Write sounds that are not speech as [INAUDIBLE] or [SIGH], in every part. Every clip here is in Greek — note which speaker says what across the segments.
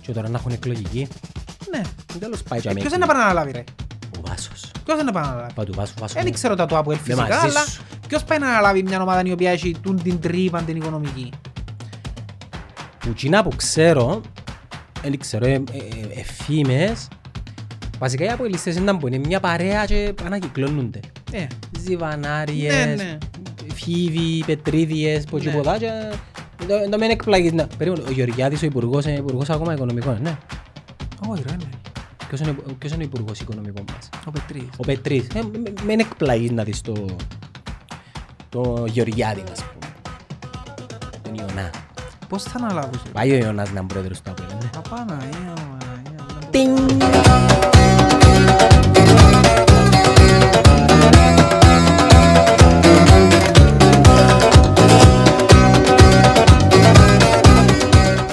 Speaker 1: Και τώρα να έχουν εκλογική.
Speaker 2: Ναι.
Speaker 1: Τέλος πάει και
Speaker 2: Ε, Ποιος
Speaker 1: αμέσως.
Speaker 2: είναι να παραναλάβει ρε.
Speaker 1: Ο Βάσος.
Speaker 2: Ποιος είναι να παραναλάβει.
Speaker 1: Πα του Βάσου, Βάσου.
Speaker 2: Δεν ξέρω τα του Αποέλ
Speaker 1: Είμαι
Speaker 2: φυσικά,
Speaker 1: μαζί
Speaker 2: αλλά
Speaker 1: σου.
Speaker 2: ποιος πάει να αναλάβει μια ομάδα η οποία έχει τούν την τρύπα την οικονομική.
Speaker 1: Που κοινά που ξέρω, δεν ξέρω, ε, ε, ε, εφήμες, βασικά οι αποελιστές είναι να μπουν, είναι μια παρέα και ανακυκλώνονται.
Speaker 2: Ε, Ναι,
Speaker 1: Ζιβανάριες,
Speaker 2: ναι.
Speaker 1: φίβοι, πετρίδιες, ποτσιποδά και... Δεν με εκπλαγείς να... Περίμενε, ο Γεωργιάδης, ο υπουργός, είναι υπουργός ακόμα οικονομικών, ναι.
Speaker 2: όχι ρε, ναι.
Speaker 1: Ποιος είναι, ποιος είναι ο υπουργός οικονομικών μας.
Speaker 2: Ο Πετρής.
Speaker 1: Ο Πετρίς. Ε, με- με είναι εκπλαγείς να δεις το... το Γεωργιάδη, ας πούμε. Τον Ιωνά.
Speaker 2: Πώς θα αναλάβεις ρε.
Speaker 1: Πάει ο Ιωνάς να είναι πρόεδρος του Απόλλωνα, ναι.
Speaker 2: Απαναία, Παναγία.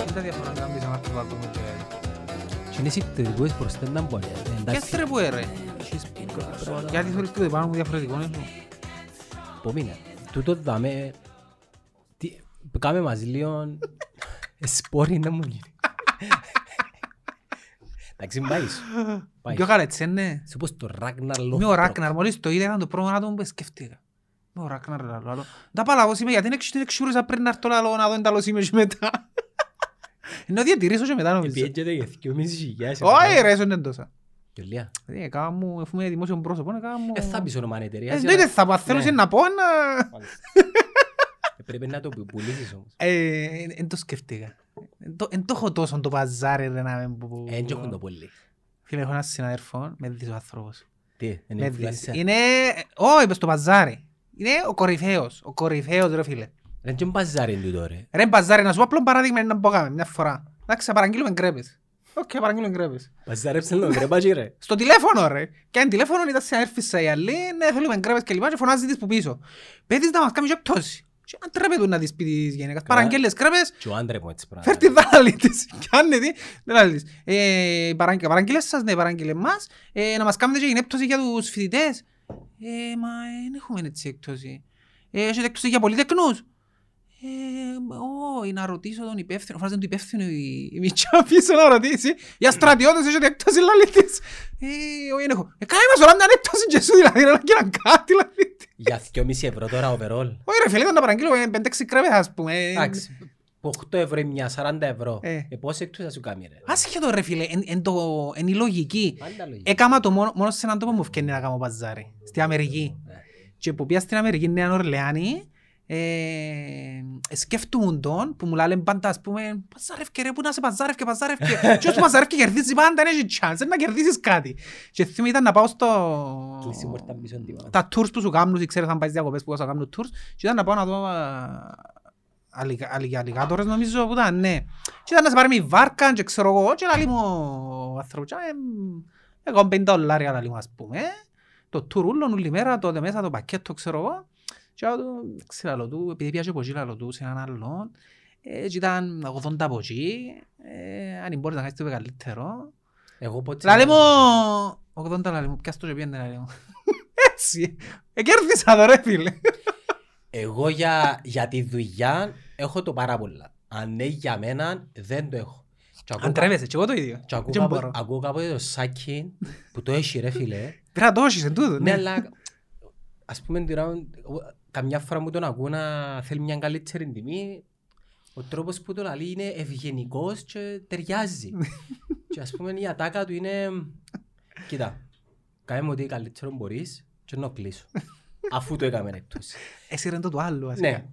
Speaker 2: Τι τα διαφορά να κάνεις άμα του βάλουμε και...
Speaker 1: Και είναι συντηρητικός προς τα να μπορεί. ε,
Speaker 2: Ποια
Speaker 1: Εντάξει,
Speaker 2: στρεπούε ρε. Γιατί θεωρείς το επάνω μου διαφορετικό είναι σου.
Speaker 1: υπομείνα. Τούτο δάμε... τι- Κάμε μας λίγο... Σπόρι να μου γίνει. Εντάξει, μου πάει σου. Πάει.
Speaker 2: Πιο καλέ τσένε.
Speaker 1: Σε πως το Ράγναρ
Speaker 2: Με Ναι, ο Ράκναρ, μόλις το είδα ήταν το πρώτο άτομο που σκεφτήκα. Με ο Ράκναρ ρε λαλό. Τα παλαβώς είμαι γιατί είναι εξ- είναι εξούρισα πριν να έρθω λαλό να δω ενταλώς είμαι και μετά. [LAUGHS] Ενώ διατηρήσω και μετά νομίζω.
Speaker 1: Πιέγεται για δυόμισι χιλιάς.
Speaker 2: Όχι ρε, σου είναι τόσα.
Speaker 1: Γιολία.
Speaker 2: Ε, κάμα μου, αφού είμαι δημόσιο πρόσωπο, να κάνω...
Speaker 1: Ε, θα πεις όνομα εταιρείας.
Speaker 2: Ε,
Speaker 1: για να-
Speaker 2: δεν θα πω, θέλω
Speaker 1: Ναι.
Speaker 2: σε να πω να...
Speaker 1: Ε, Πρέπει να το που- πουλήσεις όμως.
Speaker 2: Ε, εν το σκεφτήκα. Εν το- Εν το έχω τόσο το παζάρι ρε να μην πω...
Speaker 1: Ε, Δεν έχουν το πολύ.
Speaker 2: Φίλε, έχω έναν συναδερφό, με δεις ο άνθρωπος.
Speaker 1: Τι,
Speaker 2: Με
Speaker 1: είναι
Speaker 2: δεις.
Speaker 1: influencer.
Speaker 2: Ναι, δηλαδή, Είναι... Όχι, πες το παζάρι. Είναι ο κορυφαίος. Ο κορυφαίος ρε φίλε.
Speaker 1: Δεν και μπαζάρι είναι τούτο ρε.
Speaker 2: Ρε μπαζάρι, να σου πω απλό παράδειγμα είναι να μπω κάμε μια φορά. Εντάξει, θα παραγγείλουμε γκρέπες. Οκ, θα παραγγείλουμε γκρέπες.
Speaker 1: Μπαζάρεψε λίγο ρε μπαζί ρε.
Speaker 2: Στο τηλέφωνο ρε. Και αν τηλέφωνο ήταν σε έρφησα η άλλη, ναι θέλουμε γκρέπες και λοιπά και φωνάζει της που πίσω. Πέτεις να μας κάνει και πτώση. Και αν τρέπεται να της πει της γενικάς.
Speaker 1: Καλά.
Speaker 2: Παραγγέλες γκρέπες,
Speaker 1: Και ο άντρε μου έτσι πράγμα.
Speaker 2: φέρ τη δάλη της. Κι αν είναι τι, δεν δάλη της. Ε, παραγγε- Παραγγέλες σας, ναι παραγγέλε μας. Ε, Να μας κάνετε και γενέπτωση για τους φοιτητές. Ε, μα δεν έχουμε έτσι έκπτωση. Ε, έχετε έκπτωση για πολυτεκνούς. Ε, όχι, να ρωτήσω τον υπεύθυνο, φράζει τον υπεύθυνο η, η Μιτσιά πίσω να ρωτήσει για στρατιώτες, έχετε έκπτωση λαλή της. Ε, όχι, δεν έχω. Ε, κάνε μας όλα μια έκπτωση και σου δηλαδή, να γίναν κάτι λαλή της.
Speaker 1: Για 2,5 ευρώ τώρα overall.
Speaker 2: Όχι ρε φίλε, ήταν να παραγγείλω ε, 5-6 κρέβες ας πούμε.
Speaker 1: Εντάξει. που 8 ευρώ ή μια 40 ευρώ.
Speaker 2: Ε.
Speaker 1: Ε, πώς εκτός θα σου κάνει ρε.
Speaker 2: Άσχετο ρε φίλε, εν, εν, το, εν η λογική.
Speaker 1: Πάντα λογική.
Speaker 2: Έκαμα το μόνο, μόνο σε έναν τόπο μου φκένει να κάνω παζάρι. Στη Αμερική. Και που πήγα στην Αμερική Νέα Ορλεάνη, ε, σκέφτομαι τον που μου λένε πάντα ας πούμε «Παζάρευκε ρε, πού να σε παζάρευκε, παζάρευκε». Και όσο παζάρευκε κερδίζεις πάντα, δεν έχει chance, δεν να κερδίσεις κάτι. Και θυμή ήταν να πάω στο...
Speaker 1: Κλείσει πόρτα πίσω την
Speaker 2: Τα tours που σου κάνουν, ξέρεις αν πάεις στις διακοπές που σου κάνουν tours, και ήταν να πάω να δω αλιγάτορες νομίζω που ήταν, ναι. Και ήταν να σε πάρει μια βάρκα και ξέρω εγώ και να λίμω ανθρώπου, εγώ 50 δολάρια να λίμω ας πούμε, το tour ούλον όλη μέρα, τότε μέσα το πακέτο ξέρω εγώ, και άλλο, ξέρω άλλο του, επειδή πιάσε ποζί άλλο του σε έναν άλλον, ε, και ήταν 80 ποζί, ε, αν μπορείς να κάνεις το καλύτερο,
Speaker 1: Εγώ πότε...
Speaker 2: Λαλή μου,
Speaker 1: ναι.
Speaker 2: 80 λαλή μου, πιάστο και πιέντε λαλή μου. [LAUGHS] Έτσι, Ε, εκέρδισα το ρε φίλε.
Speaker 1: Εγώ για, για τη δουλειά έχω το πάρα πολλά. Αν είναι για μένα δεν το έχω. Και ακούω
Speaker 2: Αν τρέβεσαι, και εγώ το ίδιο.
Speaker 1: Και ακούω
Speaker 2: Δεν μπορώ.
Speaker 1: κάποτε- ακούω κάποτε το σάκι που το έχει ρε φίλε.
Speaker 2: Πρέπει να το έχεις εν τούτο.
Speaker 1: Ναι,
Speaker 2: ναι.
Speaker 1: αλλά ας πούμε τώρα, καμιά φορά μου τον ακούω να θέλει μια καλύτερη τιμή, ο τρόπος που τον λέει είναι ευγενικός και
Speaker 2: [LAUGHS]
Speaker 1: ταιριάζει. και ας πούμε η ατάκα του είναι, κοίτα, κάνε μου ό,τι καλύτερο μπορείς και να
Speaker 2: [LAUGHS]
Speaker 1: κλείσω. αφού το έκαμε εκτός.
Speaker 2: Εσύ ρε είναι το του άλλου
Speaker 1: ναι.
Speaker 2: βασικά.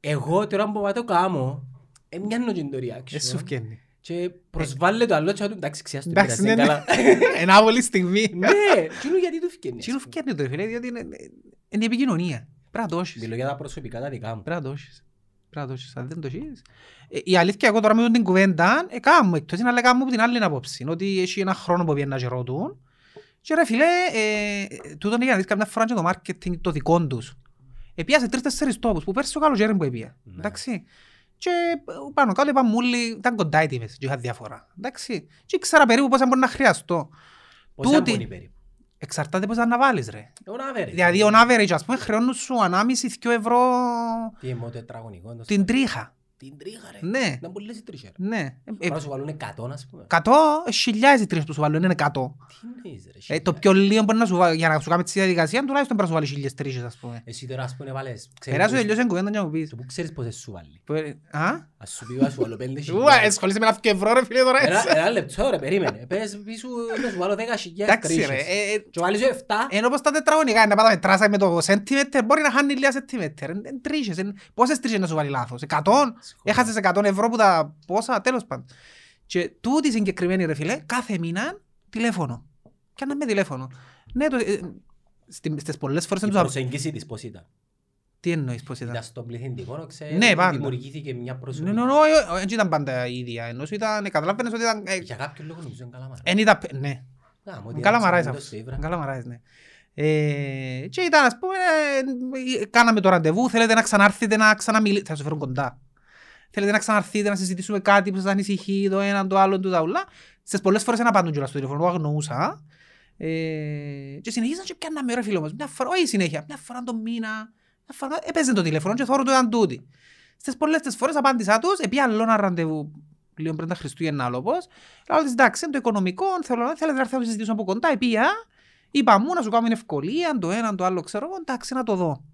Speaker 1: Εγώ τώρα που πάω το κάμω, ε, μοιάνω και το reaction.
Speaker 2: Δεν σου φκένει. [LAUGHS]
Speaker 1: Και προσβάλλει το άλλο και θα του εντάξει ξιάς το
Speaker 2: Εντάξει,
Speaker 1: πειράζει,
Speaker 2: ναι, ναι.
Speaker 1: καλά».
Speaker 2: Ένα άβολη στιγμή.
Speaker 1: [LAUGHS] Ναι, τσινού γιατί του φκένει.
Speaker 2: Τι σου φκένει το ρε φίλε, διότι είναι- είναι η επικοινωνία. Πρέπει να το έχεις.
Speaker 1: Μιλώ για τα προσωπικά τα δικά μου.
Speaker 2: Πρέπει να το έχεις. Πρέπει να το έχεις. Αν δεν το έχεις. Ε, Η αλήθεια εγώ τώρα με τον την κουβέντα, ε, κάμω εκτός είναι, αλλά κάμω από την άλλη απόψη. Ότι έχει ένα χρόνο που πιένα και ρωτούν. Και ρε φίλε, ε, τούτον για να δεις καμιά φορά και το marketing το δικό τους. Επίασε τρεις-τέσσερις τόπους που πέρσι ο καλός γέρι που επία.
Speaker 1: Ναι.
Speaker 2: Εντάξει. Και ε, πάνω κάτω είπαμε όλοι, ήταν κοντά οι τιμές και είχα διαφορά. Εντάξει. Και ήξερα περίπου πόσα μπορεί να χρειαστώ.
Speaker 1: Πόσα
Speaker 2: Τούτη.
Speaker 1: μπορεί περίπου.
Speaker 2: Εξαρτάται πόσα να βάλεις ρε.
Speaker 1: Ε, Ωρα βέρε.
Speaker 2: Δηλαδή on average ας πούμε χρεώνουν σου 1,5-2 ευρώ
Speaker 1: Τι είμαι ο τετραγωνικό.
Speaker 2: την τρίχα.
Speaker 1: Την τρίχα ρε.
Speaker 2: Ναι,
Speaker 1: Να μου λες η τρίχα ρε.
Speaker 2: ναι. Ε,
Speaker 1: Πρέπει να σου βάλουν 100 ας πούμε.
Speaker 2: Εκατό, χιλιάδες οι τρεις που σου βάλουν, είναι εκατό.
Speaker 1: Τι εννοείς ρε.
Speaker 2: Ε,
Speaker 1: χίλια.
Speaker 2: το πιο λίγο μπορεί να σου βάλει, για να σου κάνει τη διαδικασία, τουλάχιστον πρέπει να σου βάλει χίλιες τρεις, ας πούμε.
Speaker 1: Εσύ τώρα ας πούμε βάλες. ξέρεις
Speaker 2: Περάσου
Speaker 1: που-
Speaker 2: τελειώσαν κουβέντα και να μου πεις.
Speaker 1: Το που ξέρεις πόσες σου βάλει.
Speaker 2: Που, ε, Α?
Speaker 1: Ας σου πει ας σου βάλω πέντε
Speaker 2: Ουα,
Speaker 1: χιλιάδες.
Speaker 2: εσχολείσαι με ένα ευρώ ρε φίλε τώρα
Speaker 1: Ένα-
Speaker 2: έτσι.
Speaker 1: Ένα λεπτό ρε, περίμενε. Πες πεις σου να σου βάλω 10 χιλιάδες
Speaker 2: Εντάξει ρε,
Speaker 1: τρίχες.
Speaker 2: ε, ε,
Speaker 1: Και βάλεις σου 7.
Speaker 2: ενώ πως τα τετραγωνικά είναι να πάτα μετράσα με το centimeter, μπορεί να χάνει λίγα centimeter. Είναι- είναι τρίσες, είναι- πόσες τρίσες να σου βάλει λάθος, 100, έχασες 100 ευρώ που τα πόσα, τέλος πάντων. Και τούτη συγκεκριμένη ρε φίλε, κάθε μήνα τηλέφωνο. Κι αν με τηλέφωνο. Ναι, το, ε, στη- στις πολλές φορές
Speaker 1: Η
Speaker 2: δεν τους απ-
Speaker 1: προσέγγιση της πώς ήταν.
Speaker 2: Τι εννοείς πως ήταν.
Speaker 1: Ήταν στο πληθυντικό, ξέρεις.
Speaker 2: Ναι, πάντα.
Speaker 1: Δημιουργήθηκε μια
Speaker 2: Ναι, ναι,
Speaker 1: προσωπική.
Speaker 2: ναι, όχι, δεν ήταν πάντα η ίδια. Ενώ σου ήταν, καταλάβαινες ότι ήταν... ε,
Speaker 1: Για κάποιο λόγο νομίζω είναι καλαμάρα.
Speaker 2: Εν ήταν, ναι,
Speaker 1: Γάμο,
Speaker 2: Εν
Speaker 1: ότι
Speaker 2: καλά
Speaker 1: άλλαξαν
Speaker 2: μαράες
Speaker 1: εντός
Speaker 2: αυτός.
Speaker 1: του ύβρα.
Speaker 2: Εν καλά μαράες, ναι. Ε, και ήταν, ας πούμε, ε, κάναμε το ραντεβού, θέλετε να ξανάρθετε να ξαναμιλήσετε, θα σου φέρουν κοντά. Θέλετε να ξαναρθείτε να συζητήσουμε κάτι που σας ανησυχεί, το ένα, το άλλο, το ταουλά. Στις πολλές φορές δεν απαντούν κιόλας στο τηλέφωνο, εγώ αγνοούσα. Ε, και συνεχίζαν και πιάνναμε ρε φίλο μας, μια φορά, όχι συνέχεια, μια φορά το μήνα, μια φορά, έπαιζε το τηλέφωνο και θόρου του ήταν τούτη. Στις πολλές τις φορές απάντησα τους, επί άλλο ένα ραντεβού λίγο πριν τα Χριστούγεννα άλλο πως. Λέω της εντάξει, είναι το οικονομικό, θέλω να θέλετε να έρθω να συζητήσουμε από κοντά, επία. Είπα μου να σου κάνω μια ευκολία, το ένα, το άλλο, ξέρω εγώ, εντάξει, να το δω.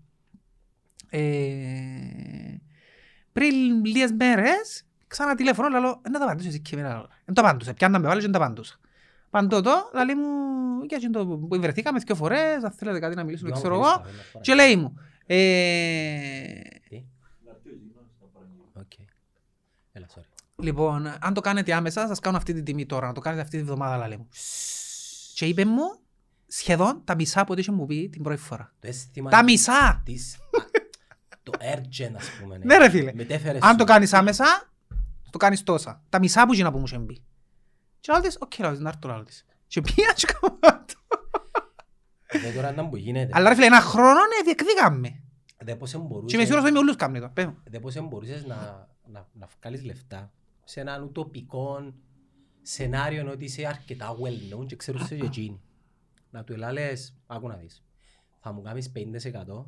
Speaker 2: Ε, πριν λίγες μέρες, ξανά τηλέφωνο, λέω, να τα απαντήσω εσύ και εμένα. Δεν τα απαντούσα, πιάννα με βάλει και δεν τα απαντούσα. Παντώ το, λέει μου, για εκείνο το που βρεθήκαμε δύο φορές, αν θέλετε κάτι να μιλήσουμε,
Speaker 1: Γιώργο,
Speaker 2: ξέρω
Speaker 1: θέλεις
Speaker 2: εγώ.
Speaker 1: να βάλεις φορά.
Speaker 2: Και λέει μου, ε,
Speaker 1: Οκ. Έλα, sorry.
Speaker 2: Λοιπόν, αν το κάνετε άμεσα, σας κάνω αυτή την τιμή τώρα, να το κάνετε αυτή τη βδομάδα, λέει μου. Και είπε μου σχεδόν τα μισά από ό,τι είχε μου πει την πρώτη φορά.
Speaker 1: Το αίσθημα
Speaker 2: Τα μισά!
Speaker 1: της- α, Το urgent, ας πούμε.
Speaker 2: Ναι, ρε φίλε.
Speaker 1: Μετέφερες
Speaker 2: Αν
Speaker 1: σου.
Speaker 2: το κάνεις άμεσα, το κάνεις τόσα. Τα μισά που γίνα που μου είχε πει. Και λέω της, οκ, λέω της, να έρθω λέω της. Και πήγα και κάνω το.
Speaker 1: Δεν τώρα ήταν που γίνεται.
Speaker 2: Αλλά ρε φίλε, ένα χρόνο ναι, διεκδίκαμε.
Speaker 1: Δε πώς εμπορούσες-
Speaker 2: Και είμαι σίγουρος ότι με όλους κάνουν το. Πες μου.
Speaker 1: δε πώς εμπορούσες να, να, να βγάλεις λεφτά σε έναν ουτοπικό σενάριο ότι είσαι αρκετά well known και ξέρεις σε εκείνη. Να του ελάλες, άκου να δεις, θα μου κάνεις 50%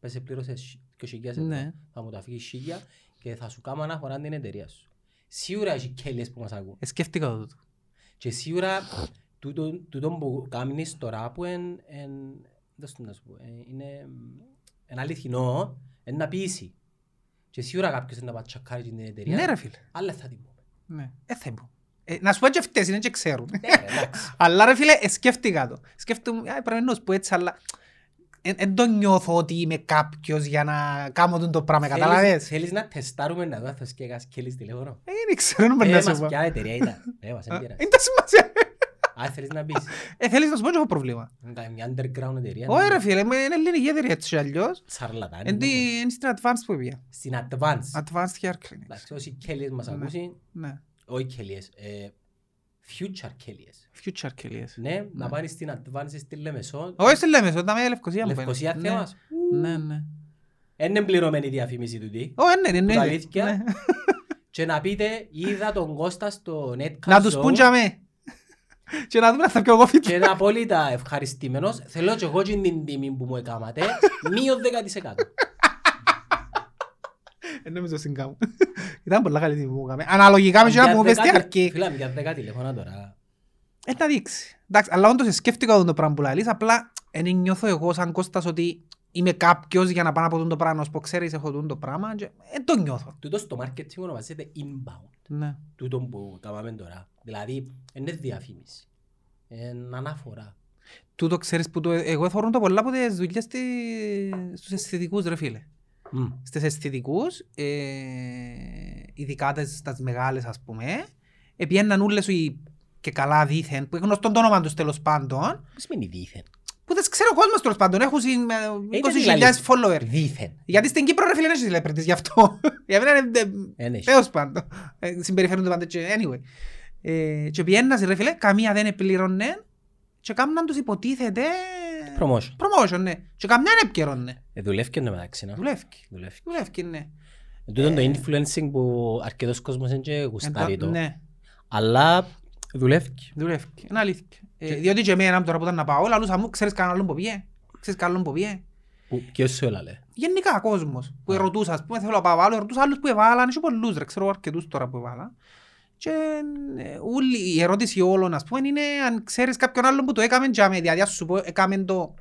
Speaker 1: πες σε πλήρωσες 2.000 ευρώ,
Speaker 2: Ναι.
Speaker 1: θα μου τα φύγεις 1.000 και θα σου κάνω αναφορά την εταιρεία σου. Σίγουρα έχει κέλες που μας ακούν.
Speaker 2: Ε, Σκέφτηκα το τούτο.
Speaker 1: Και σίγουρα τούτο, τούτο που κάνεις τώρα που εν, εν, δώσ' του να σου πω, ε, είναι εν αληθινό, εν να πείσει. Και σίγουρα κάποιος είναι να πατσακάρει την εταιρεία,
Speaker 2: Ναι ρε φίλε.
Speaker 1: αλλά θα την πούμε.
Speaker 2: Ναι. Ε, θα μου. Ε, Να σου πω και αυτές είναι και ξέρουν.
Speaker 1: Ναι, ρε, εντάξει.
Speaker 2: Αλλά ρε φίλε, ε, σκέφτηκα το. Σκέφτομαι, α, πρέπει να σου πω έτσι, αλλά δεν το νιώθω ότι είμαι κάποιος για να κάνω τον το πράγμα,
Speaker 1: Θέλεις-
Speaker 2: καταλαβες.
Speaker 1: Θέλεις να τεστάρουμε να δω αν θα σκέγας κέλεις τηλέφωνο.
Speaker 2: Ε, Δεν ξέρω, δεν μπορεί
Speaker 1: Ε,
Speaker 2: να σε
Speaker 1: μας
Speaker 2: πω.
Speaker 1: ποια εταιρεία ήταν. Ε, μας
Speaker 2: Α,
Speaker 1: δεν πειράζει.
Speaker 2: Είναι τα σημασία.
Speaker 1: Αν θέλεις να πεις.
Speaker 2: Ε, θέλεις να σου πω και έχω πρόβλημα.
Speaker 1: Είναι κα- μια underground εταιρεία.
Speaker 2: Όχι ρε φίλε, με- είναι ελληνική εταιρεία έτσι κι αλλιώς.
Speaker 1: Σαρλατάνη.
Speaker 2: Είναι τη- είναι στην Advanced που πήγα.
Speaker 1: Στην Advance.
Speaker 2: Advanced Hair Clinics.
Speaker 1: Ναι. Εντάξει, όσοι κέλιες μας
Speaker 2: Ναι.
Speaker 1: ακούσει,
Speaker 2: Ναι.
Speaker 1: όχι κέλιες, ε, future κέλιες.
Speaker 2: Future κελίες.
Speaker 1: Ναι, να πάνε στην Advances στη Λεμεσό.
Speaker 2: Όχι, σε λέμε, όταν με Λευκοσία μου
Speaker 1: Λευκοσία
Speaker 2: πέντε. Ναι.
Speaker 1: θέμα.
Speaker 2: Ναι, ναι.
Speaker 1: Είναι πληρωμένη η διαφήμιση τούτη.
Speaker 2: Όχι, ναι, ναι, ναι.
Speaker 1: Τα αλήθεια.
Speaker 2: Ναι.
Speaker 1: Και να πείτε, είδα τον Κώστα στο Netcast
Speaker 2: Να τους
Speaker 1: Show
Speaker 2: πούν για μέ. Και να δούμε αν θα πιω εγώ φίτσα.
Speaker 1: Και είναι απόλυτα ευχαριστημένος. Θέλω και εγώ τζιν την τιμή που μου έκαματε. Μείον 10%.
Speaker 2: [LAUGHS] Δεν νομίζω στην κάμου. [LAUGHS] Ήταν πολλά καλή τιμή που μου έκαμε. Αναλογικά με εκείνα που μου πες τι αρκεί.
Speaker 1: Φίλα, για δέκα τηλέφωνα τώρα.
Speaker 2: Ε, να δείξει. Εντάξει, αλλά όντως σκέφτηκα τον το πράγμα που λαλείς, απλά εν νιώθω εγώ σαν Κώστας ότι είμαι κάποιος για να πάω από τον το πράγμα, να σου πω ξέρεις έχω τον το πράγμα και ε, το νιώθω.
Speaker 1: Τούτο στο marketing ονομάζεται inbound.
Speaker 2: Ναι.
Speaker 1: Τούτο που κάμαμε τώρα. Δηλαδή, είναι διαφήμιση. Είναι αναφορά.
Speaker 2: Τούτο ξέρεις που το, εγώ θεωρώ το πολλά από τις δουλειές στη, στους αισθητικούς ρε φίλε.
Speaker 1: Μμ.
Speaker 2: στις αισθητικούς, ε, ειδικά τις, τις μεγάλες ας πούμε, επιέναν όλες οι και καλά δήθεν, που είναι γνωστό το όνομα τους τέλος πάντων,
Speaker 1: Πώς σημαίνει δίθεν.
Speaker 2: που δεν ξέρει ο κόσμος τέλος πάντων, έχουν συν- ε, 20.000 follower.
Speaker 1: Δίθεν.
Speaker 2: Γιατί στην Κύπρο ρε φίλε δεν έχεις celebrities γι' αυτό. [LAUGHS] Για μένα είναι ε,
Speaker 1: Ένα έχει.
Speaker 2: τέλος πάντων. Ε, Συμπεριφέρονται πάντα και anyway. Ε, και πιένας ρε φίλε, καμία δεν επληρώνε και κάμναν τους υποτίθεται
Speaker 1: Promotion.
Speaker 2: promotion, ναι. Και καμιά δεν επικαιρώνε.
Speaker 1: Ε, δουλεύει και εν τω μεταξύ. να.
Speaker 2: Δουλεύει.
Speaker 1: Δουλεύει.
Speaker 2: Δουλεύει, ναι.
Speaker 1: Εν τούτον το influencing που αρκετός κόσμος είναι και γουστάρει
Speaker 2: Εντά-
Speaker 1: το.
Speaker 2: Ναι.
Speaker 1: Αλλά δουλεύει.
Speaker 2: Δουλεύει. Είναι αλήθεια. Ε, διότι και εμένα τώρα που ήταν να πάω, λαλούσα μου, ξέρεις κανέναν άλλον που πήγε. Ξέρεις κανέναν άλλον που πήγε.
Speaker 1: Που- Ποιος σου έλαλε.
Speaker 2: Γενικά κόσμος που ερωτούσα, ας πούμε, θέλω να πάω άλλο, ερωτούσα άλλους που εβάλαν, και πολλούς, ρε, ξέρω αρκετούς τώρα που εβάλαν. Και ε, όλοι, η ερώτηση όλων, ας πούμε, είναι αν ξέρεις κάποιον άλλον που το έκαμε τζάμε, δηλαδή ας σου πω, έκαμε το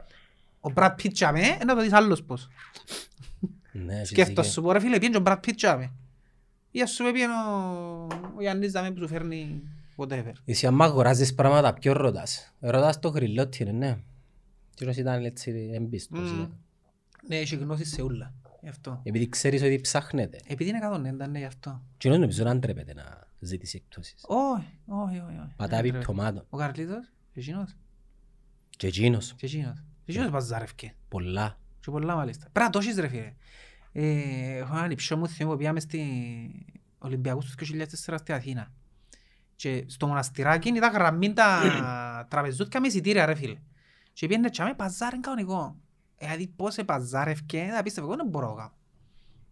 Speaker 2: ο Brad Pitt τζάμε, ε, να το δεις άλλος πώς.
Speaker 1: Ναι, έχεις
Speaker 2: Σκέφτος
Speaker 1: δίκιο.
Speaker 2: σου πω, ρε φίλε, πιένει ο Brad Pitt τζάμε. Ή ας σου πω, πιένει ο, ο Γιάννης τζάμε που σου φέρνει whatever.
Speaker 1: Εσύ άμα αγοράζεις πράγματα, ποιο ρωτάς. Ρωτάς το γρυλότι, ρε, ναι. Κύριος ήταν έτσι εμπίστος.
Speaker 2: Μμμ.
Speaker 1: ναι.
Speaker 2: Ναι, έχει γνώση σε όλα. Γι' αυτό.
Speaker 1: Επειδή ξέρεις ότι ψάχνεται.
Speaker 2: Επειδή είναι 190, ναι, γι' αυτό.
Speaker 1: Κύριος νομίζω να ντρέπεται να ζητήσει
Speaker 2: Ε, ναι,
Speaker 1: εκπτώσεις.
Speaker 2: Όχι, όχι, όχι, όχι.
Speaker 1: Πατάει
Speaker 2: Ναι,
Speaker 1: πιπ τομάτων.
Speaker 2: Ο Καρλίτος, εκείνος,
Speaker 1: Και εκείνος,
Speaker 2: εκείνος. Εκείνος παζάρευκε.
Speaker 1: πολλά.
Speaker 2: Και πολλά μάλιστα. Πρέπει να το έχεις ρε φίλε. Ε, έχω έναν υψό μου θυμό που πήγαμε στην Ολυμπιακούς τους 2004 στην Αθήνα. Και στο μοναστηράκι είδα γραμμή [COUGHS] τα τραπεζούτια με εισιτήρια ρε φίλε. Και πήγαινε τσάμε παζάρεν κανονικό. Ε, δηλαδή πώς επαζάρευκε, θα πίστευε εγώ δεν μπορώ να κάνω.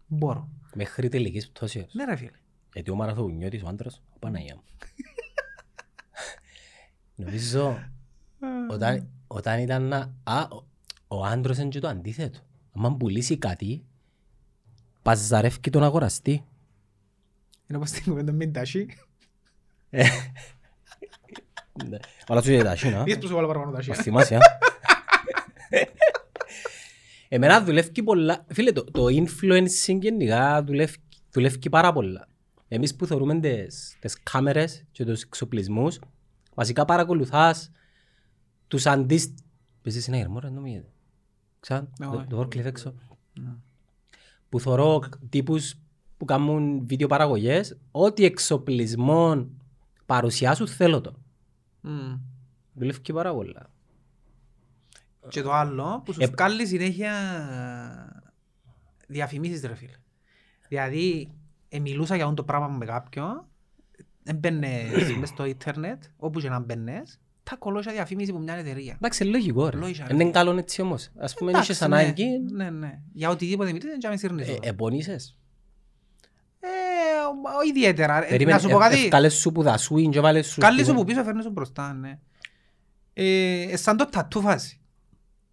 Speaker 2: Μπορώ.
Speaker 1: Μέχρι τελικής πτώσεως.
Speaker 2: Ναι ρε φίλε.
Speaker 1: Γιατί ο Μαραθωγουνιώτης, ο άντρας, ο Παναγία
Speaker 2: [LAUGHS]
Speaker 1: μου. Νομίζω
Speaker 2: Ε.
Speaker 1: όταν, όταν ήταν να... Α, ο- ο άντρος είναι και το αντίθετο. Αν πουλήσει κάτι, παζαρεύει τον αγοραστή.
Speaker 2: Είναι όπως την κουβέντα μην ταχύ.
Speaker 1: Ναι. Αλλά σου είδε τα σίνα.
Speaker 2: Είδες που σου βάλω παραπάνω ταχύ.
Speaker 1: Μας θυμάσαι, α. Εμένα δουλεύει πολλά. Φίλε, το, το influencing γενικά δουλεύει, δουλεύει πάρα πολλά. Εμείς που θεωρούμε τις, τις κάμερες και τους εξοπλισμούς, βασικά παρακολουθάς τους αντίστοιχους... Πες εσύ ένα γερμό, ρε, νομίζετε. Ξαν,
Speaker 2: Ναι,
Speaker 1: το,
Speaker 2: όχι. Ναι.
Speaker 1: το όρκλειβε έξω. Που θεωρώ τύπους που κάνουν βίντεο παραγωγές, ό,τι εξοπλισμών παρουσιάσουν θέλω το.
Speaker 2: Μμμ.
Speaker 1: Δουλεύει πάρα πολλά.
Speaker 2: Και το άλλο που σου
Speaker 1: Ε,
Speaker 2: βγάλει συνέχεια διαφημίσεις ρε φίλε. Δηλαδή, ε, μιλούσα για αυτό το πράγμα με κάποιον,
Speaker 1: [CLEARS THROAT]
Speaker 2: έμπαινες μες στο ίντερνετ, όπου και να μπαίνες, τα κολόσια διαφήμιση από μια εταιρεία.
Speaker 1: Εντάξει, λογικό ρε.
Speaker 2: Λογικά, ρε.
Speaker 1: Είναι καλό έτσι όμως. Ας πούμε,
Speaker 2: Εντάξει,
Speaker 1: είχες
Speaker 2: ναι.
Speaker 1: ανάγκη,
Speaker 2: Ναι, ναι. Για οτιδήποτε μιλήσεις, δεν με σύρνεις.
Speaker 1: ε,
Speaker 2: εδώ.
Speaker 1: επονείσες.
Speaker 2: Ε, ο- ο- ιδιαίτερα. Ε, Να σου πω
Speaker 1: Περίμενε,
Speaker 2: κάτι.
Speaker 1: ευκάλες σου που δασούιν και βάλες σου.
Speaker 2: Κάλλη
Speaker 1: στη-
Speaker 2: σου που πίσω, φέρνει σου μπροστά, ναι. Ε, ε, σαν το τατού φάση.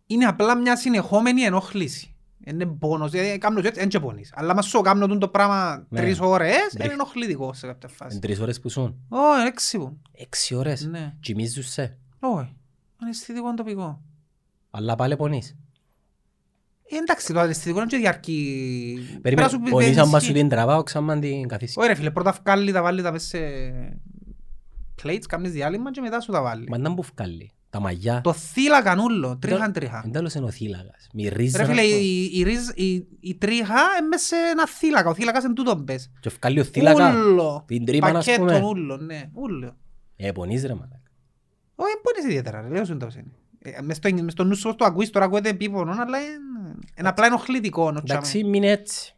Speaker 2: Είναι απλά μια συνεχόμενη ενόχληση. Είναι πόνος, δηλαδή κάμνω έτσι, δεν και πόνεις. Αλλά μας σου κάμνω τούτο το πράγμα
Speaker 1: Ναι. Ναι.
Speaker 2: τρεις ώρες,
Speaker 1: Μπρίχ.
Speaker 2: είναι ενοχλητικό σε κάποια
Speaker 1: Εν
Speaker 2: φάση.
Speaker 1: Ε, τρεις ώρες που ζουν.
Speaker 2: Όχι, έξι μου.
Speaker 1: Έξι ώρες.
Speaker 2: Ναι.
Speaker 1: Κοιμίζουσαι.
Speaker 2: Όχι. Αναισθητικό είναι τοπικό.
Speaker 1: Αλλά πάλι πονείς.
Speaker 2: Ε, εντάξει, το αναισθητικό είναι και διαρκεί. Πρέπει να
Speaker 1: Περίμενε,
Speaker 2: σου πει,
Speaker 1: πονείς
Speaker 2: δεν
Speaker 1: άμα σου
Speaker 2: ισχύει.
Speaker 1: την τραβάω, ξάμα την καθίσεις.
Speaker 2: Όχι ρε φίλε, πρώτα βγάλει τα βάλει τα μέσα σε plates, κάνεις διάλειμμα και μετά σου τα
Speaker 1: Μα
Speaker 2: βάλει.
Speaker 1: να μου βγάλει. Τα μαγιά.
Speaker 2: Το θύλακαν ούλο, τρίχαν τρίχαν.
Speaker 1: Εν τέλος είναι ο θύλακας. Μυρίζει.
Speaker 2: Ρε
Speaker 1: να
Speaker 2: φίλε,
Speaker 1: σου πω.
Speaker 2: η, η, ρίζ- η, η τρίχα είναι μέσα σε ένα θύλακα. Ο θύλακας είναι τούτον πες.
Speaker 1: Και βγάλει ο θύλακα.
Speaker 2: Ούλο.
Speaker 1: Την τρύπα, ας
Speaker 2: Πακέτο,
Speaker 1: πούμε.
Speaker 2: ούλο, ναι. Ούλο.
Speaker 1: Ε, πονείς ρε μαλάκα.
Speaker 2: Όχι, δεν πόνεις ιδιαίτερα, ρε. Λέω σου τα ψήνει. Ε, μες στο, μες στο νου σου το ακούεις, τώρα ακούεται επίπονο, αλλά είναι, είναι απλά ενοχλητικό. νο, τσάμε.
Speaker 1: Εντάξει, μην έτσι.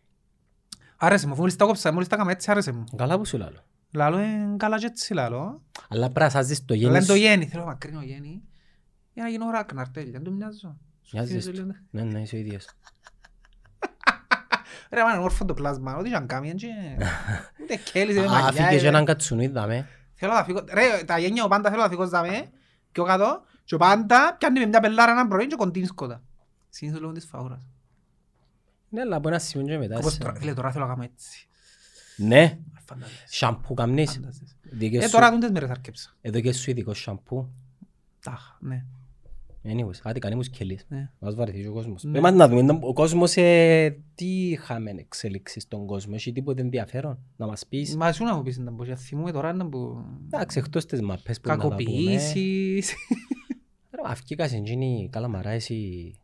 Speaker 2: Άρεσε μου, αφού μόλις τα κόψα, μόλις τα έκαμε έτσι, άρεσε μου.
Speaker 1: Καλά που σου λάλλω.
Speaker 2: Λάλο είναι καλά και έτσι, λάλο.
Speaker 1: Αλλά πρέπει να σάζεις το
Speaker 2: Αλλά
Speaker 1: γέννη
Speaker 2: είναι το
Speaker 1: σου.
Speaker 2: γέννη, θέλω να μακρύνω γέννη. Για να γίνω ράκναρ, τέλεια, δεν του μοιάζω. Σου
Speaker 1: Μοιάζεις
Speaker 2: θυμίζω
Speaker 1: του.
Speaker 2: λίγο.
Speaker 1: Ναι, ναι, είσαι ο ίδιος.
Speaker 2: Ρε, μα είναι όρφο το πλάσμα, ό,τι και αν κάνει,
Speaker 1: [LAUGHS]
Speaker 2: έτσι. Ούτε κέλυσε, δεν
Speaker 1: Α,
Speaker 2: μαγιά,
Speaker 1: Άφηκε και
Speaker 2: ρε.
Speaker 1: έναν κατσουνί, δάμε.
Speaker 2: Θέλω να φύγω. Ρε, τα γένια μου πάντα θέλω να φύγω δαμέ. Πιο κάτω. Και πάντα πιάνει με μια πελάρα έναν πρωί και κοντίνει σκότα. Συνήθως λόγω της φαούρας.
Speaker 1: Ναι, αλλά από ένα σημείο και μετά.
Speaker 2: Όπως
Speaker 1: σε-
Speaker 2: τώρα, φίλε, τώρα θέλω να κάνω έτσι.
Speaker 1: Ναι,
Speaker 2: Φαντάζεσαι.
Speaker 1: σαμπού καμνείς.
Speaker 2: Φαντάζεσαι.
Speaker 1: Δίκαιο
Speaker 2: Ε,
Speaker 1: σου-
Speaker 2: τώρα τούντες μέρες θα αρκέψω.
Speaker 1: Εδώ και σου ειδικό σαμπού.
Speaker 2: Τάχα, ναι.
Speaker 1: Anyways, άντε κανεί μου σκελείς.
Speaker 2: ναι.
Speaker 1: Μας βαρεθεί και ο κόσμος.
Speaker 2: Ναι.
Speaker 1: Πρέπει να δούμε, ο κόσμος ε, τι είχαμε εξέλιξη στον κόσμο. Έχει τίποτε ενδιαφέρον να μας πεις.
Speaker 2: Μα σου να μου πεις να μπω, γιατί θυμούμαι τώρα να μπω.
Speaker 1: Εντάξει, εκτός τις μαπές που να τα πούμε.
Speaker 2: Κακοποιήσεις.
Speaker 1: Αυκήκας εντζήνει καλαμαράες οι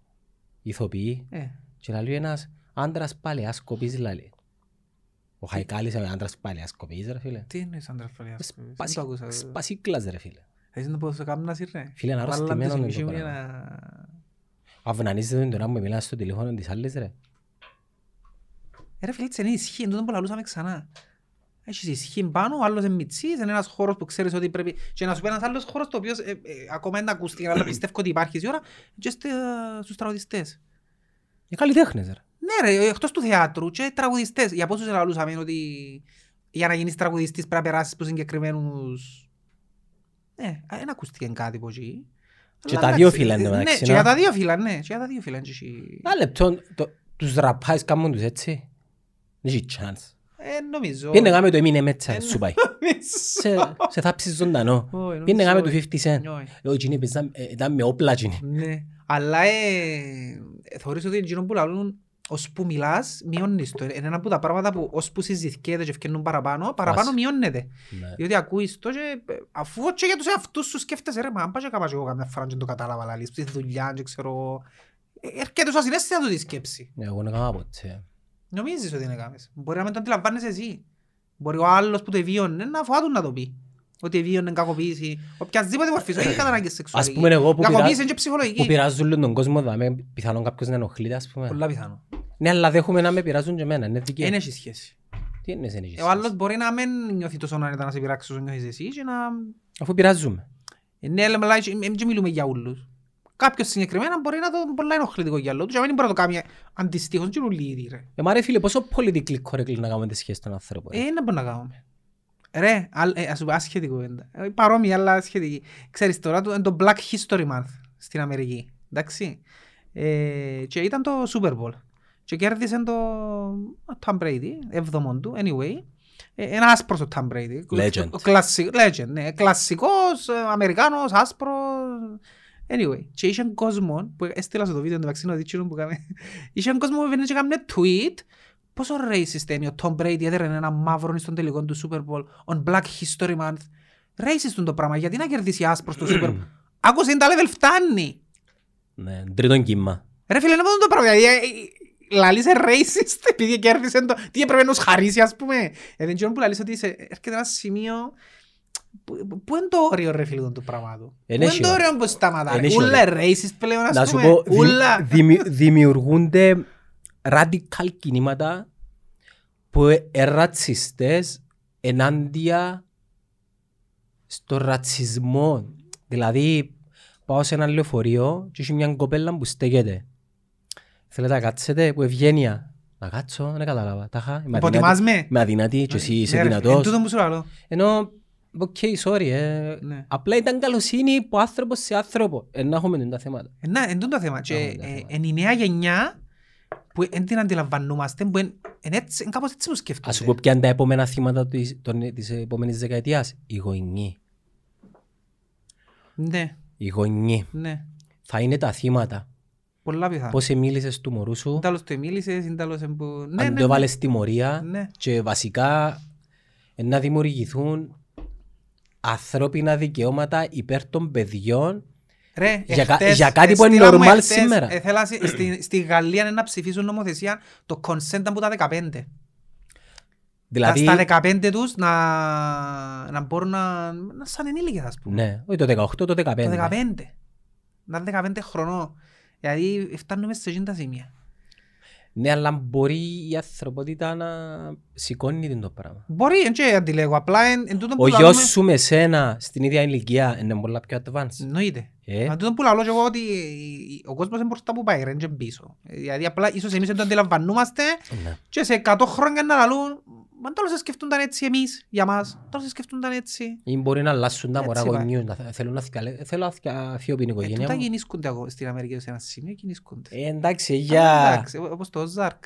Speaker 1: ηθοποιοί.
Speaker 2: Ε,
Speaker 1: Και λέει ένας άντρας παλαιάς κοπής λέει. Ο Χαϊκάλης είναι άντρας παλαιάς κοπής ρε φίλε.
Speaker 2: Τι εννοείς άντρας φαλιάς. Δεν
Speaker 1: Σπασί-
Speaker 2: το ακούσα.
Speaker 1: Σπασίκλας ρε φίλε.
Speaker 2: Εσύ να πω στο κάμνας ρε.
Speaker 1: Φίλε, είναι
Speaker 2: Βάλαν
Speaker 1: αρρωστημένο
Speaker 2: τη
Speaker 1: είναι το
Speaker 2: συμμετοχή μου για
Speaker 1: πράγμα.
Speaker 2: να-
Speaker 1: Αυνανίζεται τον τώρα που μιλάς στο τηλέφωνο της άλλης ρε.
Speaker 2: Ε, Ρε φίλε, έτσι είναι ισχύ, εν τούτον που λαλούσαμε ξανά. Έχεις ισχύ πάνω, ο άλλος είναι μητσής, είναι ένας χώρος που ξέρεις ότι πρέπει... Και να σου πει ένας άλλος χώρος, το οποίος ε, ε, ακόμα δεν ακούστηκε, αλλά πιστεύω ότι υπάρχει σήμερα, και στε, ε, στους τραγουδιστές.
Speaker 1: Οι καλλιτέχνες ρε.
Speaker 2: Ναι ρε, εκτός του θεάτρου και τραγουδιστές. Για πόσους λαλούσαμε είναι ότι για να γίνεις τραγουδιστής πρέπει να περάσεις από συγκεκριμένους... Ναι, α, δεν ακούστηκε ε, κάτι από εκεί.
Speaker 1: Και
Speaker 2: Αλλά
Speaker 1: τα δύο
Speaker 2: εντάξει,
Speaker 1: φύλλα είναι
Speaker 2: ναι,
Speaker 1: μεταξύ,
Speaker 2: και
Speaker 1: να.
Speaker 2: για τα δύο φύλλα, ναι. Και για τα δύο φύλλα. και εσύ-
Speaker 1: Ένα λεπτό, το- τους ραπάεις κάνουν τους έτσι. Δεν έχει chance.
Speaker 2: Ε, νομίζω.
Speaker 1: Πήγαινε κάμε το Eminem έτσι, σου πάει.
Speaker 2: Νομίζω.
Speaker 1: Σε, σε θάψεις ζωντανό.
Speaker 2: Όχι, νομίζω
Speaker 1: Πήγαινε κάμε του
Speaker 2: όχι.
Speaker 1: 50 Cent.
Speaker 2: Όχι.
Speaker 1: Λέω, «Τζινί, παίζα- ε, ήταν με όπλα τζινί».
Speaker 2: Ναι. Αλλά ε, ε, θεωρείς ότι εκείνο που λαλούν ως που μιλάς μειώνεις το. Είναι ένα από τα πράγματα που ως που συζητιέται και ευκαινούν παραπάνω, παραπάνω
Speaker 1: Βάση.
Speaker 2: μειώνεται.
Speaker 1: Ναι.
Speaker 2: Διότι ακούεις το και ε, αφού και για τους εαυτούς σου σκέφτεσαι ρε μα αν πάω και κάμας εγώ καμιά φορά και δεν το κατάλαβα λαλείς, στη δουλειά και ξέρω εγώ. Ε, Έρχεται στο συνέστημα του τη σκέψη.
Speaker 1: Ναι, Εγώ δεν έκανα ποτέ.
Speaker 2: Νομίζεις ότι είναι κάμες. Μπορεί να μην το αντιλαμβάνεσαι εσύ. Μπορεί ο άλλος που το εβίωνε να φοβάτουν να το πει. Ότι εβίωνε κακοποίηση. Οποιασδήποτε μορφή ζωή καταναγκή σεξουαλική.
Speaker 1: Ας πούμε εγώ που
Speaker 2: Κακοποίηση
Speaker 1: πειράζω-
Speaker 2: είναι και ψυχολογική.
Speaker 1: που πειράζω όλον τον κόσμο, δάμε, πιθανόν κάποιος να ενοχλείται, ας πούμε.
Speaker 2: Πολλά πιθανό.
Speaker 1: Ναι, αλλά δέχομαι να με πειράζουν και εμένα, είναι δικαίωμα.
Speaker 2: Δεν έχει σχέση.
Speaker 1: Τι εννοείς, δεν έχεις
Speaker 2: Ο άλλος μπορεί να μην νιώθει τόσο άνετα να σε πειράξει όσο νιώθεις εσύ και να...
Speaker 1: σχέση. Αφού πειράζουμε.
Speaker 2: Ε, Ναι, λέμε, αλλά εμείς και μιλούμε για όλους. Κάποιος συγκεκριμένα μπορεί να το πολλά ενοχλητικό για όλους και να μην μπορεί να το κάνει αντιστοίχως και ουλίδι ρε.
Speaker 1: Ε, μα ρε φίλε, πόσο πολιτική correct να κάνουμε τις σχέσεις των ανθρώπων. ρε.
Speaker 2: Ε, να μπορούμε να κάνουμε. Ρε, α, ε, ας σου πω άσχετη κουβέντα. Ε, Παρόμοια, αλλά άσχετη. Ξέρεις τώρα, το- είναι το Black History Month στην Αμερική. Εντάξει. Ε, και ήταν το Super Bowl. Και κέρδισε το ο Tom Brady, έβδομον του, anyway. Ε, ένα άσπρος ο Tom Brady.
Speaker 1: Legend.
Speaker 2: Ο κλασσι- legend, ναι. Κλασσικός, ε, Αμερικάνος, άσπρος. Anyway, και είχε κόσμο που έστειλα στο το βίντεο μεταξύ των δίτσινων που κάμε. [LAUGHS] Είχε κόσμο που βαίνει και κάμνε tweet πόσο racist είναι ο Tom Brady έδερνε ένα μαύρο στον τελικό του Super Bowl on Black History Month. Racist είναι το πράγμα, γιατί να κερδίσει άσπρος το Super Bowl. Άκουσε, είναι τα level φτάνει.
Speaker 1: Ναι, τρίτον κύμα.
Speaker 2: Ρε φίλε, να πω το πράγμα. Δηλαδή, ε, ε, λαλείς ε, racist [LAUGHS] επειδή κέρδισε το... Τι έπρεπε να σου χαρίσει, ας πούμε. Ε, δεν ξέρω που λαλείς ότι είσαι... έρχεται ένα σημείο... που- που- Πού είναι το όριο ρε φίλε του πραγμάτου. Πού
Speaker 1: Εν
Speaker 2: είναι
Speaker 1: έχει
Speaker 2: το
Speaker 1: όριο.
Speaker 2: όριο που σταματά.
Speaker 1: Εν
Speaker 2: ρε.
Speaker 1: έχει
Speaker 2: Ούλα racist πλέον,
Speaker 1: Να
Speaker 2: ας
Speaker 1: σου πω,
Speaker 2: πούμε.
Speaker 1: δη-
Speaker 2: Ούλα.
Speaker 1: δημι- δημιουργούνται radical κινήματα που είναι ρατσιστές ενάντια στο ρατσισμό. Δηλαδή, πάω σε ένα λεωφορείο και έχει μια κοπέλα που στέκεται. Θέλετε να κάτσετε, που ευγένεια. Να κάτσω, δεν κατάλαβα. Τάχα, είμαι
Speaker 2: Υποτιμάς
Speaker 1: αδυνάτη,
Speaker 2: με.
Speaker 1: είμαι αδυνάτη και εσύ είσαι
Speaker 2: Ναι, ρε, Εν
Speaker 1: δυνατός.
Speaker 2: τούτο που σου λαλώ.
Speaker 1: Ενώ, οκ, sorry, ε,
Speaker 2: Ναι.
Speaker 1: απλά ήταν καλοσύνη από άνθρωπος σε άνθρωπο. Ε, να έχουμε τα θέματα.
Speaker 2: Ε, Να, εν τούτο το θέμα. Και
Speaker 1: Να, εν τούτο το
Speaker 2: ε,
Speaker 1: θέμα.
Speaker 2: εν η νέα γενιά που εν την αντιλαμβανούμαστε, που εν εν έτσι- εν κάπως έτσι που
Speaker 1: Ας σου
Speaker 2: σκέφτονται.
Speaker 1: πω ποια είναι τα επόμενα θύματα της, των, της επόμενης δεκαετίας. Οι γονεί.
Speaker 2: Ναι,
Speaker 1: Οι γονεί.
Speaker 2: ναι.
Speaker 1: Θα είναι τα θύματα.
Speaker 2: Πολλά πιθανά.
Speaker 1: Πώς εμίλησες του μωρού σου,
Speaker 2: Συντάλλως το εμίλησες, συντάλλως εν που... Ναι,
Speaker 1: αν
Speaker 2: ναι,
Speaker 1: το
Speaker 2: ναι.
Speaker 1: έβαλες τιμωρία
Speaker 2: Ναι.
Speaker 1: και βασικά ε, να δημιουργηθούν ανθρώπινα δικαιώματα υπέρ των παιδιών.
Speaker 2: Ρε,
Speaker 1: Για κα-
Speaker 2: εχθές,
Speaker 1: για κάτι που είναι
Speaker 2: εστήλα μου
Speaker 1: normal
Speaker 2: εχθές,
Speaker 1: σήμερα.
Speaker 2: εθέλα στη, στη- στη Γαλλία να ψηφίσουν νομοθεσία το consent από τα 15.
Speaker 1: Δηλαδή,
Speaker 2: Στα 15 τους να, να μπορούν να, να σαν ενήλικες ας πούμε.
Speaker 1: ναι, όχι το 18, το 15.
Speaker 2: Το 15. Να είναι 15 χρονών. Δηλαδή φτάνουμε σε εκείνα τα σημεία.
Speaker 1: Ναι, αλλά μπορεί η ανθρωπότητα να σηκώνει την το πράγμα.
Speaker 2: Μπορεί, εν και αντιλέγω, απλά εν, εν τούτο που
Speaker 1: Ο
Speaker 2: λαλούμε-
Speaker 1: γιος σου με σένα στην ίδια ηλικία είναι πολλά πιο advanced.
Speaker 2: Εννοείται.
Speaker 1: Ε.
Speaker 2: Μα τούτο που λαλώ και εγώ ότι ε, ο κόσμος είναι μπροστά που πάει, ρε, είναι και πίσω. Ε, Δηλαδή απλά ίσως εμείς δεν το αντιλαμβανούμαστε
Speaker 1: Ναι.
Speaker 2: και σε 100 χρόνια να λαλούν «Μα τώρα σε σκεφτούνταν έτσι εμείς, για μας, τώρα σε σκεφτούνταν έτσι». Ε,
Speaker 1: Ή μπορεί να αλλάσουν τα μωρά
Speaker 2: Έτσι πάει.
Speaker 1: γονιούς, να θε- θέλουν να θυκαλέ- θέλω να θυκα- αφιοποιούν την
Speaker 2: Ε,
Speaker 1: οικογένεια
Speaker 2: τούτα
Speaker 1: μου.
Speaker 2: γεννήσκονται αγώ- στην Αμερική σε ένα σημείο, γεννήσκονται.
Speaker 1: Ε, Εντάξει,
Speaker 2: Αλλά
Speaker 1: για.
Speaker 2: εντάξει, ό- Όπως το Ζάρκ.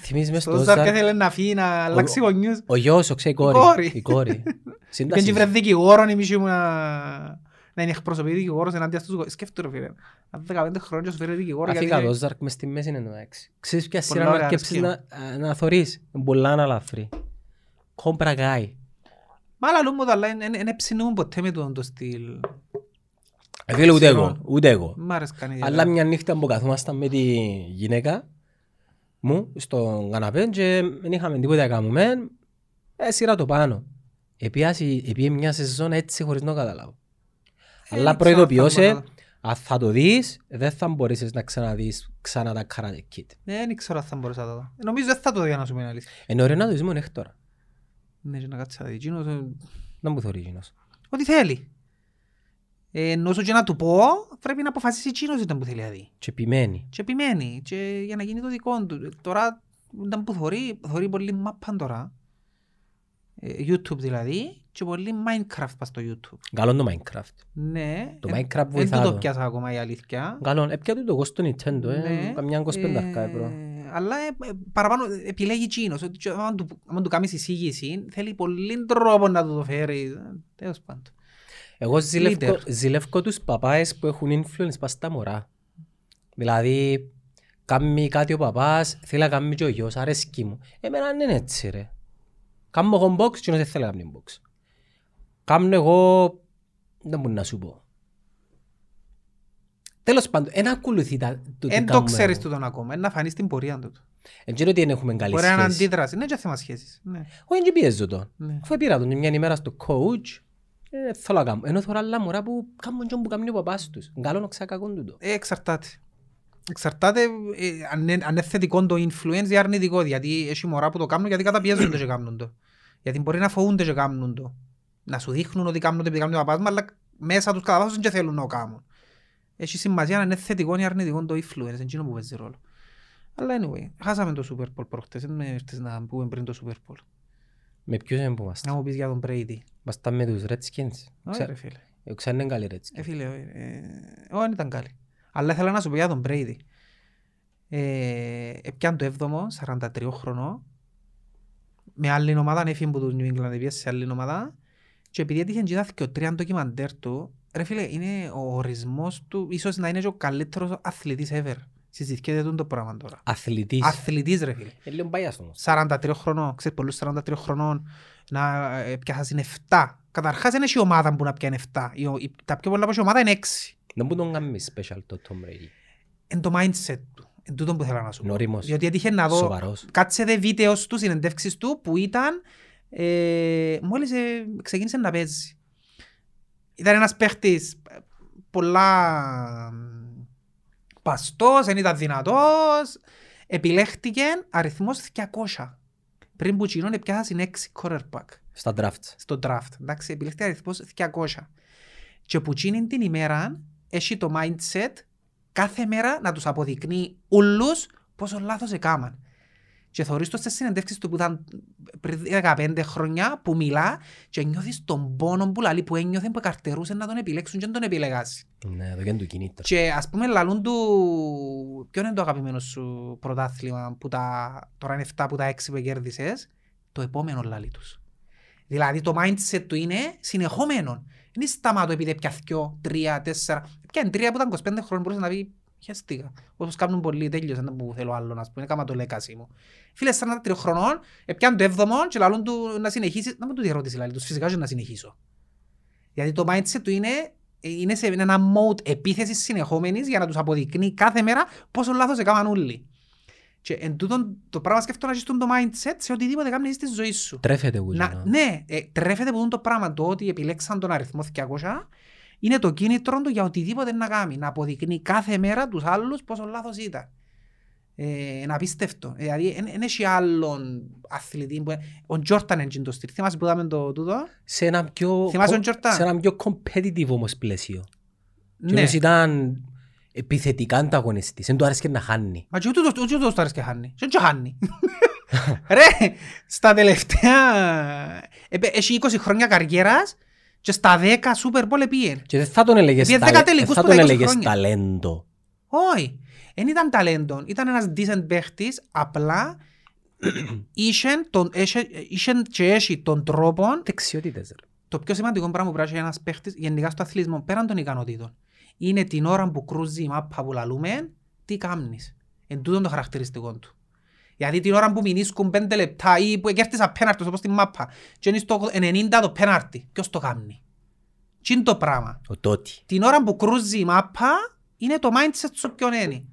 Speaker 1: Θυμίζεις μες
Speaker 2: Το
Speaker 1: στο
Speaker 2: Ζάρκ
Speaker 1: Ozark,
Speaker 2: έθελε να φύγει, να αλλάξει
Speaker 1: Ο-
Speaker 2: γονιούς.
Speaker 1: ο γιος, ο ξέρει η κόρη.
Speaker 2: κόρη.
Speaker 1: Η
Speaker 2: [LAUGHS]
Speaker 1: κόρη.
Speaker 2: Και
Speaker 1: Σύνταση.
Speaker 2: έτσι βρε δικηγόρον η μισή μου να... να είναι εκπροσωπή δικηγόρος ενάντια στους γονείς. Σκέφτου ρε φίλε. Αν 15 χρόνια σου φέρει δικηγόρο γιατί...
Speaker 1: Αφήκα το Ozark μες στη μέση είναι εντάξει. Ξέρεις ποια
Speaker 2: Πολλά
Speaker 1: σειρά να
Speaker 2: ωραία
Speaker 1: αρκέψεις
Speaker 2: σκηνά.
Speaker 1: να α, να θωρείς. Είναι Πολλά να λαφρύ. Κόμπρα γάι.
Speaker 2: Μα άλλα λούμω τα, αλλά δεν ψινούμε ποτέ με τον το στυλ.
Speaker 1: Ε, φίλε, ούτε
Speaker 2: Συγγνώμη.
Speaker 1: εγώ, ούτε εγώ.
Speaker 2: Μ' άρεσε κανεί.
Speaker 1: Αλλά μια νύχτα που καθόμασταν με τη γυναίκα μου στον καναπέ και δεν είχαμε τίποτα να κάνουμε, ε, σειρά το πάνω. Επίασε, επίε μια σεζόν έτσι χωρίς να καταλάβω.
Speaker 2: Ε,
Speaker 1: αλλά προειδοποιώσε. Αν θα το δεις, δεν θα μπορείς να ξαναδείς ξανά τα Karate Kid.
Speaker 2: Ε, Δεν ξέρω αν θα μπορούσα να το δω. Ε, Νομίζω δεν θα το δω για να σου πει την αλήθεια.
Speaker 1: Είναι ωραίο να το δεις μόνο τώρα.
Speaker 2: Ναι, και να κάτσεις να δεις. Εκείνος, ε,
Speaker 1: Να μου θωρεί εκείνος.
Speaker 2: Ό,τι θέλει. Ε, Ενώ σου και να του πω, πρέπει να αποφασίσει εκείνος ήταν που θέλει να δει.
Speaker 1: Και επιμένει.
Speaker 2: Και επιμένει. Και για να Ε, γίνει το δικό του. Τώρα, ήταν που θωρεί, θωρεί πολύ μάπαν τώρα. ε, YouTube δηλαδή, και πολύ Minecraft πας στο YouTube.
Speaker 1: Καλό το Minecraft.
Speaker 2: Ναι.
Speaker 1: Το
Speaker 2: ε,
Speaker 1: Minecraft
Speaker 2: Δεν
Speaker 1: βοηθά
Speaker 2: του το
Speaker 1: το.
Speaker 2: πιάσα ακόμα η αλήθεια.
Speaker 1: Καλό, Ε, έπιατε το εγώ στο Nintendo, ε,
Speaker 2: Ναι.
Speaker 1: καμιά 25 αρκά
Speaker 2: Ε,
Speaker 1: ευρώ.
Speaker 2: Αλλά ε, ε, παραπάνω επιλέγει εκείνος. Ότι και άμα του, άμα του κάνεις εισήγηση, θέλει πολύ τρόπο να του το φέρεις. Ε, Τέλος πάντων.
Speaker 1: Εγώ ζηλεύω,
Speaker 2: Leader.
Speaker 1: ζηλεύω τους παπάες που έχουν influence πας στα μωρά. Δηλαδή, κάνει κάτι ο παπάς, θέλει να κάνει και ο γιος, αρέσκει μου. Εμένα δεν είναι έτσι ρε. Κάμω εγώ box και δεν θέλω να κάνει box. Κάμω εγώ, δεν μπορεί να σου πω. Τέλος πάντων, δεν ακολουθεί τα, το τι
Speaker 2: Ε, Εν το
Speaker 1: κάμω
Speaker 2: ξέρεις
Speaker 1: εγώ.
Speaker 2: τούτον ακόμα. Εν να φανείς την πορεία του.
Speaker 1: Εν ξέρω ότι δεν έχουμε καλή
Speaker 2: Μπορεί να είναι
Speaker 1: σχέση.
Speaker 2: αντίδραση. Είναι και θέμα σχέσης. Ναι.
Speaker 1: Όχι, δεν πιέζω τον.
Speaker 2: Ναι.
Speaker 1: Αφού πήρα τον μια ημέρα στο coach, ε, θέλω να κάνω. Ενώ τώρα άλλα μωρά που κάνουν τζον που κάνει ο παπάς τους. Καλό να ξακακούν τούτο.
Speaker 2: Ε, εξαρτάται. Εξαρτάται ε, αν, είναι- αν είναι θετικό το influence ή αρνητικό. Γιατί έχει μωρά που το κάνουν γιατί καταπιέζονται και κάνουν το. Γιατί μπορεί να φοβούνται και κάνουν το. Να σου δείχνουν ότι κάνουν το επειδή κάνουν το παπάσμα, αλλά μέσα τους κατά βάθος δεν και θέλουν να το κάνουν. Έχει σημασία αν είναι θετικό ή αρνητικό το influence. Είναι εκείνο που παίζει ρόλο. Αλλά anyway, χάσαμε το Super Bowl προχτές. Δεν με ήρθες να πούμε πριν το Super Bowl.
Speaker 1: Με ποιους είναι που είμαστε.
Speaker 2: Να μου πεις για τον Brady.
Speaker 1: Είμαστε με τους Redskins.
Speaker 2: Όχι
Speaker 1: Ξα-
Speaker 2: ρε φίλε.
Speaker 1: ε, Ξανά είναι καλή Redskins.
Speaker 2: Ε, φίλε, όχι, ε, όχι, δεν ήταν καλή. Αλλά ήθελα να σου πω για τον Brady. Ε, Επιάν το 7ο, 43 χρονό, με άλλη ομάδα, έφυγε από τους New England, πήγε σε άλλη ομάδα και επειδή έτυχε και είδα και τρία ντοκιμαντέρ του, ρε φίλε, είναι ο ορισμός του, ίσως να είναι και ο καλύτερος αθλητής ever. Συζητιέται τον το πράγμα τώρα.
Speaker 1: Αθλητής.
Speaker 2: Αθλητής ρε φίλε.
Speaker 1: Ε, Λίγο biased όμως.
Speaker 2: 43 χρονών, ξέρεις πολλούς 43 χρονών να ε, πιάσουν 7. Καταρχάς δεν έχει ομάδα που να πιάνει 7. Η ο- η- Τα πιο πολλά που έχει ομάδα είναι 6
Speaker 1: Δεν μπορούν να κάνουμε special το Tom Brady.
Speaker 2: εν το mindset του. Εν τούτον που θέλω να σου πω.
Speaker 1: Νορίμος.
Speaker 2: Διότι έτυχε να δω,
Speaker 1: Σοβαρός.
Speaker 2: κάτσε δε βίντεος του, συνεντεύξεις του που ήταν ε, μόλις ε, ξεκίνησε να παίζει. Ήταν ένας παίχτης ε, πολλά μ, παστός, δεν ήταν δυνατός. Επιλέχτηκε αριθμός 200. Πριν που κοινώνε πιάσαν 6 quarterback
Speaker 1: Στα drafts.
Speaker 2: στο draft. Εντάξει, επιλέχθηκε αριθμός 200. Και που εκείνη την ημέρα έχει το mindset κάθε μέρα να τους αποδεικνύει όλους πόσο λάθος έκαναν. Και θεωρείς το στις συνεντεύξεις του που ήταν πριν 15 χρόνια που μιλά και νιώθεις τον πόνο που λαλεί που ένιωθε που καρτερούσε να τον επιλέξουν και να τον επιλεγάσει.
Speaker 1: Ναι, το κέντρο του κινήτρα.
Speaker 2: Και ας πούμε λαλούν του ποιο είναι το αγαπημένο σου πρωτάθλημα που τα, τώρα είναι 7 που τα 6 που κέρδισες το επόμενο λαλί τους. Δηλαδή το mindset του είναι συνεχόμενο. Είναι σταμάτω επειδή έπια 2, 3, 4. Πιαν 3 που ήταν 25 χρόνια μπορούσε να πει χαίστηκα. Όπως κάνουν πολλοί τέλειωσαν δεν που θέλω άλλο να πούμε, κάμα το λέκασι μου. Φίλε 43 χρονών, έπιαν ε, το 7ο και λαλούν του να συνεχίσει. Να μου του διερώτηση λαλί τους, φυσικά και να συνεχίσω. Γιατί το mindset του είναι ε, είναι σε ένα mode επίθεσης συνεχόμενης για να τους αποδεικνύει κάθε μέρα πόσο λάθος έκαναν όλοι. Και εν τούτον το πράγμα σκέφτομαι να ζητούν το mindset σε οτιδήποτε κάνεις στη ζωή σου.
Speaker 1: Τρέφεται ούλο.
Speaker 2: Να, ναι, ε, τρέφεται που τούτο το πράγμα το ότι επιλέξαν τον αριθμό 200 είναι το κίνητρο του για οτιδήποτε να κάνει. Να αποδεικνύει κάθε μέρα τους άλλους πόσο λάθος ήταν. Ε, να πίστευτο. Ε, δηλαδή, δεν έχει άλλον αθλητή. Που, ε, ο Τζόρταν έγινε το στυλ. Θυμάσαι που είδαμε το τούτο.
Speaker 1: Σε ένα πιο...
Speaker 2: Θυμάσαι τον
Speaker 1: κο-
Speaker 2: Jordan.
Speaker 1: Σε ένα πιο competitive όμως πλαίσιο. Και
Speaker 2: Ναι.
Speaker 1: όμως ήταν επιθετικά ανταγωνιστής. Δεν του άρεσε να χάνει.
Speaker 2: Μα και ούτε το- ούτε το Στάρις και χάνει. Και και χάνει. [LAUGHS] Ρε, στα τελευταία... επε- Έχει 20 χρόνια καριέρας και στα 10 Super Bowl επήγαινε.
Speaker 1: Και δεν θα τον έλεγες,
Speaker 2: Επειδή
Speaker 1: ταλε-
Speaker 2: δέκα
Speaker 1: δεν
Speaker 2: τελικούς
Speaker 1: θα
Speaker 2: που
Speaker 1: τον
Speaker 2: τα είκοσι
Speaker 1: έλεγες
Speaker 2: χρόνια.
Speaker 1: ταλέντο.
Speaker 2: Όχι. Δεν ήταν ταλέντο. Ήταν ένας decent παίχτης, απλά είχε, τον, είχε, είχε και έχει τον τρόπο.
Speaker 1: Δεξιότητες. ρε.
Speaker 2: Το πιο σημαντικό πράγμα που πρέπει να έχει ένας παίχτης γενικά στο αθλητισμό πέραν των ικανοτήτων είναι την ώρα που κρούζει η μάπα που λαλούμε, τι κάνεις. Εν τούτον το χαρακτηριστικό του. Γιατί την ώρα που μηνίσκουν πέντε λεπτά ή που κέρδισα πέναρτος όπως τη μάπα και είναι στο 90 το πέναρτη, ποιος το κάνει. Τι είναι το πράγμα
Speaker 1: Ο Τότι.
Speaker 2: την ώρα που κρούζει η μάπα, είναι το mindset σου ποιον είναι.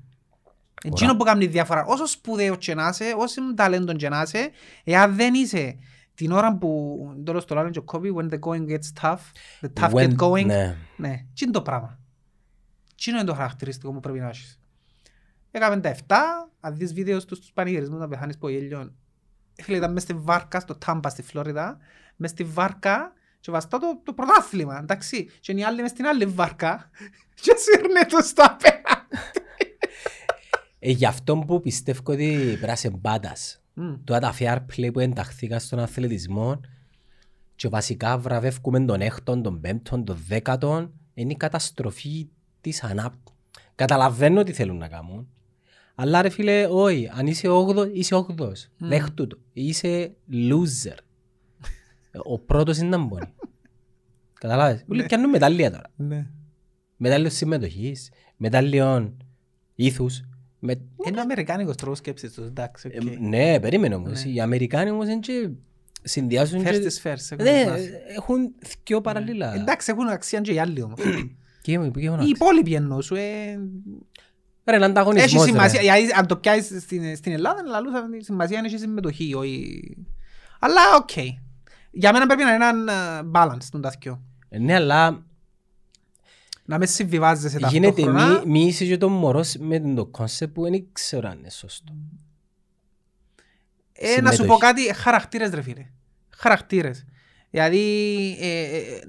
Speaker 2: Εκείνο που κάνει διαφορά. Όσο σπουδαίος και να είσαι, όσο ταλέντον και να είσαι, εάν δεν είσαι την ώρα που τώρα στο λένε και ο Κόμπι, when the going gets tough, the tough
Speaker 1: When-
Speaker 2: get going, ναι,
Speaker 1: Ναι.
Speaker 2: ναι τι είναι το πράγμα. Τι είναι το χαρακτηριστικό που πρέπει να έχεις. Έκαμε τα 7, αν δεις βίντεος στους τους πανηγυρισμούς να πεθάνεις από γέλιος. Φίλε, ε, ήταν μες στη βάρκα στο Τάμπα στη Φλόριδα, μες στη βάρκα και βαστά το, το πρωτάθλημα, εντάξει. Και είναι οι άλλοι μες στην άλλη βάρκα [LAUGHS] και σύρνε τους στα πέρα.
Speaker 1: Ε, γι' αυτό που πιστεύω ότι πέρασε μπάτας.
Speaker 2: Μμ.
Speaker 1: Τώρα τα fair play που ενταχθήκαν στον αθλητισμό Και βασικά βραβεύκουμε τον έκτον, τον πέμπτον, τον δέκατον. Είναι η καταστροφή της ανάπτυξης. Καταλαβαίνω τι θέλουν να κάνουν. Αλλά ρε φίλε, όχι, αν είσαι όγδος, είσαι όγδος.
Speaker 2: Μμμ.
Speaker 1: Δέχτου το. Είσαι loser. Ο πρώτος είναι να μπώνει. Καταλάβες. Όλοι
Speaker 2: Ναι.
Speaker 1: πιάνουν μετάλλια τώρα.
Speaker 2: Ναι.
Speaker 1: Μετάλλιος συμμετοχής, μετάλλιο ήθους. Με...
Speaker 2: Είναι αμερικάνικος τρόπος σκέψης τους, εντάξει, οκ.
Speaker 1: Ε, ναι, περίμενε όμως.
Speaker 2: Ναι.
Speaker 1: Οι Αμερικάνοι όμως είναι και συνδυάζουν
Speaker 2: First
Speaker 1: και...
Speaker 2: is first, έχουν
Speaker 1: Ναι,
Speaker 2: βάση.
Speaker 1: έχουν δυο παραλληλά.
Speaker 2: Ναι,
Speaker 1: Ναι.
Speaker 2: Εντάξει, έχουν αξία και οι άλλοι όμως.
Speaker 1: Και μου είπε και
Speaker 2: Οι
Speaker 1: γονάτισε.
Speaker 2: υπόλοιποι εννοώ σου, ε,
Speaker 1: Ρε, είναι
Speaker 2: Έχει
Speaker 1: ανταγωνισμός.
Speaker 2: σημασία,
Speaker 1: ρε.
Speaker 2: δηλαδή, αν το πιάσεις στην, στην Ελλάδα, λαλούσα, η σημασία είναι έχεις συμμετοχή, όχι... Αλλά, οκ. Για μένα πρέπει να είναι ένα balance των ταθιών.
Speaker 1: Ναι, αλλά
Speaker 2: Να μες συμβιβάζεσαι
Speaker 1: γίνεται
Speaker 2: ταυτόχρονα.
Speaker 1: μη- μίσης και το μωρός με το κόνσεπτ που δεν ξέρω αν είναι σωστό.
Speaker 2: Ε, να σου
Speaker 1: συμμετοχή.
Speaker 2: πω κάτι, χαρακτήρες ρε φίλε. Χαρακτήρες. Δηλαδή, ε, ε, ε,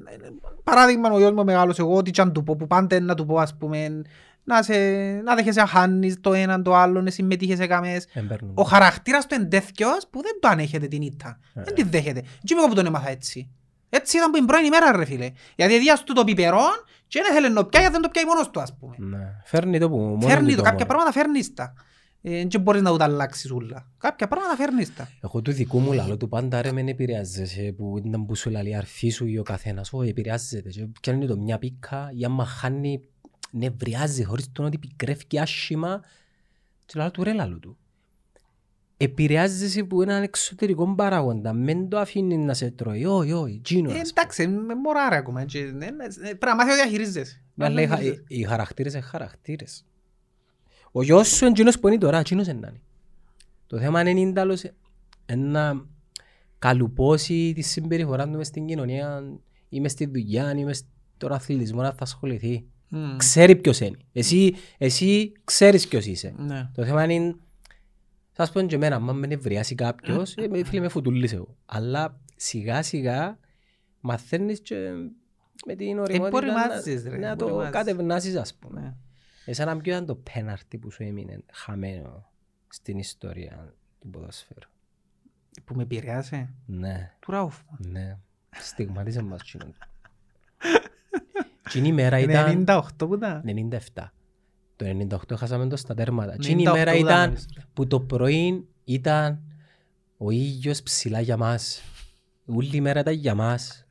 Speaker 2: παράδειγμα, ο γιος μου ο μεγάλος, εγώ ό,τι και αν του πω, που πάντα είναι να του πω, ας πούμε, να, σε, να δέχεσαι να χάνεις το έναν το άλλο, να συμμετείχες σε καμές.
Speaker 1: Εν παίρνουν.
Speaker 2: Ο χαρακτήρας του είναι τέτοιος που δεν το ανέχεται την ήττα.
Speaker 1: Ε.
Speaker 2: Δεν τη δέχεται. Τι είμαι εγώ που τον έμαθα έτσι. Έτσι ήταν που την πρώην ημέρα ρε φίλε. Γιατί διάστηκε του το πιπερόν και δεν θέλει να πιάει, δεν το πιάει μόνος του ας πούμε.
Speaker 1: Ναι. Φέρνει το που μόνο
Speaker 2: Φέρνει
Speaker 1: του
Speaker 2: το, κάποια
Speaker 1: μόνο.
Speaker 2: πράγματα φέρνεις τα. Ε, Δεν μπορείς να τα αλλάξεις όλα. Κάποια πράγματα φέρνεις τα.
Speaker 1: Εγώ του δικού μου λαλό του πάντα ρε μεν επηρεάζεσαι που ήταν που σου λαλεί αρφή σου ή ο καθένας. Όχι επηρεάζεται και πιάνει το μια πίκα ή άμα χάνει νευριάζει χωρίς τον ότι πικρεύει άσχημα και λαλό του ρε λαλό του. Επηρεάζεσαι που έναν εξωτερικό παράγοντα. Μεν το αφήνει να σε τρώει. Όχι, όχι, τζίνο.
Speaker 2: Ε,
Speaker 1: ας
Speaker 2: εντάξει, με μωράρε ακόμα. έτσι, ναι, ναι, ναι, Πρέπει να μάθει να διαχειρίζεσαι.
Speaker 1: Ναι,
Speaker 2: Να
Speaker 1: αλλά οι χα-
Speaker 2: διαχειρίζεσαι.
Speaker 1: οι χαρακτήρες είναι χαρακτήρες. Ο γιος σου είναι εκείνος που είναι τώρα, εκείνος είναι να είναι. Το θέμα είναι είναι άλλος ε, να καλουπώσει τη συμπεριφορά του μες στην κοινωνία ή μες στη δουλειά ή μες στον αθλητισμό να θα ασχοληθεί.
Speaker 2: Μμμ.
Speaker 1: Ξέρει ποιος είναι. Εσύ, εσύ ξέρεις ποιος είσαι.
Speaker 2: Ναι.
Speaker 1: Το θέμα είναι, σας πω και εμένα, άμα με νευριάσει κάποιος, ε, με- φίλε με φουτουλείς εγώ. Αλλά σιγά σιγά μαθαίνεις και με την ωριμότητα
Speaker 2: Εμποριμάζεις,
Speaker 1: να,
Speaker 2: Ε, ρε,
Speaker 1: να το
Speaker 2: εμποριμάζεις.
Speaker 1: κατευνάσεις ας πούμε.
Speaker 2: Ναι.
Speaker 1: Εσάν να ποιο ήταν το πέναρτι που σου έμεινε χαμένο στην ιστορία του ποδοσφαίρου.
Speaker 2: Που με επηρεάσε.
Speaker 1: Ναι,
Speaker 2: Του Ραουφμαν.
Speaker 1: ναι. Στιγματίζε μας κοινό. Την ημέρα ήταν Ναι,
Speaker 2: 98 Ναι, που ήταν.
Speaker 1: 97. Το 98 χάσαμε το στα τέρματα. Την
Speaker 2: 98
Speaker 1: ημέρα
Speaker 2: που
Speaker 1: ήταν
Speaker 2: νομίζω.
Speaker 1: που το πρωί ήταν ο ήλιος ψηλά για μας. Όλη η μέρα ήταν για μας.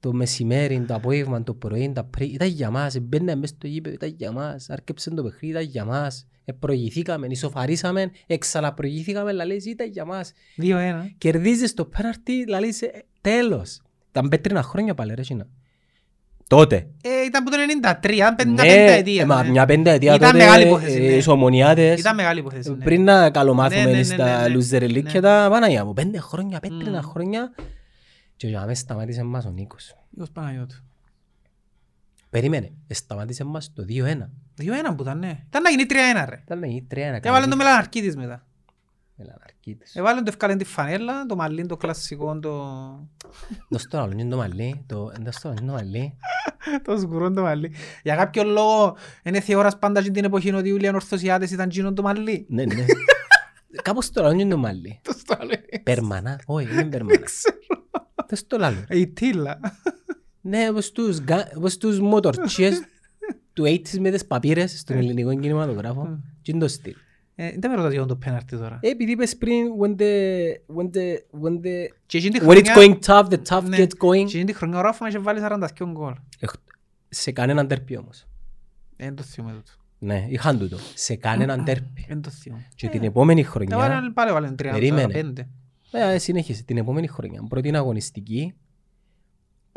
Speaker 1: Το μεσημέρι, το απόγευμα, το πρωί, τα πριν ήταν για μας. Μπαίναμε μέσα στο γήπεδο, ήταν για μας. Άρκεψε το παιχνίδι, ήταν για μας. Ε, προηγηθήκαμε, ισοφαρίσαμε, εξαλαπροηγηθήκαμε, λαλείς ήταν για μας.
Speaker 2: 2-1.
Speaker 1: Κερδίζεις το πέναρτι, λαλείς ε, τέλος. Τα πέτρινα χρόνια πάλι ρε Σίνα. Τότε.
Speaker 2: Ε, ήταν που το 93, πέντε-
Speaker 1: Ναι,
Speaker 2: πενταετία,
Speaker 1: ε, μα
Speaker 2: ναι.
Speaker 1: μια πενταετία
Speaker 2: Ήταν
Speaker 1: τότε,
Speaker 2: μεγάλη υπόθεση,
Speaker 1: ε,
Speaker 2: ναι.
Speaker 1: ισομονιάτες.
Speaker 2: Ήταν μεγάλη υπόθεση. ναι.
Speaker 1: Ε, Πριν να
Speaker 2: Ναι,
Speaker 1: καλομάθουμε
Speaker 2: ναι, ναι, ναι,
Speaker 1: στα
Speaker 2: ναι.
Speaker 1: loser elite
Speaker 2: Ναι.
Speaker 1: και τα Παναγιά μου. Πέντε χρόνια, πέτρινα
Speaker 2: Μμμ.
Speaker 1: χρόνια. Και για μένα σταμάτησε μας ο Νίκος.
Speaker 2: Υιός Παναγιώτου.
Speaker 1: Περίμενε, ε, σταμάτησε μας το 2-1.
Speaker 2: 2-1 που ήταν, ναι. Ήταν να γίνει 3-1 ρε.
Speaker 1: Ήταν να γίνει 3-1.
Speaker 2: Έβαλαν το Μελαναρκίτης μετά.
Speaker 1: Μελαναρκίτης.
Speaker 2: Έβαλαν το ευκάλεν τη φανέλα, το μαλλίν, το κλασικό, το...
Speaker 1: Δώσ' το άλλο, είναι το μαλλί. το- Δώσ' το άλλο, είναι το μαλλί.
Speaker 2: το σγουρό το μαλλί. Για κάποιο λόγο, είναι θεώρας πάντα και την εποχή ότι οι Ιούλιαν Ορθωσιάτες ήταν γίνον το μαλλί.
Speaker 1: Ναι,
Speaker 2: [LAUGHS]
Speaker 1: ναι. Κάπως το άλλο είναι το μαλλί.
Speaker 2: Το στο άλλο είναι.
Speaker 1: Περμανά, όχι, δεν είναι
Speaker 2: [LAUGHS]
Speaker 1: περμανά. Δώσ' το άλλο.
Speaker 2: Η τίλα.
Speaker 1: Ναι, όπως τους γκα- όπως τους μοτορτσίες του 80's με τις παπύρες στον
Speaker 2: Ε.
Speaker 1: ελληνικό κινηματογράφο.
Speaker 2: Μμ.
Speaker 1: Τι είναι το στυλ.
Speaker 2: Ε, Δεν με ρωτάς για το πέναρτι τώρα.
Speaker 1: Ε, Επειδή είπες πριν, when the, when the, when the,
Speaker 2: Και εκείνη τη
Speaker 1: when it's
Speaker 2: χρονιά-
Speaker 1: going tough, the tough
Speaker 2: Ναι.
Speaker 1: gets
Speaker 2: και
Speaker 1: going.
Speaker 2: εκείνη τη χρονιά ο Ράφμα είχε βάλει 42 γκολ.
Speaker 1: Εχ, Σε κανέναν τέρπι όμως.
Speaker 2: Ε, Δεν το θυμούμαι τούτο.
Speaker 1: Ναι, είχαν τούτο. Σε κανέναν τέρπι.
Speaker 2: Ε, Δεν το θυμούμαι.
Speaker 1: Και
Speaker 2: Ε,
Speaker 1: την επόμενη
Speaker 2: τα
Speaker 1: χρονιά,
Speaker 2: βάλαν- Πάλι βάλαν 30,
Speaker 1: Περίμενε.
Speaker 2: 45.
Speaker 1: ε, συνέχισε, την επόμενη χρονιά, πρώτη αγωνιστική,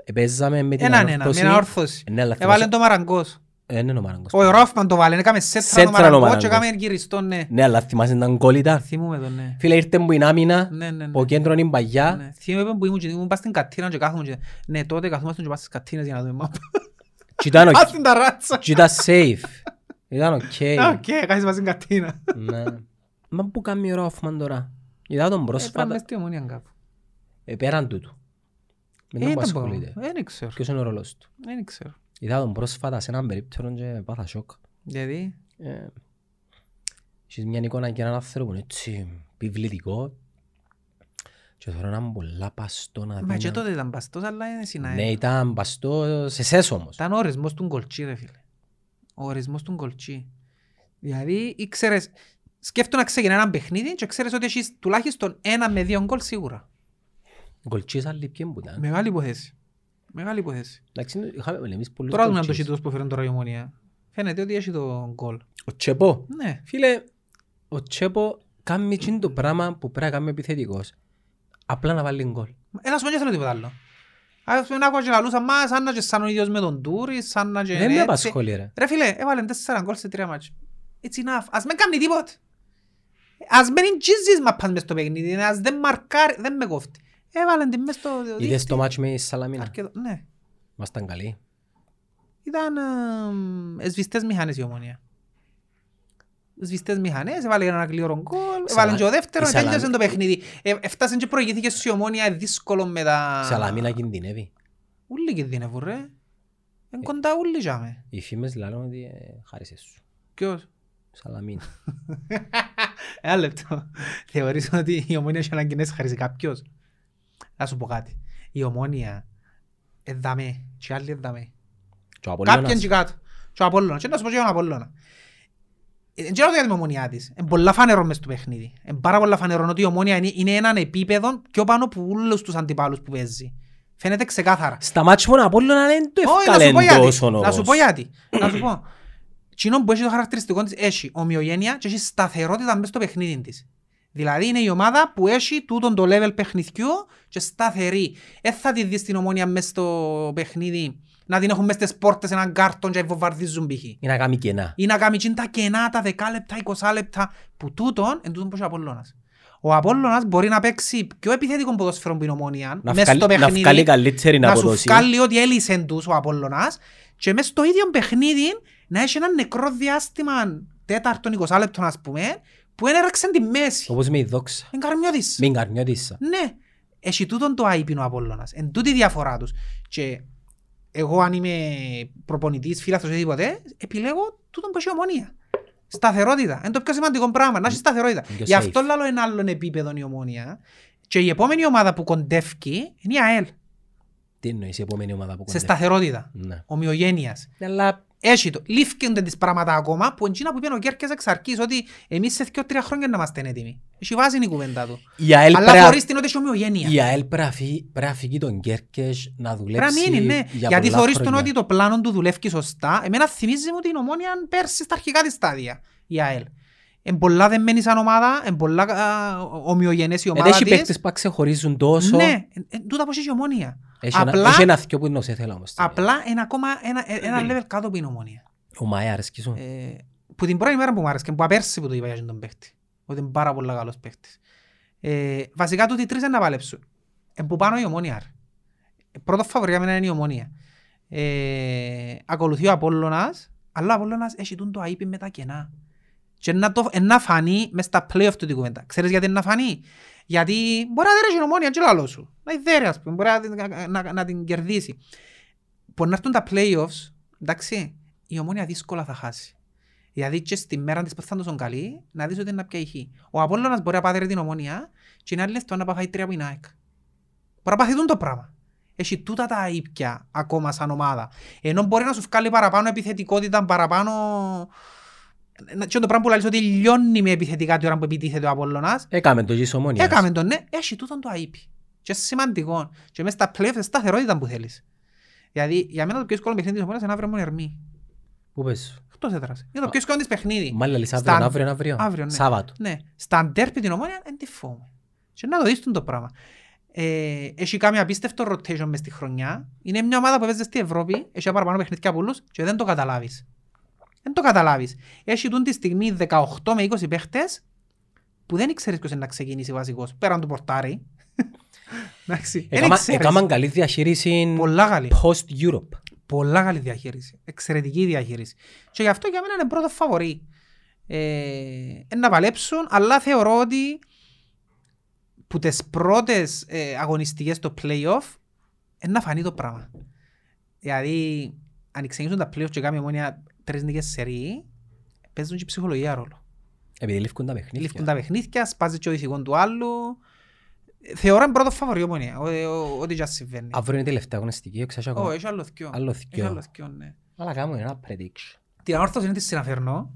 Speaker 1: ε, παίζαμε με την
Speaker 2: Έναν έναν, με
Speaker 1: ανόρθωση.
Speaker 2: ένα όρθωση.
Speaker 1: Ναι, αλλά θυμάσαι-
Speaker 2: Έβαλαν το Μαραγκός.
Speaker 1: Ε, ναι, ο Μαραγκός.
Speaker 2: Ο Ράφμαν το βάλε, έκαμε σέτρα
Speaker 1: Σέτρα
Speaker 2: το
Speaker 1: το
Speaker 2: μαραγκό
Speaker 1: Μαραγκό.
Speaker 2: και έκαμε γυριστό, ναι.
Speaker 1: Ναι, αλλά θυμάσαι έναν γκολ ήταν.
Speaker 2: Θυμούμαι το, ναι.
Speaker 1: Φίλε, ήρθε μου η άμυνα,
Speaker 2: Ναι, ναι,
Speaker 1: ο
Speaker 2: ναι.
Speaker 1: κέντρο είναι παγιά.
Speaker 2: Ναι. Θυμούμαι που ήμουν και ήμουν πας στην κατίνα και κάθομαι και... Ναι, τότε καθόμασταν και πας στις κατίνες για να δούμε μάπα.
Speaker 1: Και ήταν οκ.
Speaker 2: Ας την τα ράτσα.
Speaker 1: Και ήταν safe. Ήταν
Speaker 2: [LAUGHS]
Speaker 1: οκ.
Speaker 2: Οκ, κάθεσαι πας στην κατίνα.
Speaker 1: Ναι. Μα που κάνει ο Ρόφμαν τώρα. Είδα
Speaker 2: Ε,
Speaker 1: τον
Speaker 2: Έπρεπε μες
Speaker 1: πρόσφατα.
Speaker 2: στη ομόνια κάπου.
Speaker 1: Ε, πέραν τούτου.
Speaker 2: Ε,
Speaker 1: Μην τον που
Speaker 2: ήταν πολύ.
Speaker 1: ασχολείται.
Speaker 2: Δεν ξέρω,
Speaker 1: Ποιος είναι ο ρόλος του.
Speaker 2: δεν ξέρω.
Speaker 1: Είδα τον πρόσφατα σε έναν περίπτερο και πάθα σοκ.
Speaker 2: Γιατί...
Speaker 1: Ε, Έχεις μια εικόνα και έναν άνθρωπο έτσι πιβλητικό. Και θέλω να είμαι πολλά παστό να
Speaker 2: Μα και
Speaker 1: δίνω.
Speaker 2: τότε ήταν παστός, αλλά είναι
Speaker 1: Ναι,
Speaker 2: συνάι.
Speaker 1: ήταν παστό σε σες όμως.
Speaker 2: Ήταν ο ορισμός του κολτσί, ρε φίλε. Ο ορισμός του κολτσί. Δηλαδή, ήξερες, σκέφτο να ξεκινά ένα παιχνίδι και ξέρεις ότι έχεις τουλάχιστον ένα με δύο γκολ σίγουρα.
Speaker 1: Γκολτσίες άλλοι ποιοι που ήταν.
Speaker 2: Μεγάλη υποθέση. Μεγάλη υποθέση.
Speaker 1: Εντάξει, είχαμε εμείς πολλούς
Speaker 2: Τώρα δούμε αν το
Speaker 1: γκολτσίες.
Speaker 2: σύντος που φέρνει τώρα η ομονία. Φαίνεται ότι έχει το γκολ.
Speaker 1: Ο Τσέπο.
Speaker 2: Ναι.
Speaker 1: Φίλε, ο Τσέπο κάνει τσιν το πράγμα που πρέπει να κάνει επιθετικός. Απλά να βάλει γκολ.
Speaker 2: Έλα σου πω, δεν θέλω τίποτα άλλο. Ας πούμε, άκουγα και λαλούσα, μα, σαν να και σαν ο ίδιος με τον Τούρι, σαν να και
Speaker 1: Δεν με
Speaker 2: έτσι».
Speaker 1: απασχολεί ρε.
Speaker 2: Ρε φίλε, έβαλε τέσσερα γκολ σε τρία μάτς. It's enough. Ας μην κάνει τίποτε. Ας μην εγγίζεις μα πας μες στο παιχνίδι, ας δεν μαρκάρει, δεν με κόφτει. Έβαλε την μες στο δίκτυο.
Speaker 1: Είδες το μάτς με η Σαλαμίνα.
Speaker 2: Αρκετό- Ναι.
Speaker 1: Ήμασταν καλοί.
Speaker 2: Ήταν εμ, εσβηστές μηχανές η ομονία. Εσβηστές μηχανές, έβαλε έναν αγγλίωρο γκολ, έβαλε και ο δεύτερο,
Speaker 1: η Σαλαμ-
Speaker 2: τέλειωσε το παιχνίδι. Ε, Έφτασε και προηγήθηκε στη ομονία ε, δύσκολο με τα...
Speaker 1: Η Σαλαμίνα κινδυνεύει.
Speaker 2: Ούλοι κινδυνεύουν ρε. Εν κοντά ούλοι τζάμε.
Speaker 1: Οι φήμες λένε ότι ε, χάρισες σου.
Speaker 2: Ποιος.
Speaker 1: Σαλαμίνα.
Speaker 2: Ένα λεπτό. [LAUGHS] Θεωρείς ότι η ομόνια έχει ανάγκη να εσχαρίζει κάποιος. Να σου πω κάτι. Η ομόνια εδαμέ και άλλοι εδαμέ.
Speaker 1: Και ο Απολλώνας.
Speaker 2: Κάποιοι είναι κάτω. Και ο Απόλλωνας. Και να σου πω και για τον Απόλλωνα. Ε, Δεν ξέρω για την ομόνια της. Είναι πολλά φανερό μες στο παιχνίδι. Είναι πάρα πολλά φανερό ότι η ομόνια είναι, είναι έναν επίπεδο πιο πάνω που όλους τους αντιπάλους που παίζει. Φαίνεται ξεκάθαρα.
Speaker 1: Στα μάτς μόνο Απόλλωνας δεν το
Speaker 2: Όχι,
Speaker 1: ευκάλεν
Speaker 2: ε, να
Speaker 1: τόσο
Speaker 2: σου πω γιατί. Να σου
Speaker 1: όμως.
Speaker 2: πω γιατί. να σου πω. Τσινόν που έχει το χαρακτηριστικό της έχει ομοιογένεια και έχει σταθερότητα μέσα στο παιχνίδι της. Δηλαδή είναι η ομάδα που έχει τούτον το level παιχνιδιού και σταθερή. Δεν θα τη δεις την ομόνια μέσα στο παιχνίδι να την έχουν μέσα στις πόρτες έναν κάρτον και βομβαρδίζουν π.χ.
Speaker 1: Ή να κάνει κενά.
Speaker 2: Ή να κάνει τσιν τα κενά, τα δεκάλεπτα, εικοσάλεπτα που τούτον, εν τούτον που έχει ο Απόλλωνας. Ο Απόλλωνας μπορεί να παίξει πιο επιθετικό ποδόσφαιρο που είναι η ομόνια
Speaker 1: Να
Speaker 2: μέσα στο
Speaker 1: βγάλει- Να
Speaker 2: παιχνίδι
Speaker 1: βγάλει καλύτερη να
Speaker 2: να σου
Speaker 1: αποδοσεί.
Speaker 2: βγάλει ότι έλυσε τους ο Απόλλωνας και μες στο ίδιο παιχνίδι να έχει ένα νεκρό διάστημα τέταρτον 20 λεπτών ας πούμε που δεν έραξε τη μέση.
Speaker 1: Όπως με η δόξα.
Speaker 2: Εν καρμιώτης.
Speaker 1: Μην καρνιώτησα.
Speaker 2: Ναι. Έχει τούτον το άϊπινο ο Απόλλωνας. Εν τούτη η διαφορά τους. Και εγώ αν είμαι προπονητής, φίλαθρος ή οτιδήποτε, επιλέγω τούτον που έχει η ομονία. Σταθερότητα. Είναι το πιο σημαντικό πράγμα. Να έχει σταθερότητα.
Speaker 1: Είναι πιο
Speaker 2: Γι' αυτό
Speaker 1: safe.
Speaker 2: λάλλω ένα άλλο επίπεδο η ομονία. Και η επόμενη ομάδα που κοντεύει είναι η ΑΕΛ.
Speaker 1: Τι εννοείς η επόμενη ομάδα που
Speaker 2: Σε
Speaker 1: κοντεύει.
Speaker 2: σταθερότητα
Speaker 1: Ναι.
Speaker 2: ομοιογένειας.
Speaker 1: Αλλά
Speaker 2: Έχει το. Λήφκονται τις πράγματα ακόμα που εντζήνα που είπε ο Κέρκες εξ αρχής ότι εμείς σε δύο-τρία χρόνια να είμαστε έτοιμοι. Έχει βάζει η κουβέντα του.
Speaker 1: η ΑΕΛ
Speaker 2: Αλλά
Speaker 1: πρέπει
Speaker 2: χωρίς την ότι έχει ομοιογένεια.
Speaker 1: Ε, η ΑΕΛ πρέπει να φύγει- πρέπει να φύγει τον Κέρκες να δουλέψει
Speaker 2: Πρέπει να μείνει, ναι.
Speaker 1: για
Speaker 2: Γιατί
Speaker 1: πολλά
Speaker 2: θεωρείς τον
Speaker 1: χρόνια. Ε,
Speaker 2: ότι το πλάνο του δουλεύει σωστά. Εμένα θυμίζει μου την ομόνια πέρσι στα αρχικά της στάδια. Η ΑΕΛ. Εν πολλά δεμένη σαν ομάδα, εν πολλά α, ομοιογενές η
Speaker 1: Εν
Speaker 2: ομάδα
Speaker 1: Ε, έχει
Speaker 2: της.
Speaker 1: παίχτες που ξεχωρίζουν τόσο.
Speaker 2: Ναι, εν- εν τούτα πως έχει η ομόνια.
Speaker 1: Έχει ένα-
Speaker 2: Απλά-
Speaker 1: έχει ένα θκυο που είναι ο Σέθελα όμως.
Speaker 2: Απλά ένα ακόμα, ένα, ένα level κάτω από την ομόνια.
Speaker 1: Ο Μάια αρέσκει σου.
Speaker 2: Ε, που την πρώτη μέρα που μου άρεσε και που απέρσι που το είπα για τον παίχτη. Ότι είναι πάρα πολύ καλός παίχτης. Ε, βασικά τούτοι οι τρεις είναι να βάλεψουν. Ε, που πάνω η ομόνια. ρε. Ε, πρώτος φαβορή για μένα είναι η ομόνια. Ε, ακολουθεί ο Απόλλωνας, αλλά ο Απόλλωνας έχει τούν το αείπι με τα κενά. Και να, το, ε, να φανεί μες στα play-off του την κουβέντα. Ξέρεις γιατί να φανεί. Γιατί μπορεί να δέρει η ομόνια και λαλός σου. Να δέρει ας πούμε, μπορεί να, την- να, να, να την κερδίσει. Που να έρθουν τα play-offs, εντάξει, η ομόνια δύσκολα θα χάσει. Δηλαδή και στη μέρα της που θα τους καλή, να δεις ότι είναι να πιάει χ. Ο Απόλλωνας μπορεί να πάθει ρε την ομόνια και είναι άλλη λεφτό να πάθει τρία από την ΑΕΚ. Μπορεί να πάθει τούτο το πράγμα. Έχει τούτα τα ύπια ακόμα σαν ομάδα. Ενώ μπορεί να σου βγάλει παραπάνω επιθετικότητα, παραπάνω... Να- Και το πράγμα που λέει ότι λιώνει με επιθετικά την ώρα που επιτίθεται ο Απόλλωνας,
Speaker 1: Έκαμε το γης ομόνιας.
Speaker 2: Έκαμε τον, ναι, έχει τούτον το αείπι. Και σημαντικό. Και μες στα playoffs σταθερότητα που θέλεις. Δηλαδή, για μένα το πιο δύσκολο παιχνίδι της ομόνιας είναι αύριο μόνο ερμή.
Speaker 1: Πού πες.
Speaker 2: Εκτός έδρας. Είναι το πιο δύσκολο της παιχνίδι.
Speaker 1: Μάλλα λες
Speaker 2: Στα-
Speaker 1: αύριο, αύριο, αύριο.
Speaker 2: αύριο, ναι.
Speaker 1: Σάββατο.
Speaker 2: Ναι. Στα αντέρπι την ομόνια, δεν τη φόβομαι. Και να το δεις τον το πράγμα. Ε, έχει κάνει απίστευτο rotation μες στη χρονιά. Είναι μια ομάδα που παίζει στη Ευρώπη, έχει παραπάνω παιχνίδια από όλους και δεν το καταλάβεις. Δεν το καταλάβεις. Έχει τούν τη στιγμή 18 με 20 παίχτες που δεν ξέρεις ποιος είναι να ξεκινήσει βασικός, πέραν του πορτάρι. [LAUGHS] Εντάξει, δεν
Speaker 1: Έκαμα-
Speaker 2: ξέρεις.
Speaker 1: Έκαναν καλή διαχείριση
Speaker 2: Πολλά καλή.
Speaker 1: post-Europe.
Speaker 2: Πολλά καλή διαχείριση. Εξαιρετική διαχείριση. Και γι' αυτό για μένα είναι πρώτο φαβορή. Ε, εν να παλέψουν, αλλά θεωρώ ότι που τις πρώτες ε, αγωνιστικές στο play-off εν να φανεί το πράγμα. Δηλαδή, αν ξεκινήσουν τα play-off και κάνουν μόνια τρεις νίκες σερί, παίζουν και ψυχολογία ρόλο.
Speaker 1: Επειδή λήφκουν τα παιχνίδια.
Speaker 2: Λήφκουν τα παιχνίδια, σπάζει και ο ηθικό του άλλου. Ε, Θεωρώ είναι πρώτο φαβορή η ομονία, ό- ό- ό,τι και αν συμβαίνει.
Speaker 1: Αύριο είναι η τελευταία αγωνιστική, εξάσια
Speaker 2: Ω,
Speaker 1: ακόμα.
Speaker 2: έχει άλλο θκυο.
Speaker 1: Άλλο
Speaker 2: Έχει άλλο
Speaker 1: θκιο.
Speaker 2: θκυο, ναι.
Speaker 1: Αλλά κάνουμε ένα prediction.
Speaker 2: Την ανόρθωση είναι τη συναφέρνω.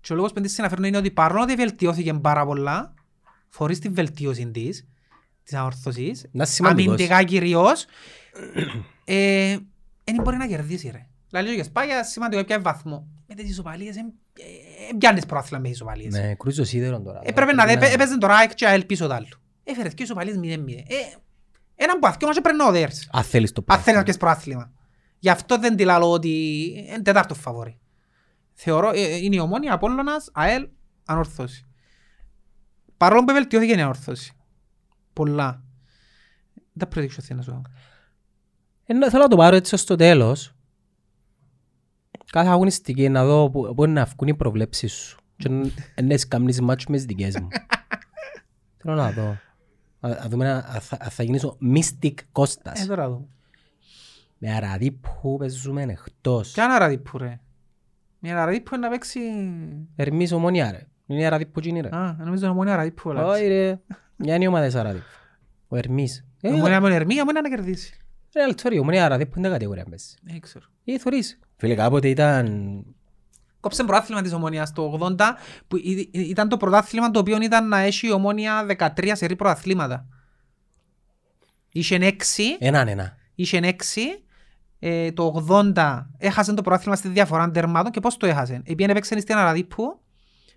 Speaker 2: Και ο λόγος που την συναφέρνω είναι ότι παρόλο ότι βελτιώθηκε πάρα πολλά, φορείς τη βελτίωση της, της ανόρθωσης,
Speaker 1: Να είσαι σημαντικός.
Speaker 2: αμυντικά κυρίως, [CLEARS THROAT] ε, δεν μπορεί να κερδίσει ρε. Δηλαδή ο Γεσπάγια σημαντικό έπιανε βαθμό. Με τις ισοπαλίες, δεν πιάνεις πρόαθλα με τις ισοπαλίες.
Speaker 1: Ναι, Ε, κρούζω σίδερον τώρα.
Speaker 2: Έπρεπε Ε, να δει, έπαιζε το ΡΑΕΚ και ΑΕΛ πίσω τ' άλλο. Έφερε και ισοπαλίες 0-0. Ε, Έναν που αθκιό μας έπρεπε να οδέρεις.
Speaker 1: Αν θέλεις το
Speaker 2: Αν θέλει
Speaker 1: πράγμα.
Speaker 2: να πιέσει προάθλημα. Γι' αυτό δεν τη λέω ότι είναι τετάρτο φαβόρι. Θεωρώ ε, ε, είναι η ομόνια Απόλλωνας, ΑΕΛ, ανορθώση. Παρόλο που βελτιώθηκε είναι ανορθώση. Πολλά. Δεν τα prediction θέλω να σου κάνω.
Speaker 1: Ε, ναι, Θέλω να το πάρω έτσι στο τέλος. Κάθε αγωνιστική να δω που μπορεί να βγουν οι προβλέψεις σου. Και ναι, σκαμνείς μάτσο με τις δικές μου. Θέλω να δω. Να- Να δούμε αν θα- αν θα γίνεις ο Mystic
Speaker 2: Ε,
Speaker 1: Κώστας.
Speaker 2: τώρα δω.
Speaker 1: Με αραδίπου παίζουμε εκτός.
Speaker 2: Κι αν αραδίπου ρε. Μια αραδίπου είναι να παίξει...
Speaker 1: Ερμής ομόνια ρε. Είναι η αραδίπου γίνει ρε.
Speaker 2: Α, νομίζω είναι μόνο αραδίπου. όλα.
Speaker 1: Όχι ρε. Μια είναι η ομάδα της αραδίπου. Ο Ερμής. Ε,
Speaker 2: Ομόνια με τον Ερμία, ομόνια να κερδίσει.
Speaker 1: Ρε, αλλά sorry, η ομόνια αραδίπου είναι κατηγορία μπες.
Speaker 2: Δεν ξέρω.
Speaker 1: Ή θωρείς. Φίλε, κάποτε ήταν
Speaker 2: Κόψε πρωτάθλημα της Ομόνιας το 80 που ή- ή- ήταν το πρωτάθλημα το οποίο ήταν να έχει η Ομόνια 13 σερί πρωταθλήματα. Είχε 6,
Speaker 1: έναν ένα.
Speaker 2: είχε 6, ε, το 80 έχασε το πρωτάθλημα στη διαφορά τερμάτων και πώς το έχασε. Επειδή έπαιξε στην Αραδίπου,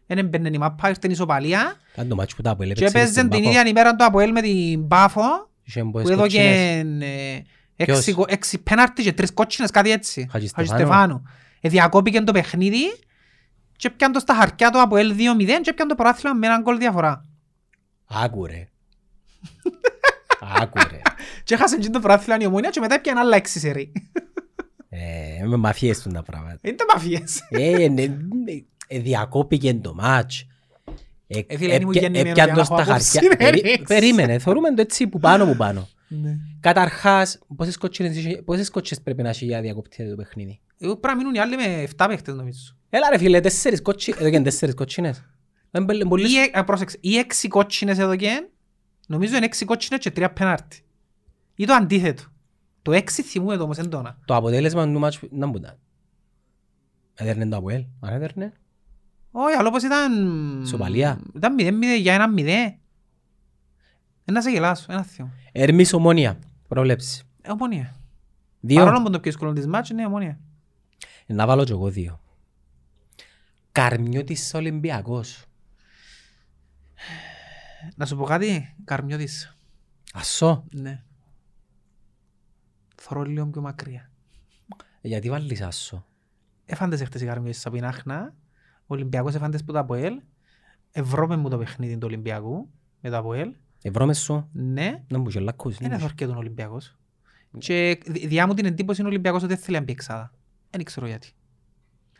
Speaker 2: δεν έμπαινε η μάπα, ήρθε η ισοπαλία
Speaker 1: Ήταν το μάτσο που τα
Speaker 2: και
Speaker 1: απολέπεξε.
Speaker 2: έπαιζε την ίδια ημέρα το Αποέλ με την Πάφο που έδωκε ε,
Speaker 1: Ποιος?
Speaker 2: έξι κο- έξι πέναρτι και τρεις κότσινες, κάτι έτσι.
Speaker 1: Χατζηστεφάνου.
Speaker 2: Χατζηστεφάνου. Ε, διακόπηκε το παιχνίδι και πιάνε το στα χαρτιά του από L2-0 και πιάνε το πρωτάθλημα με έναν γκολ διαφορά.
Speaker 1: Άκουρε. Άκουρε.
Speaker 2: Και έχασαν και το πρωτάθλημα η ομονία και μετά πιάνε άλλα έξι σερί.
Speaker 1: Ε, με μαφιές του τα πράγματα.
Speaker 2: [LAUGHS] Είναι τα μαφίες.
Speaker 1: Ε, ναι, ε, διακόπηκε το μάτς. Ε,
Speaker 2: Ε, φίλε, είναι μου γεννημένο
Speaker 1: έπιαν
Speaker 2: για
Speaker 1: το
Speaker 2: να
Speaker 1: στα
Speaker 2: έχω άποψη,
Speaker 1: χαρτιά.
Speaker 2: ρε,
Speaker 1: Περί-
Speaker 2: έτσι.
Speaker 1: Περίμενε, θεωρούμε το έτσι που πάνω που πάνω.
Speaker 2: Ναι.
Speaker 1: Καταρχάς, πόσες κότσινες είχε- πόσες κότσινες πρέπει να έχει για να διακοπτεί το παιχνίδι.
Speaker 2: Ε, Πρέπει να μείνουν οι άλλοι με 7 παίχτες νομίζω.
Speaker 1: Έλα ρε φίλε, τέσσερις κότσινες. Εδώ και είναι τέσσερις κότσινες. Δεν μπέλε- πολλές-
Speaker 2: Ή, ε, ε, πρόσεξε, ή έξι κότσινες εδώ και νομίζω είναι έξι κότσινες και τρία πέναρτι. Ή το αντίθετο. Το έξι θυμούμε το όμως εντόνα.
Speaker 1: Το αποτέλεσμα του μάτσου να μπουν. Έδερνε το Αποέλ. Αν έδερνε.
Speaker 2: Όχι, αλλά όπως ήταν...
Speaker 1: Ισοπαλία.
Speaker 2: Ήταν 0-0 για ένα 0. Ένα σε γελάσω, ένα θείο.
Speaker 1: Ερμής ομόνια. Προβλέψεις.
Speaker 2: Ε, ομονία. Παρόλο
Speaker 1: Δύο.
Speaker 2: που το πιο δύσκολο της μάτς είναι ομονία.
Speaker 1: Ε, Να βάλω κι εγώ δύο. Καρμιώτης Ολυμπιακός.
Speaker 2: Να σου πω κάτι, Καρμιώτης.
Speaker 1: Ασό.
Speaker 2: Ναι. Θωρώ λίγο πιο μακριά.
Speaker 1: Ε, Γιατί βάλεις ασό.
Speaker 2: Έφαντες χτες η Καρμιώτης από την Άχνα. Ο Ολυμπιακός έφαντες που το Αποέλ. Ευρώμε μου το παιχνίδι του Ολυμπιακού με το Αποέλ.
Speaker 1: Ευρώμε Ε, σου.
Speaker 2: Ναι.
Speaker 1: Να μου γελακούς.
Speaker 2: Δεν έθωρκε τον Ολυμπιακός. Και δι- διά μου την εντύπωση είναι ο Ολυμπιακός ότι δεν θέλει να μπει εξάδα. Δεν ξέρω γιατί.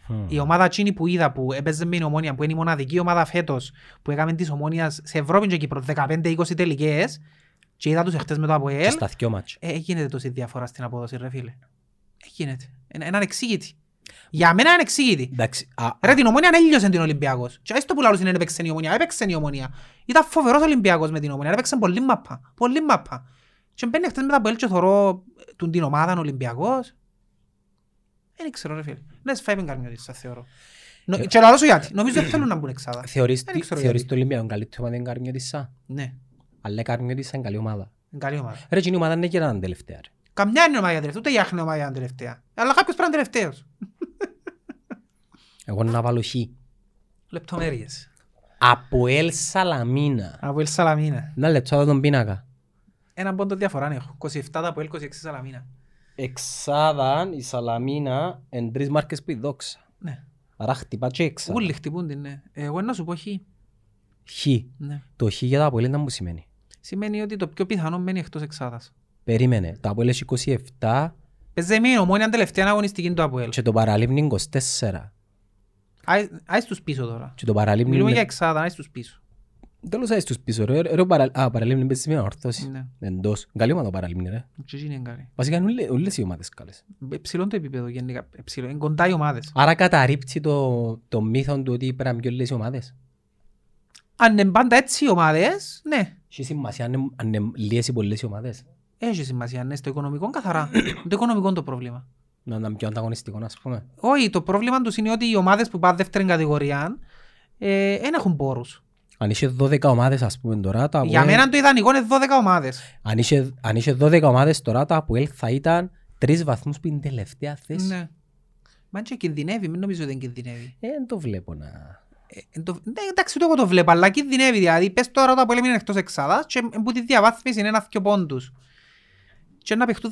Speaker 1: Ε,
Speaker 2: Η ομάδα εκείνη που είδα που έπαιζε με την ομόνια, που είναι η μοναδική ομάδα φέτος που έκαμε της ομόνιας σε Ευρώπη και Κύπρο 15-20 τελικές και είδα τους εχθές με το
Speaker 1: Και
Speaker 2: ΑΠΟΕΛ,
Speaker 1: στα δυο μάτσο.
Speaker 2: ε, ε, γίνεται τόση διαφορά στην απόδοση ρε φίλε. Ε, γίνεται. Είναι είναι ανεξήγητη. Για μένα είναι ανεξήγητη.
Speaker 1: Εντάξει. α,
Speaker 2: Ρε την ομόνια έλειωσε την Ολυμπιακός. Και έστω που λαλούς είναι έπαιξε η ομόνια, έπαιξε η ομόνια. Ήταν φοβερός Ολυμπιακός με την ομόνια, έπαιξε πολύ μαπά, πολύ μαπά. Και μπαίνει χτες με τα ΑΠΟΕΛ και θωρώ ε, τον την ομάδα Ολυμπιακός. Δεν ξέρω ρε φίλε. Ναι, σφάει πεν καρμιώτης, θα θεωρώ. Νο-
Speaker 1: Ε,
Speaker 2: Και λαλώ σου γιατί. Νομίζω δεν θέλουν να μπουν εξάδα.
Speaker 1: Θεωρείς
Speaker 2: Δεν
Speaker 1: τι-
Speaker 2: ξέρω
Speaker 1: θεωρείς
Speaker 2: γιατί.
Speaker 1: το Ολυμπιακό καλύτερη ομάδα είναι Καρμιώτισσα.
Speaker 2: Ναι,
Speaker 1: Αλλά η Καρμιώτισσα είναι καλή ομάδα.
Speaker 2: είναι καλή ομάδα.
Speaker 1: Ρε εκείνη η ομάδα είναι και ήταν τελευταία. ρε.
Speaker 2: Καμιά είναι ομάδα για τελευταία, ούτε η Άχνα είναι ομάδα για τελευταία. Αλλά κάποιος πρέπει να είναι τελευταίος.
Speaker 1: Εγώ να βάλω χ.
Speaker 2: Λεπτομέρειες.
Speaker 1: Αποέλ Σαλαμίνα.
Speaker 2: Από Ελ Σαλαμίνα.
Speaker 1: Ένα λεπτό εδώ τον πίνακα.
Speaker 2: Ένα πόντο διαφορά ναι. έχω. 27 τα από Ελ, 26 Σαλαμίνα.
Speaker 1: Εξάδα η Σαλαμίνα εν τρεις μάρκες που η δόξα.
Speaker 2: Ναι.
Speaker 1: Άρα χτυπά και εξάδα.
Speaker 2: Όλοι χτυπούν την, ναι. Εγώ να σου πω χ.
Speaker 1: Χ.
Speaker 2: Ναι.
Speaker 1: Το χ για τα Αποέλ ήταν που σημαίνει.
Speaker 2: Σημαίνει ότι το πιο πιθανό μένει εκτός εξάδας. Ε,
Speaker 1: Περίμενε. Το Αποέλ έχει 27
Speaker 2: Παίζει με η ομόνια τελευταία αγωνιστική του από Ελ.
Speaker 1: και το παραλείπνι 24.
Speaker 2: Άις τους πίσω τώρα.
Speaker 1: Και το παραλείπνι...
Speaker 2: Μιλούμε
Speaker 1: με-
Speaker 2: για εξάδα, άις τους πίσω.
Speaker 1: Τέλος άρεσε τους πίσω. Ρε, ρε, ο παρα... Α, παραλείπνι παίζει με ορθώση.
Speaker 2: Ναι.
Speaker 1: Εντός. Καλή ομάδα παραλείπνι ρε.
Speaker 2: Και εκείνη είναι καλή.
Speaker 1: Βασικά είναι όλε- όλες οι ομάδες καλές.
Speaker 2: Ε, Ψηλό το επίπεδο γενικά. Ε, Ψηλό. Είναι κοντά οι ομάδες.
Speaker 1: Άρα καταρρύπτει το, το μύθο του ότι πρέπει να είναι πιο όλες οι ομάδες.
Speaker 2: Αν είναι πάντα έτσι οι ομάδες, ναι.
Speaker 1: Έχει σημασία αν είναι- αν είναι λίγες ή πολλές οι ομάδες.
Speaker 2: Έχει σημασία, ναι, στο οικονομικό καθαρά. το οικονομικό είναι το πρόβλημα.
Speaker 1: Να ήταν πιο ανταγωνιστικό, ας πούμε.
Speaker 2: Όχι, το πρόβλημα τους είναι ότι οι ομάδες που πάνε δεύτερη κατηγορία ε, δεν έχουν πόρους.
Speaker 1: Αν είχε 12 ομάδες, ας πούμε, τώρα, τα
Speaker 2: Για
Speaker 1: ΑΠΟΕΛ-
Speaker 2: μένα το ιδανικό είναι 12 ομάδες.
Speaker 1: αν, είχε, αν είχε 12 ομάδες τώρα, τα ΑΠΟΕΛ θα ήταν τρεις βαθμούς πριν τελευταία θέση.
Speaker 2: Ναι. Μα και κινδυνεύει, μην νομίζω ότι δεν κινδυνεύει.
Speaker 1: Ε, δεν το βλέπω να...
Speaker 2: Ε, εν το- ναι, εντάξει, το εγώ το βλέπω, αλλά κινδυνεύει. Δηλαδή, πες τώρα ότι απολέμει είναι εκτός εξάδας και που τη διαβάθμιση είναι ένα-δυο πόντους. Και να παιχτούν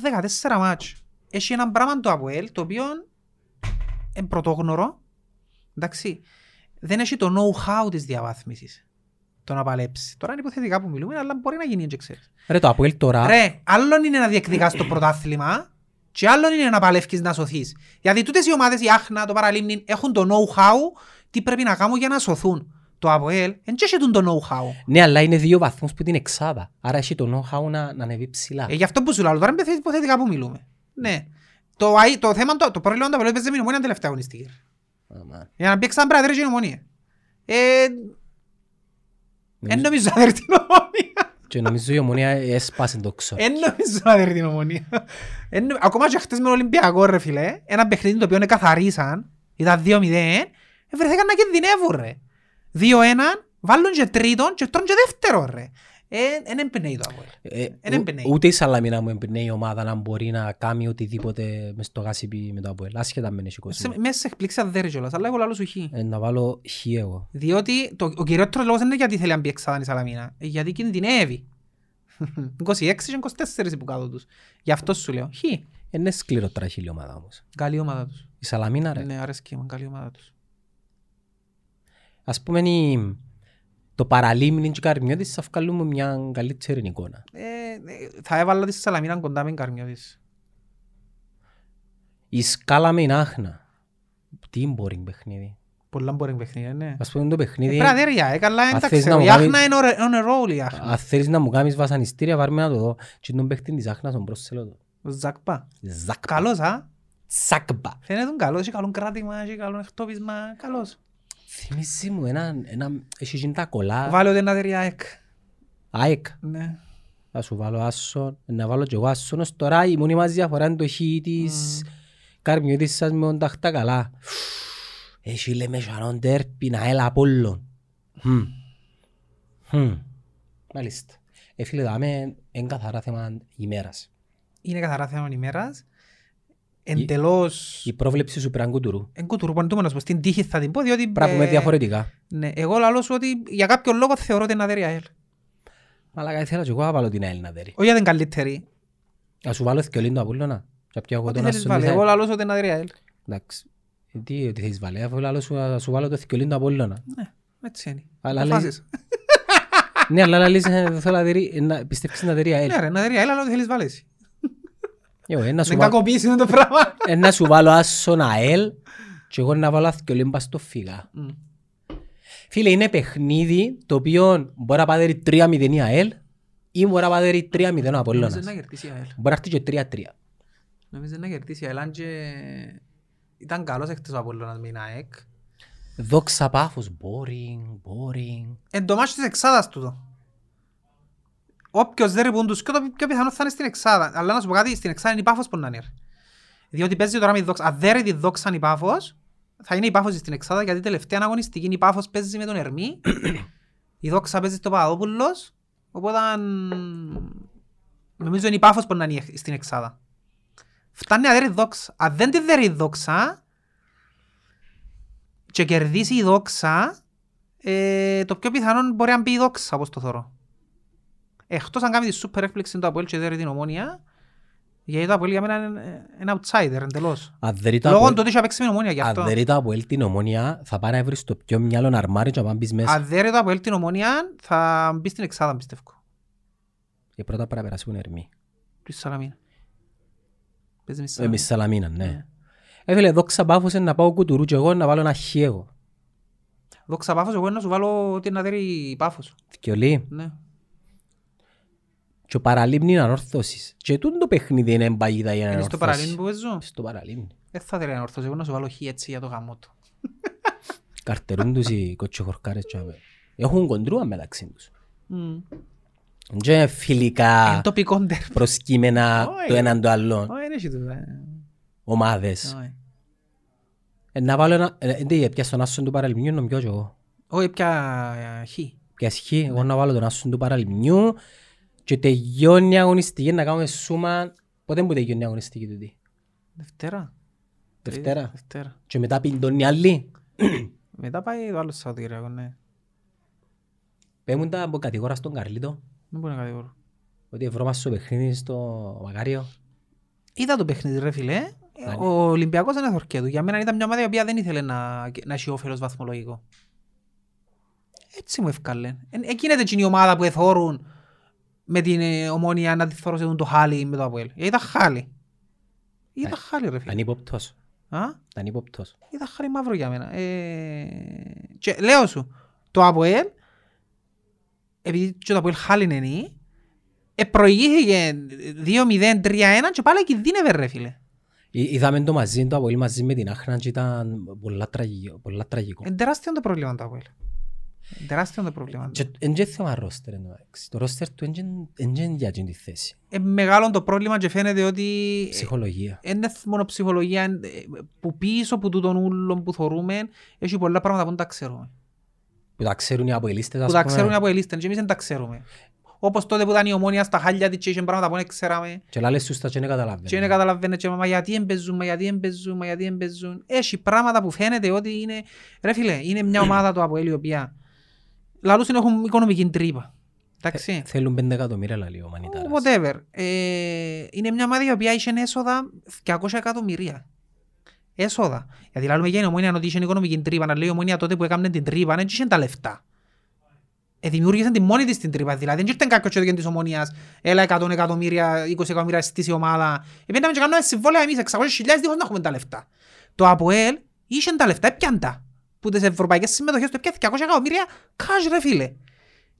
Speaker 2: 14 μάτς. Έχει ένα πράγμα το Αποέλ, το οποίο είναι πρωτόγνωρο. Εντάξει, δεν έχει το know-how της διαβάθμισης. Το να παλέψει. Τώρα είναι υποθετικά που μιλούμε, αλλά μπορεί να γίνει, δεν ξέρεις.
Speaker 1: Ρε, το ΑΠΟΕΛ τώρα...
Speaker 2: Ρε, άλλον είναι να διεκδικάς το πρωτάθλημα και άλλον είναι να παλεύεις να σωθείς. Γιατί τούτες οι ομάδες, η Άχνα, το Παραλίμνη, έχουν το know-how τι πρέπει να κάνουν για να σωθούν. Το ΑΠΟΕΛ, δεν και έχουν το know-how.
Speaker 1: Ναι, αλλά είναι δύο βαθμούς που την εξάδα. Άρα έχει το know-how να, να ανεβεί ψηλά.
Speaker 2: Ε, γι' αυτό που σου λέω, τώρα είναι υποθετικά που μιλούμε. Ναι. Το, ΑΕ- το θέμα, το, το πρόβλημα του ΑΠΟΕΛ παίζει με είναι τελευταία αγωνιστική.
Speaker 1: Αμάν.
Speaker 2: Για να μπει ξανά πρέπει να ομονία. Ε, εν
Speaker 1: Νομίζω-
Speaker 2: νομίζω να δέρει την ομονία.
Speaker 1: Και νομίζω η ομονία έσπασε το ξόρ.
Speaker 2: Εν νομίζω να δέρει την ομονία. Εν νο- Ακόμα και χτες με τον Ολυμπιακό ρε φίλε, ένα παιχνίδι το οποίο καθαρίσαν, ήταν 2-0, ε, βρεθήκαν να κινδυνεύουν ρε. 2-1, βάλουν και τρίτον και τρώνε και δεύτερο ρε. Ε, εν εμπνέει το αγώνα.
Speaker 1: Ε,
Speaker 2: εν
Speaker 1: ο-
Speaker 2: εμπνέει.
Speaker 1: Ούτε η Σαλαμίνα μου εμπνέει η ομάδα να μπορεί να κάνει οτιδήποτε μες στο γάσιπι με το Αποέλ. Άσχετα με έχει κόσμο.
Speaker 2: Σε- Μέσα σε εκπλήξα δέρει κιόλας, αλλά εγώ λαλώ σου χει.
Speaker 1: Ε, να βάλω χ εγώ.
Speaker 2: Διότι το, ο κυριότερος λόγος δεν είναι γιατί θέλει να μπει εξάδαν η Σαλαμίνα, ε, γιατί κινδυνεύει. [LAUGHS] 26 και 24 που κάτω τους. Γι' αυτό σου λέω. Χι.
Speaker 1: Ε, Είναι σκληρό τραχύλη ομάδα όμως.
Speaker 2: Καλή ομάδα τους.
Speaker 1: Η Σαλαμίνα ρε.
Speaker 2: Ναι, αρέσκει μου, καλή ομάδα τους.
Speaker 1: Ας πούμε η- το παραλίμνη και η Καρμιώτης θα βγάλουμε μια καλύτερη εικόνα.
Speaker 2: Ε, ε, θα έβαλα τη Σαλαμίνα κοντά με την Καρμιώτης.
Speaker 1: Η σκάλα με την άχνα. Τι μπορεί παιχνίδι.
Speaker 2: Πολλά μπορεί παιχνίδια, ναι.
Speaker 1: Ας πούμε το
Speaker 2: Ε,
Speaker 1: παιχνίδι...
Speaker 2: Πρέπει να δέρει, ε, καλά,
Speaker 1: Αν
Speaker 2: εντάξει.
Speaker 1: θες Δηλαδή, να μου
Speaker 2: Η
Speaker 1: κάνεις-
Speaker 2: Άχνα είναι ωρα- on a roll η Άχνα.
Speaker 1: Αν θέλεις να μου κάνεις βασανιστήρια, βάρ' με να το δω. Και τον παίχτη της Άχνας, τον πρόσθελο το.
Speaker 2: Ο Ζακπά.
Speaker 1: Ζακπα.
Speaker 2: Καλός, α.
Speaker 1: Σακπα.
Speaker 2: Φαίνεται καλός, έχει καλό κράτημα, έχει καλό εκτόπισμα, καλός.
Speaker 1: Θυμίζει μου ένα, ένα, έχει γίνει τα κολλά.
Speaker 2: Βάλε ότι να δέρει η ΑΕΚ.
Speaker 1: ΑΕΚ.
Speaker 2: Ναι.
Speaker 1: Θα σου βάλω άσον, να βάλω κι εγώ άσον. Ως τώρα η μόνη μας διαφορά είναι το χ της Καρμιώτης σας με όντα χτά καλά. Έχει λέμε σαρόν τέρπι να έλα απόλλων. Χμ. Χμ. Μάλιστα. Ε, φίλε, δάμε εν καθαρά θέμα ημέρας.
Speaker 2: Είναι καθαρά θέμα ημέρας. Εντελώς...
Speaker 1: Η πρόβλεψη σου πήραν κουτουρού.
Speaker 2: Εν κουτουρπαντούμενος πως την τύχη θα την πω, διότι...
Speaker 1: Πρέπει να πούμε
Speaker 2: ε,
Speaker 1: διαφορετικά.
Speaker 2: Ναι, εγώ λαλώ σου ότι για κάποιο λόγο θεωρώ την αδέρια ΑΕΛ.
Speaker 1: Αλλά ήθελα και εγώ να βάλω την ΑΕΛ να δέρει.
Speaker 2: Όχι για την καλύτερη.
Speaker 1: Να σου βάλω θκιολύν του Απόλλωνα. Και απ' εγώ
Speaker 2: Ό,τι
Speaker 1: τον
Speaker 2: θέλεις
Speaker 1: άσον
Speaker 2: βάλε.
Speaker 1: της
Speaker 2: Εγώ
Speaker 1: ΑΕΛ.
Speaker 2: λαλώ σου ότι την αδέρια ΑΕΛ.
Speaker 1: Εντάξει. Τι, τι θέλεις βάλε, αφού λέω σου, να σου βάλω το θκιολύν του Απόλλωνα.
Speaker 2: Έτσι είναι.
Speaker 1: Αλλά
Speaker 2: Τα
Speaker 1: λέει-
Speaker 2: φάσεις.
Speaker 1: ναι, αλλά να λες, ε, θέλω να δερεί, να πιστέψεις την εταιρεία ΕΛ.
Speaker 2: Ναι ρε, την αδέρια ΑΕΛ αλλά ό,τι θέλεις βάλε εσύ.
Speaker 1: Ε, ε, να σου
Speaker 2: Δεν
Speaker 1: βάλω-
Speaker 2: κακοποιήσεις είναι το πράγμα.
Speaker 1: ε, να σου βάλω άσον ΑΕΛ και εγώ να βάλω θκιολύν πας στο φύγα.
Speaker 2: Μμ.
Speaker 1: Φίλε, είναι παιχνίδι το οποίο μπορεί να πάρει 3-0 η ΑΕΛ ή μπορεί να πάρει 3-0 ο
Speaker 2: Νομίζω
Speaker 1: Απόλλωνας.
Speaker 2: να κερδίσει η ΑΕΛ.
Speaker 1: Μπορεί να έρθει και 3-3.
Speaker 2: Νομίζω να κερδίσει η ΑΕΛ αν και ήταν καλός εκτός ο Απολλώνας με την ΑΕΚ.
Speaker 1: Δόξα πάφος, boring, boring.
Speaker 2: Εν το μάτσο της εξάδας τούτο. Όποιος δεν ρεπούν τους, και το πιο πιθανό θα είναι στην εξάδα. Αλλά να σου πω κάτι, στην εξάδα είναι η πάφος που να είναι. ρε. Διότι παίζει τώρα με τη δόξα. Αν δεν ρε τη δόξα είναι η πάφος, θα είναι η πάφος στην εξάδα, γιατί τελευταία αγωνιστική είναι η πάφος παίζει με τον Ερμή. η δόξα παίζει στο Παπαδόπουλος. Οπότε νομίζω είναι η πάφος που να είναι στην εξάδα. Φτάνει αδέρει δόξα. Αν δεν τη δέρει η δόξα και κερδίσει η δόξα, ε, το πιο πιθανό μπορεί να μπει η δόξα, όπως το θεωρώ. Εκτός αν κάνει τη σούπερ έκπληξη του Αποέλ και δέρει την ομόνια, γιατί το Αποέλ για μένα είναι ένα outsider εντελώς.
Speaker 1: Αν δερεί το
Speaker 2: Λόγω
Speaker 1: Απόλλ-
Speaker 2: του ότι είχε παίξει με την ομόνια γι'
Speaker 1: Αν
Speaker 2: αυτό.
Speaker 1: δεν ήταν από ελ την ομόνια, θα πάει να βρεις το πιο μυαλό αρμάρι και να πάει μπεις μέσα.
Speaker 2: Αν δέρει το Αποέλ την ομόνια, θα μπει στην εξάδα, πιστεύω.
Speaker 1: Και πρώτα πρέπει να περάσουν ερμή.
Speaker 2: Του Σαλαμίνα. Παίζει με τη Σαλαμίνα.
Speaker 1: Εμείς Σαλαμίνα, ναι.
Speaker 2: Ναι.
Speaker 1: Έφυλε, δόξα πάφωσε να πάω κουτουρού και εγώ να βάλω ένα χ εγώ.
Speaker 2: Δόξα πάφος, εγώ να σου βάλω την αδέρη πάφος.
Speaker 1: Θκιολί.
Speaker 2: Ναι.
Speaker 1: Και ο παραλίμνη ανόρθωσης. Και τούτο το παιχνίδι είναι εμπαγίδα για να Ε,
Speaker 2: Είναι στο παραλίμνη που παίζω.
Speaker 1: Στο παραλίμνη.
Speaker 2: Δεν θα θέλει να ορθώσω, εγώ να σου βάλω χ έτσι για το γαμό του.
Speaker 1: [LAUGHS] Καρτερούν τους οι κοτσοχορκάρες και αμέ. Έχουν κοντρούα μεταξύ τους.
Speaker 2: Μμμ.
Speaker 1: Δεν είναι φιλικά
Speaker 2: Είναι τοπικό ντερ.
Speaker 1: προσκύμενα
Speaker 2: Όχι.
Speaker 1: το έναν το άλλον
Speaker 2: Όχι, δεν έχει τούτα.
Speaker 1: ομάδες.
Speaker 2: Όχι.
Speaker 1: Ε, Να βάλω ένα... ε, Τι, πιάσω τον άσον του παραλιμνιού, να πιω κι εγώ.
Speaker 2: Όχι, πια ε, χ.
Speaker 1: Πιάσει χ, εγώ
Speaker 2: Ναι.
Speaker 1: να βάλω τον άσον του παραλιμνιού και τελειώνει η αγωνιστική να κάνουμε σούμα. Πότε που τελειώνει η αγωνιστική τούτη.
Speaker 2: Δευτέρα. Ε,
Speaker 1: Δευτέρα.
Speaker 2: Δευτέρα.
Speaker 1: Και μετά πιντώνει η άλλη.
Speaker 2: Μετά πάει το άλλο Σαββατοκύριακο, ναι.
Speaker 1: Πέμουν τα από κατηγορά στον Καρλίτο.
Speaker 2: Δεν μπορεί να κατηγορώ.
Speaker 1: Ότι ευρώμα στο παιχνίδι στο Μακάριο.
Speaker 2: Είδα το παιχνίδι, ρε φίλε. Ε,
Speaker 1: Ναι.
Speaker 2: Ο Ολυμπιακός δεν έθορκε του. Για μένα ήταν μια ομάδα η οποία δεν ήθελε να, να έχει όφελος βαθμολογικό. Έτσι μου ευκάλε. Εκείνη ήταν η ομάδα που εθώρουν με την ε, ομόνια να τη θωρώσουν το χάλι με το Αποέλ. Ε, Ήταν χάλι. Ήταν
Speaker 1: Ναι.
Speaker 2: χάλι ρε φίλε.
Speaker 1: Ήταν ύποπτος.
Speaker 2: Α?
Speaker 1: Ήταν ύποπτος.
Speaker 2: ήταν χάρη μαύρο για μένα. Ε, και λέω σου, το ΑΠΟΕΛ, επειδή και το ΑΠΟΕΛ χάλιν είναι, ε, προηγήθηκε 2-0-3-1 και πάλι κινδύνευε ρε φίλε.
Speaker 1: Ε, Είδαμε το μαζί, το απολύ μαζί με την Άχνα και ήταν πολλά τραγικό. Πολλά τραγικό.
Speaker 2: Είναι τεράστιο το πρόβλημα το ΑΠΟΕΛ. Είναι τεράστιο το πρόβλημα.
Speaker 1: Και Εν και θέμα ρόστερ εν τω μεταξύ. Το ρόστερ του εν και- εν και για την τη θέση.
Speaker 2: Ε, μεγάλο το πρόβλημα και φαίνεται ότι
Speaker 1: Ψυχολογία.
Speaker 2: είναι μόνο ψυχολογία εν- ε, που πίσω από τούτον ούλον που θωρούμε έχει πολλά πράγματα που δεν τα ξέρουμε.
Speaker 1: Που τα ξέρουν οι αποελίστες
Speaker 2: που
Speaker 1: ας
Speaker 2: τα ξέρουν
Speaker 1: πούμε.
Speaker 2: από ελίστες και εμείς δεν τα ξέρουμε. Όπως τότε που ήταν η ομόνια στα χάλια της και είχε πράγματα που δεν ξέραμε.
Speaker 1: Και λάλες τους τα και δεν
Speaker 2: Και είναι
Speaker 1: καταλαβαίνουν.
Speaker 2: καταλαβαίνετε και μα γιατί εμπεζούν, μα γιατί εμπεζούν, μα γιατί εμπεζούν. Έχει πράγματα που φαίνεται ότι είναι... Ρε φίλε, είναι μια ομάδα του Αποέλ η οποία... Λαλούς είναι έχουν οικονομική τρύπα. Εντάξει.
Speaker 1: Ε, Θέλουν πέντε εκατομμύρια λαλεί ο Μανιτάρας.
Speaker 2: Whatever. Ε, είναι μια ομάδα η οποία είχε έσοδα 200 εκατομμυρία. Έσοδα. Γιατί λαλούμε για η ομόνια ότι είχε οικονομική τρύπα. Να λέει η ομόνια τότε που έκανε την τρύπα, δεν είχε τα λεφτά. Ε, δημιούργησαν τη μόνη της την τρύπα. Δηλαδή δεν ήρθε κάποιος και της ομόνιας. Έλα 100 εκατομμύρια, 20 εκατομμύρια στήση ομάδα. Επέναμε και κάνουμε συμβόλαια εμείς 600.000 δίχως να έχουμε τα λεφτά. Το ΑΠΟΕΛ είχε τα λεφτά, έπιαν τα. Που τις ευρωπαϊκές συμμετοχές του έπιαν 200 εκατομμύρια cash ρε φίλε.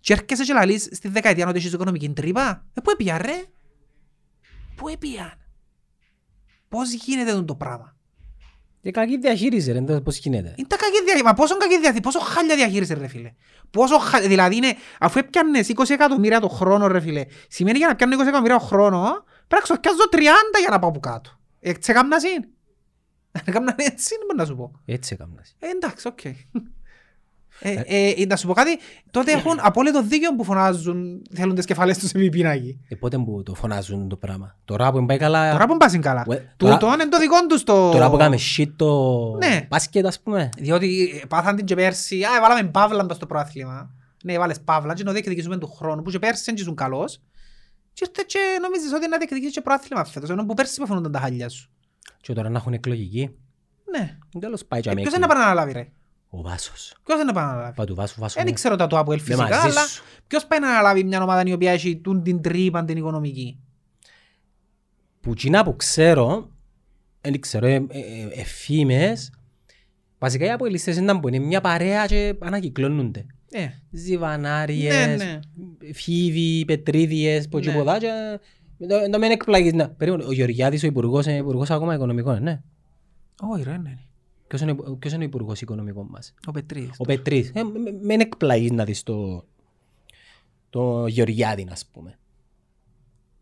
Speaker 2: Και έρχεσαι και λαλείς στη δεκαετία ότι έχεις οικονομική τρύπα. Ε, πού έπιαν ρε. Πού έπιαν. Πώς γίνεται το πράγμα.
Speaker 1: Και κακή διαχείριση ρε, δεν- πώς γίνεται.
Speaker 2: Είναι τα κακή διαχείριση. Μα πόσο κακή διαχείριση, πόσο χάλια διαχείριση, ρε φίλε. Πόσο χάλια, δηλαδή είναι, αφού έπιανες 20 εκατομμύρια το χρόνο, ρε φίλε, σημαίνει για να πιάνω 20 εκατομμύρια το χρόνο, πρέπει να ξορκιάζω 30 για να πάω από κάτω. Ε, σε κάμνα συν. Ε, Αν κάμνα έτσι, μπορώ να σου πω.
Speaker 1: Έτσι έκαμνας.
Speaker 2: Ε, εντάξει, οκ. Ε, ε, ε, να σου πω κάτι, τότε έχουν απόλυτο δίκιο που φωνάζουν, θέλουν τις κεφαλές τους επί πινάκη.
Speaker 1: Ε, πότε που το φωνάζουν το πράγμα. Τώρα που πάει καλά...
Speaker 2: Τώρα που πάσουν καλά.
Speaker 1: Ουε, τώρα-
Speaker 2: Τούτο είναι το δικό τους το...
Speaker 1: Τώρα που κάμε shit το
Speaker 2: Ναι.
Speaker 1: μπάσκετ ας πούμε.
Speaker 2: Διότι ε, πάθαν την και πέρσι, α, βάλαμε παύλα μπας στο πρόθλημα. Ναι, βάλες παύλα και να διεκδικήσουμε του χρόνου, που και πέρσι δεν ήσουν καλός. Και ήρθε και νομίζεις ότι να διεκδικήσεις και πρόθλημα φέτος, ενώ που πέρσι υποφωνούνταν τα χάλια σου.
Speaker 1: Και τώρα να έχουν εκλογική.
Speaker 2: Ναι.
Speaker 1: Τέλος πάει και
Speaker 2: Ε,
Speaker 1: αμέσως.
Speaker 2: ποιος είναι να πάει να αναλάβει ρε.
Speaker 1: Ο Βάσος.
Speaker 2: Ποιος είναι να πάει να αναλάβει.
Speaker 1: Πα του Βάσου Βάσου.
Speaker 2: Ε, Δεν ξέρω τα του Αποέλ
Speaker 1: Είμαι
Speaker 2: φυσικά,
Speaker 1: μαζί
Speaker 2: αλλά
Speaker 1: σου.
Speaker 2: ποιος πάει να αναλάβει μια ομάδα η οποία έχει τούν την τρύπα την οικονομική.
Speaker 1: Που κοινά που ξέρω, δεν ξέρω, ε, ε, ε, εφήμες, βασικά οι αποελιστές ήταν που είναι μια παρέα και ανακυκλώνονται.
Speaker 2: Ε, ναι,
Speaker 1: Ζιβανάριες,
Speaker 2: ναι.
Speaker 1: φίβοι, πετρίδιες, ποτσιποδά και... Να- Να μην εκπλαγείς. Να, περίμενε, ο Γεωργιάδης, ο υπουργός, είναι υπουργός ακόμα οικονομικών, ναι.
Speaker 2: Όχι ρε, ναι.
Speaker 1: Ποιος είναι, ο- ποιος είναι ο υπουργός οικονομικών μας.
Speaker 2: Ο Πετρίδης.
Speaker 1: Ο Πετρής. Ε, μ- μ- Μην εκπλαγείς να δεις το, το Γεωργιάδη, ας πούμε.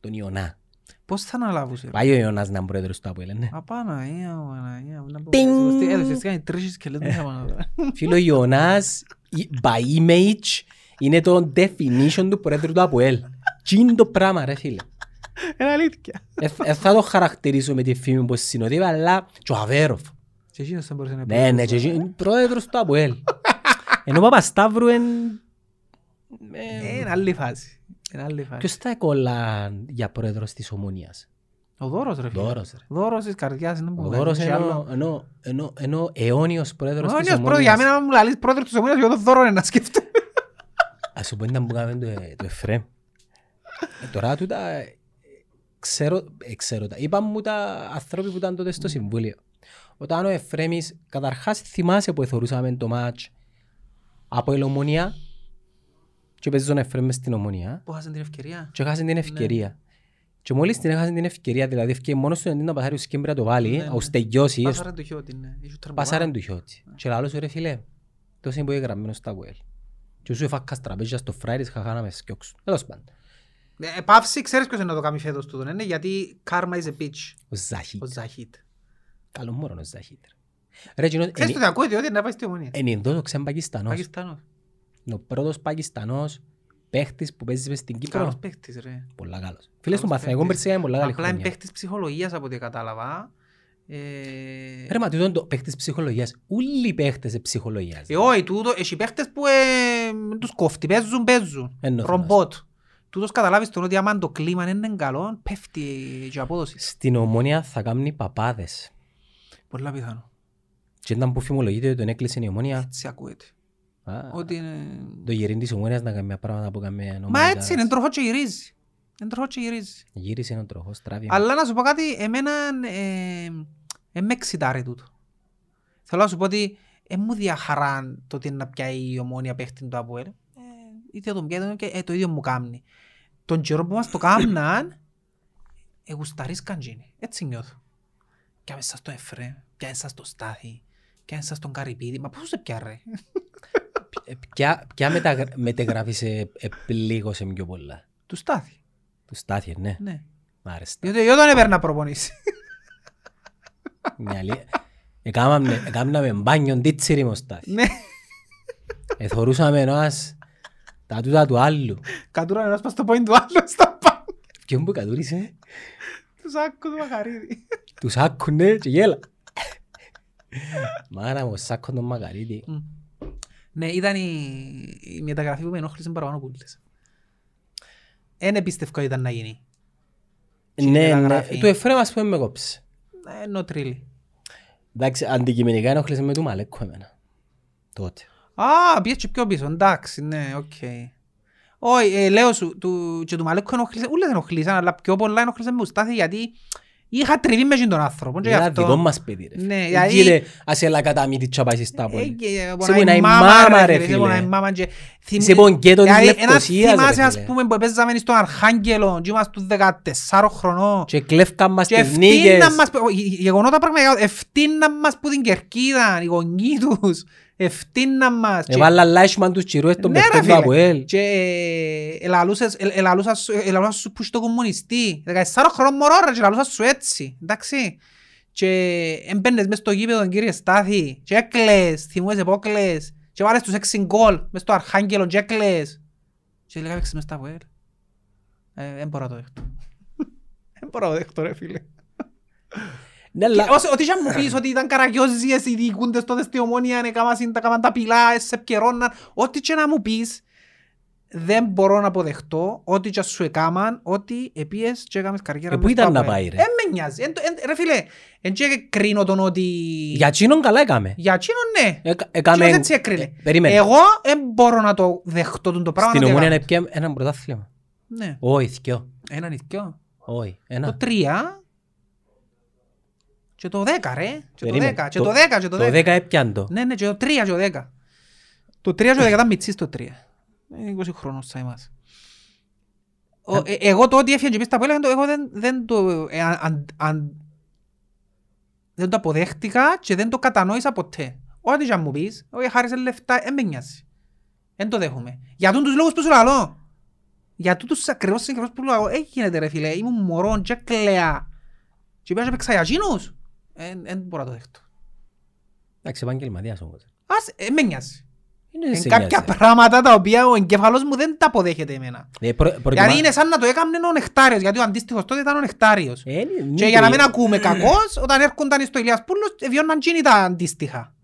Speaker 1: Τον Ιωνά.
Speaker 2: Πώς θα αναλάβουν ρε.
Speaker 1: Πάει ο Ιωνάς να είναι πρόεδρος του Αποέλ,
Speaker 2: [LAUGHS]
Speaker 1: ναι.
Speaker 2: Απαναία, Παναγία, να πω
Speaker 1: Τινγκ.
Speaker 2: κάτι. Έδωσες κάνει τρίσεις και λέω δεν θα πάω.
Speaker 1: [LAUGHS] Φίλο Ιωνάς, η- by image, είναι το definition του πρόεδρου του Αποέλ. Τι είναι το πράγμα ρε φίλε.
Speaker 2: Είναι αλήθεια.
Speaker 1: Ε, ε, θα το χαρακτηρίσω με τη φήμη που συνοδεύει, αλλά και ο Αβέροφ.
Speaker 2: Και εκείνος δεν μπορούσε να πει.
Speaker 1: Ναι, ναι, και εκείνη- είναι πρόεδρος του Αποέλ. Ενώ ο Παπασταύρου εν...
Speaker 2: Ε, Είναι άλλη φάση. Είναι άλλη φάση.
Speaker 1: Ποιος τα έκολαν για πρόεδρος της Ομόνιας.
Speaker 2: Ο δώρος ρε φίλε.
Speaker 1: Δώρος, ρε.
Speaker 2: Δώρος της καρδιάς είναι που
Speaker 1: Ο Δώρος
Speaker 2: κάνει
Speaker 1: είναι
Speaker 2: και άλλο.
Speaker 1: ο- ενώ- ενώ- ενώ αιώνιος πρόεδρος
Speaker 2: Ο
Speaker 1: της
Speaker 2: Ιωνίος πρόεδρος, για
Speaker 1: Ομόνιας.
Speaker 2: μένα μου λαλείς πρόεδρος της ομόνιας, εγώ το δώρο είναι να
Speaker 1: [LAUGHS]
Speaker 2: σκεφτώ.
Speaker 1: Ας σου πω ήταν που κάνουμε το- το Εφραίμ. Ε, Τώρα τούτα ε, ξέρω, ε, ξέρω τα. Είπαν μου τα ανθρώποι που ήταν τότε στο συμβούλιο. Όταν ο Εφραίμις, καταρχάς θυμάσαι που εθωρούσαμε το μάτς από ελομονία και παίζει τον Εφραίμ μες στην ομονία
Speaker 2: Που χάσαν την ευκαιρία.
Speaker 1: και χάσαν την ευκαιρία. Και μόλις την έχασαν την ευκαιρία, δηλαδή ευκαιρία μόνος του εντύνει να πασάρει ο Σκέμπρα το βάλει,
Speaker 2: Ναι, ναι.
Speaker 1: ο στεγιώσει,
Speaker 2: Πάσαραν το χιότι, ναι. Ήσουν τραμπουά.
Speaker 1: πασάρεν του χιότσι. Και λαλός σου ρε φίλε, τόσο είναι που είναι γραμμένο στα Αποέλ. Και σου έφακα τραπέζια στο Fridays, χαχά να με σκιώξουν. Τέλος πάντων.
Speaker 2: Ε, ε, Παύση, ξέρεις ποιος είναι να το κάνει φέτος τούτον, είναι γιατί karma is a bitch,
Speaker 1: Ο Ζάχιτ.
Speaker 2: ο
Speaker 1: Ε,
Speaker 2: Ζαχίτ.
Speaker 1: Καλό μωρό ο Ζάχιτ. Ρε, κοινό,
Speaker 2: Ξέρεις το ότι ακούει, διότι να πάει στη ομονία.
Speaker 1: είναι εντός ο ξέν Πακιστανός.
Speaker 2: Πακιστάνος.
Speaker 1: Είναι ο πρώτος Πακιστανός παίχτης που παίζει μες στην
Speaker 2: Καλός
Speaker 1: Κύπρο.
Speaker 2: παίχτης ρε.
Speaker 1: Πολλά καλός. Φίλες στον
Speaker 2: Καλός
Speaker 1: Παθηναϊκό
Speaker 2: παίχτης.
Speaker 1: Περσικά είναι πολλά καλή
Speaker 2: Απλά είναι
Speaker 1: χρονιά.
Speaker 2: παίχτης ψυχολογίας από ό,τι κατάλαβα. Ε,
Speaker 1: Ρε, μα τούτο είναι το παίχτης ψυχολογίας. Όλοι οι παίχτες είναι ψυχολογίας.
Speaker 2: Ε, όχι, τούτο, έχει παίχτες που ε, τους κόφτει, παίζουν, παίζουν.
Speaker 1: Εννοώ,
Speaker 2: Ρομπότ. Τούτος καταλάβεις τον ότι άμα το κλίμα είναι καλό, πέφτει η απόδοση.
Speaker 1: Στην Ομόνια θα κάνει παπάδες.
Speaker 2: Πολλά πιθανό.
Speaker 1: Και ήταν που φημολογείται ότι τον έκλεισε η Ομόνια.
Speaker 2: Έτσι ακούεται.
Speaker 1: Α,
Speaker 2: Ότι είναι...
Speaker 1: Το γερήν της Ομόνιας να κάνει μια πράγματα που κάνει η
Speaker 2: Μα
Speaker 1: Ομόνια.
Speaker 2: έτσι είναι, τροχός και γυρίζει. Είναι τροχός και γυρίζει.
Speaker 1: Γύρισε έναν τροχό, στράβει.
Speaker 2: Αλλά να σου πω κάτι, εμένα ε, ε, με εξητάρει τούτο. Θέλω να σου πω ότι ε, μου διαχαρά το ότι να πιάει η ομόνια παίχτη του Αποέλ. Ε, είτε τον πιάει, είτε τον πιάει, ε, το ίδιο μου κάνει. Τον καιρό που μας το κάμναν, ε, γουσταρίσκαν γίνει. Έτσι νιώθω. Κι άμεσα στο Εφρέ, κι άμεσα στο Στάθη, κι άμεσα στον Καρυπίδη. Μα πώς σε πιάρε.
Speaker 1: Ε, Ποια, ποια μεταγρα... [LAUGHS] μετεγραφή σε ε, πλήγωσε πιο πολλά.
Speaker 2: Του Στάθη,
Speaker 1: Του Στάθη, ναι.
Speaker 2: ναι.
Speaker 1: Μ' άρεσε.
Speaker 2: Διότι εγώ τον έπαιρνα προπονήσει.
Speaker 1: Μια αλή- Εκάμαμε- Εκάμναμε μπάνιον τίτσιρι μου Στάθη.
Speaker 2: Ναι,
Speaker 1: Εθωρούσαμε ένας τα τούτα του άλλου.
Speaker 2: κατούραν ένας πας στο πόιν του άλλου στα πάνω.
Speaker 1: Και μου που κατούρισε,
Speaker 2: Τους άκου του Μακαρίδη.
Speaker 1: τους άκουνε και γέλα. Μάνα μου, σάκον τον Μακαρίτη.
Speaker 2: Ναι, ήταν η, η μεταγραφή που με ενόχλησε παραπάνω που ήλθες. Εν επίστευκο ήταν να γίνει. Και
Speaker 1: Ναι, ναι.
Speaker 2: μεταγραφή.
Speaker 1: Του Εφραίμ ας πούμε με κόψε.
Speaker 2: Ε, Ενώ τρίλη.
Speaker 1: Εντάξει, αντικειμενικά ενοχλήσε με του Μαλέκο εμένα. Τότε.
Speaker 2: Α, πήγες και πιο πίσω. Εντάξει, ναι, οκ. Όχι, ε, λέω σου, του, και του Μαλέκου ενοχλήσε, ούλες ενοχλήσαν, αλλά πιο πολλά ενοχλήσε με ουστάθη γιατί είχα τριβεί με εκείνον τον άνθρωπο. και γι'
Speaker 1: Ήταν
Speaker 2: αυτό-
Speaker 1: δικό μας παιδί ρε.
Speaker 2: Ναι,
Speaker 1: Εγγύλε,
Speaker 2: δηλαδή-
Speaker 1: ας έλα κατά μύτη τσαπάσεις στα
Speaker 2: Ε,
Speaker 1: πόλη.
Speaker 2: και μπορεί
Speaker 1: Σε μπορεί
Speaker 2: να
Speaker 1: να
Speaker 2: είναι
Speaker 1: η
Speaker 2: μάμα
Speaker 1: μάμα,
Speaker 2: ρε
Speaker 1: ρε,
Speaker 2: φίλε. Σε μπορεί να
Speaker 1: φίλε.
Speaker 2: είναι μάμα και θυμ-
Speaker 1: Σε πονκέτο της
Speaker 2: Δηλαδή, ένας
Speaker 1: Λευκοσίας ρε
Speaker 2: θυμάσαι, ας
Speaker 1: φίλε.
Speaker 2: πούμε, που παίζαμε στον Αρχάγγελο και είμαστε του 14 χρονών
Speaker 1: Και κλέφκαν μας
Speaker 2: και
Speaker 1: τις νίκες.
Speaker 2: ευθύναν μας, ο, γε- γεγονότα πραγματικά, ευθύναν μας που την Κερκίδα, οι γονείς [LAUGHS] τους, ευθύναν μας. Και-
Speaker 1: Έβαλα λάισμαν τους τσιρούες των
Speaker 2: Ναι, ρε,
Speaker 1: παιχτών του
Speaker 2: φίλε.
Speaker 1: Αποέλ.
Speaker 2: Και ε, ελαλούσες- ε, ελαλούσας σου- ε, ελαλούσας σου που είσαι το κομμουνιστή. 14 χρόνο μωρό ρε και ελαλούσας σου έτσι. Εντάξει. Και έμπαινες μες στο γήπεδο τον κύριε Στάθη και έκλαις, θυμούσες επόκλαις. Και βάλες τους έξι γκολ μες στο Αρχάγγελο και έκλαις. Και έλεγα παίξεις μες στα Αποέλ. Ε, Δεν μπορώ να το [LAUGHS] δέχτω. Δεν μπορώ να το δέχτω ρε φίλε.
Speaker 1: Ναι,
Speaker 2: Και
Speaker 1: αλλά-
Speaker 2: όσο- Ό,τι και αν μου πεις ότι ήταν καραγιόζιες, οι διοικούντες τότε στη Ομόνια, έκαναν συν- τα έκαναν τα πυλά, σε πιερώναν, ό,τι και να μου πεις, δεν μπορώ να αποδεχτώ ό,τι και σου έκαναν, ότι επίες και έκαμες καριέρα.
Speaker 1: Ε, πού
Speaker 2: μες
Speaker 1: ήταν
Speaker 2: στο
Speaker 1: να
Speaker 2: ΑΠΟΕΛ.
Speaker 1: πάει, ρε?
Speaker 2: Ε, με νοιάζει. Εν το- εν- Ρε φίλε, εν και κρίνω τον ότι...
Speaker 1: Για τσίνον καλά έκαμε.
Speaker 2: Για εκείνον ναι.
Speaker 1: Έκα-
Speaker 2: Εκείνος
Speaker 1: Έκαμε...
Speaker 2: έτσι έκρινε.
Speaker 1: Ε, Περίμενε.
Speaker 2: Εγώ δεν μπορώ να το δεχτώ τον το πράγμα.
Speaker 1: Στην
Speaker 2: να το
Speaker 1: Ομόνια
Speaker 2: έκανα.
Speaker 1: έπιαμε έναν πρωτάθλημα.
Speaker 2: Ναι.
Speaker 1: Όχι, θκυο.
Speaker 2: Έναν ή δυο.
Speaker 1: Όχι,
Speaker 2: Το
Speaker 1: ένα.
Speaker 2: τρία και το δέκα ρε. Και το
Speaker 1: Περίμενε.
Speaker 2: δέκα, και
Speaker 1: Το-
Speaker 2: το δέκα, και το
Speaker 1: Το
Speaker 2: δέκα.
Speaker 1: 10 έπιαν το.
Speaker 2: Ναι, ναι, και το 3 και το 10. Το 3 και το 10 ήταν μητσής το 3. Ε, 20 χρόνος σαν εμάς. Ο, ε, εγώ το ότι έφυγε και πήγε στα πόλια, εγώ δεν, δεν το... Ε, αν- αν, αν, δεν το αποδέχτηκα και δεν το κατανόησα ποτέ. Ό,τι και αν μου πεις, όχι χάρισε λεφτά, δεν με νοιάζει. Δεν το δέχομαι. Για τούτους λόγους που σου λαλώ. Για τούτους ακριβώς συγκεκριμένους που λαλώ. Ε, γίνεται ρε φίλε, ήμουν μωρόν και κλαία. Και πήγα και παίξα για εκείνους. Ε, Δεν μπορώ να το δέχτω.
Speaker 1: Εντάξει, επαγγελματίας όμως.
Speaker 2: Ας, ε, με νοιάζει.
Speaker 1: Είναι
Speaker 2: Είναι
Speaker 1: σε
Speaker 2: Ε, κάποια
Speaker 1: νοιάζει.
Speaker 2: πράγματα τα οποία ο εγκέφαλος μου δεν τα αποδέχεται εμένα.
Speaker 1: Ε, προ- προτιμά-
Speaker 2: Δηλαδή είναι σαν να το έκαμνε ο Νεκτάριος, γιατί ο αντίστοιχος τότε ήταν ο Νεκτάριος.
Speaker 1: Ε, είναι-
Speaker 2: Και
Speaker 1: είναι
Speaker 2: για να μην
Speaker 1: τρία.
Speaker 2: ακούμε κακός, όταν έρχονταν στο Ηλίας Πούλος, ε, βιώναν τζίνι τα αντίστοιχα.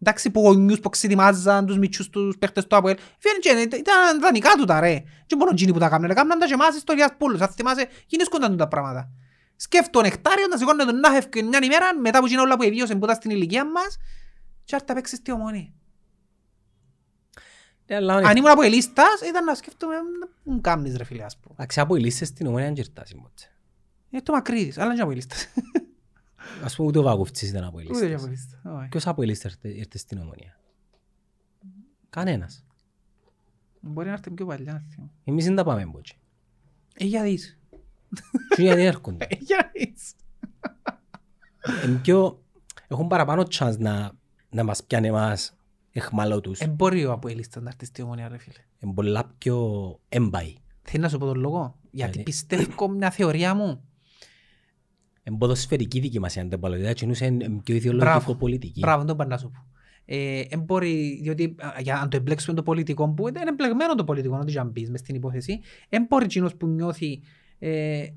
Speaker 2: Εντάξει, που γονιούς που ξετοιμάζαν τους μητσούς τους παίχτες του Αποέλ. Φέρνει τζίνι, ήταν δανεικά του τα ρε. Και μόνο τζίνι που τα κάμνε, κάμναν τα και εμάς στο Ηλίας Πούλος. Αν θυμάσαι, γίνησκονταν τα πράγματα. Σκέφτο ο Νεκτάριος να σηκώνει τον Νάχευ και μια ημέρα, μετά που γίνε όλα που εβίωσε που ήταν στην ηλικία μας, και άρτα παίξεις στη ομόνη.
Speaker 1: Ε, αλλά είναι-
Speaker 2: Αν ήμουν από ελίστας, ήταν να σκέφτομαι να μου κάνεις ρε φίλε ας πούμε.
Speaker 1: Εντάξει, από οι λίστες στην Ομόνια δεν κερτάζει ποτέ.
Speaker 2: Είναι το μακρύδης, αλλά δεν είναι από ελίστας.
Speaker 1: Ας πούμε ούτε ο Βαγουφτσής ήταν από οι
Speaker 2: Ούτε είναι
Speaker 1: λίστες.
Speaker 2: από ελίστας. όχι.
Speaker 1: Ποιος από οι λίστες ήρθε- ήρθε στην Ομόνια. Κανένας.
Speaker 2: Μπορεί να έρθει πιο παλιά. να θυμώ.
Speaker 1: Εμείς δεν τα πάμε από εκεί.
Speaker 2: Ε, για δεις.
Speaker 1: Τι είναι γιατί
Speaker 2: [LAUGHS]
Speaker 1: έρχονται.
Speaker 2: Ε, για δεις.
Speaker 1: Εν πιο- Έχουν παραπάνω chance να, να μας πιάνε εμάς εχμαλώτους.
Speaker 2: Ε, μπορεί ο Αποέλης να έρθει στη ομονία ρε φίλε.
Speaker 1: Είναι πολλά πιο έμπαοι.
Speaker 2: Θέλει να σου πω τον λόγο. Γιατί
Speaker 1: Ναι.
Speaker 2: πιστεύω μια θεωρία μου.
Speaker 1: Είναι ποδοσφαιρική δική μας η ανταπαλωτικά και είναι Δηλαδή, εν- πιο
Speaker 2: Μπράβο.
Speaker 1: ιδεολογικό πολιτική.
Speaker 2: Μπράβο, τον να σου πω. Ε, εν μπορεί, διότι α, για να το εμπλέξουμε το πολιτικό που είναι εμπλεγμένο το πολιτικό, να το τζαμπείς μες στην υπόθεση, εν μπορεί εκείνος που νιώθει ε, ε,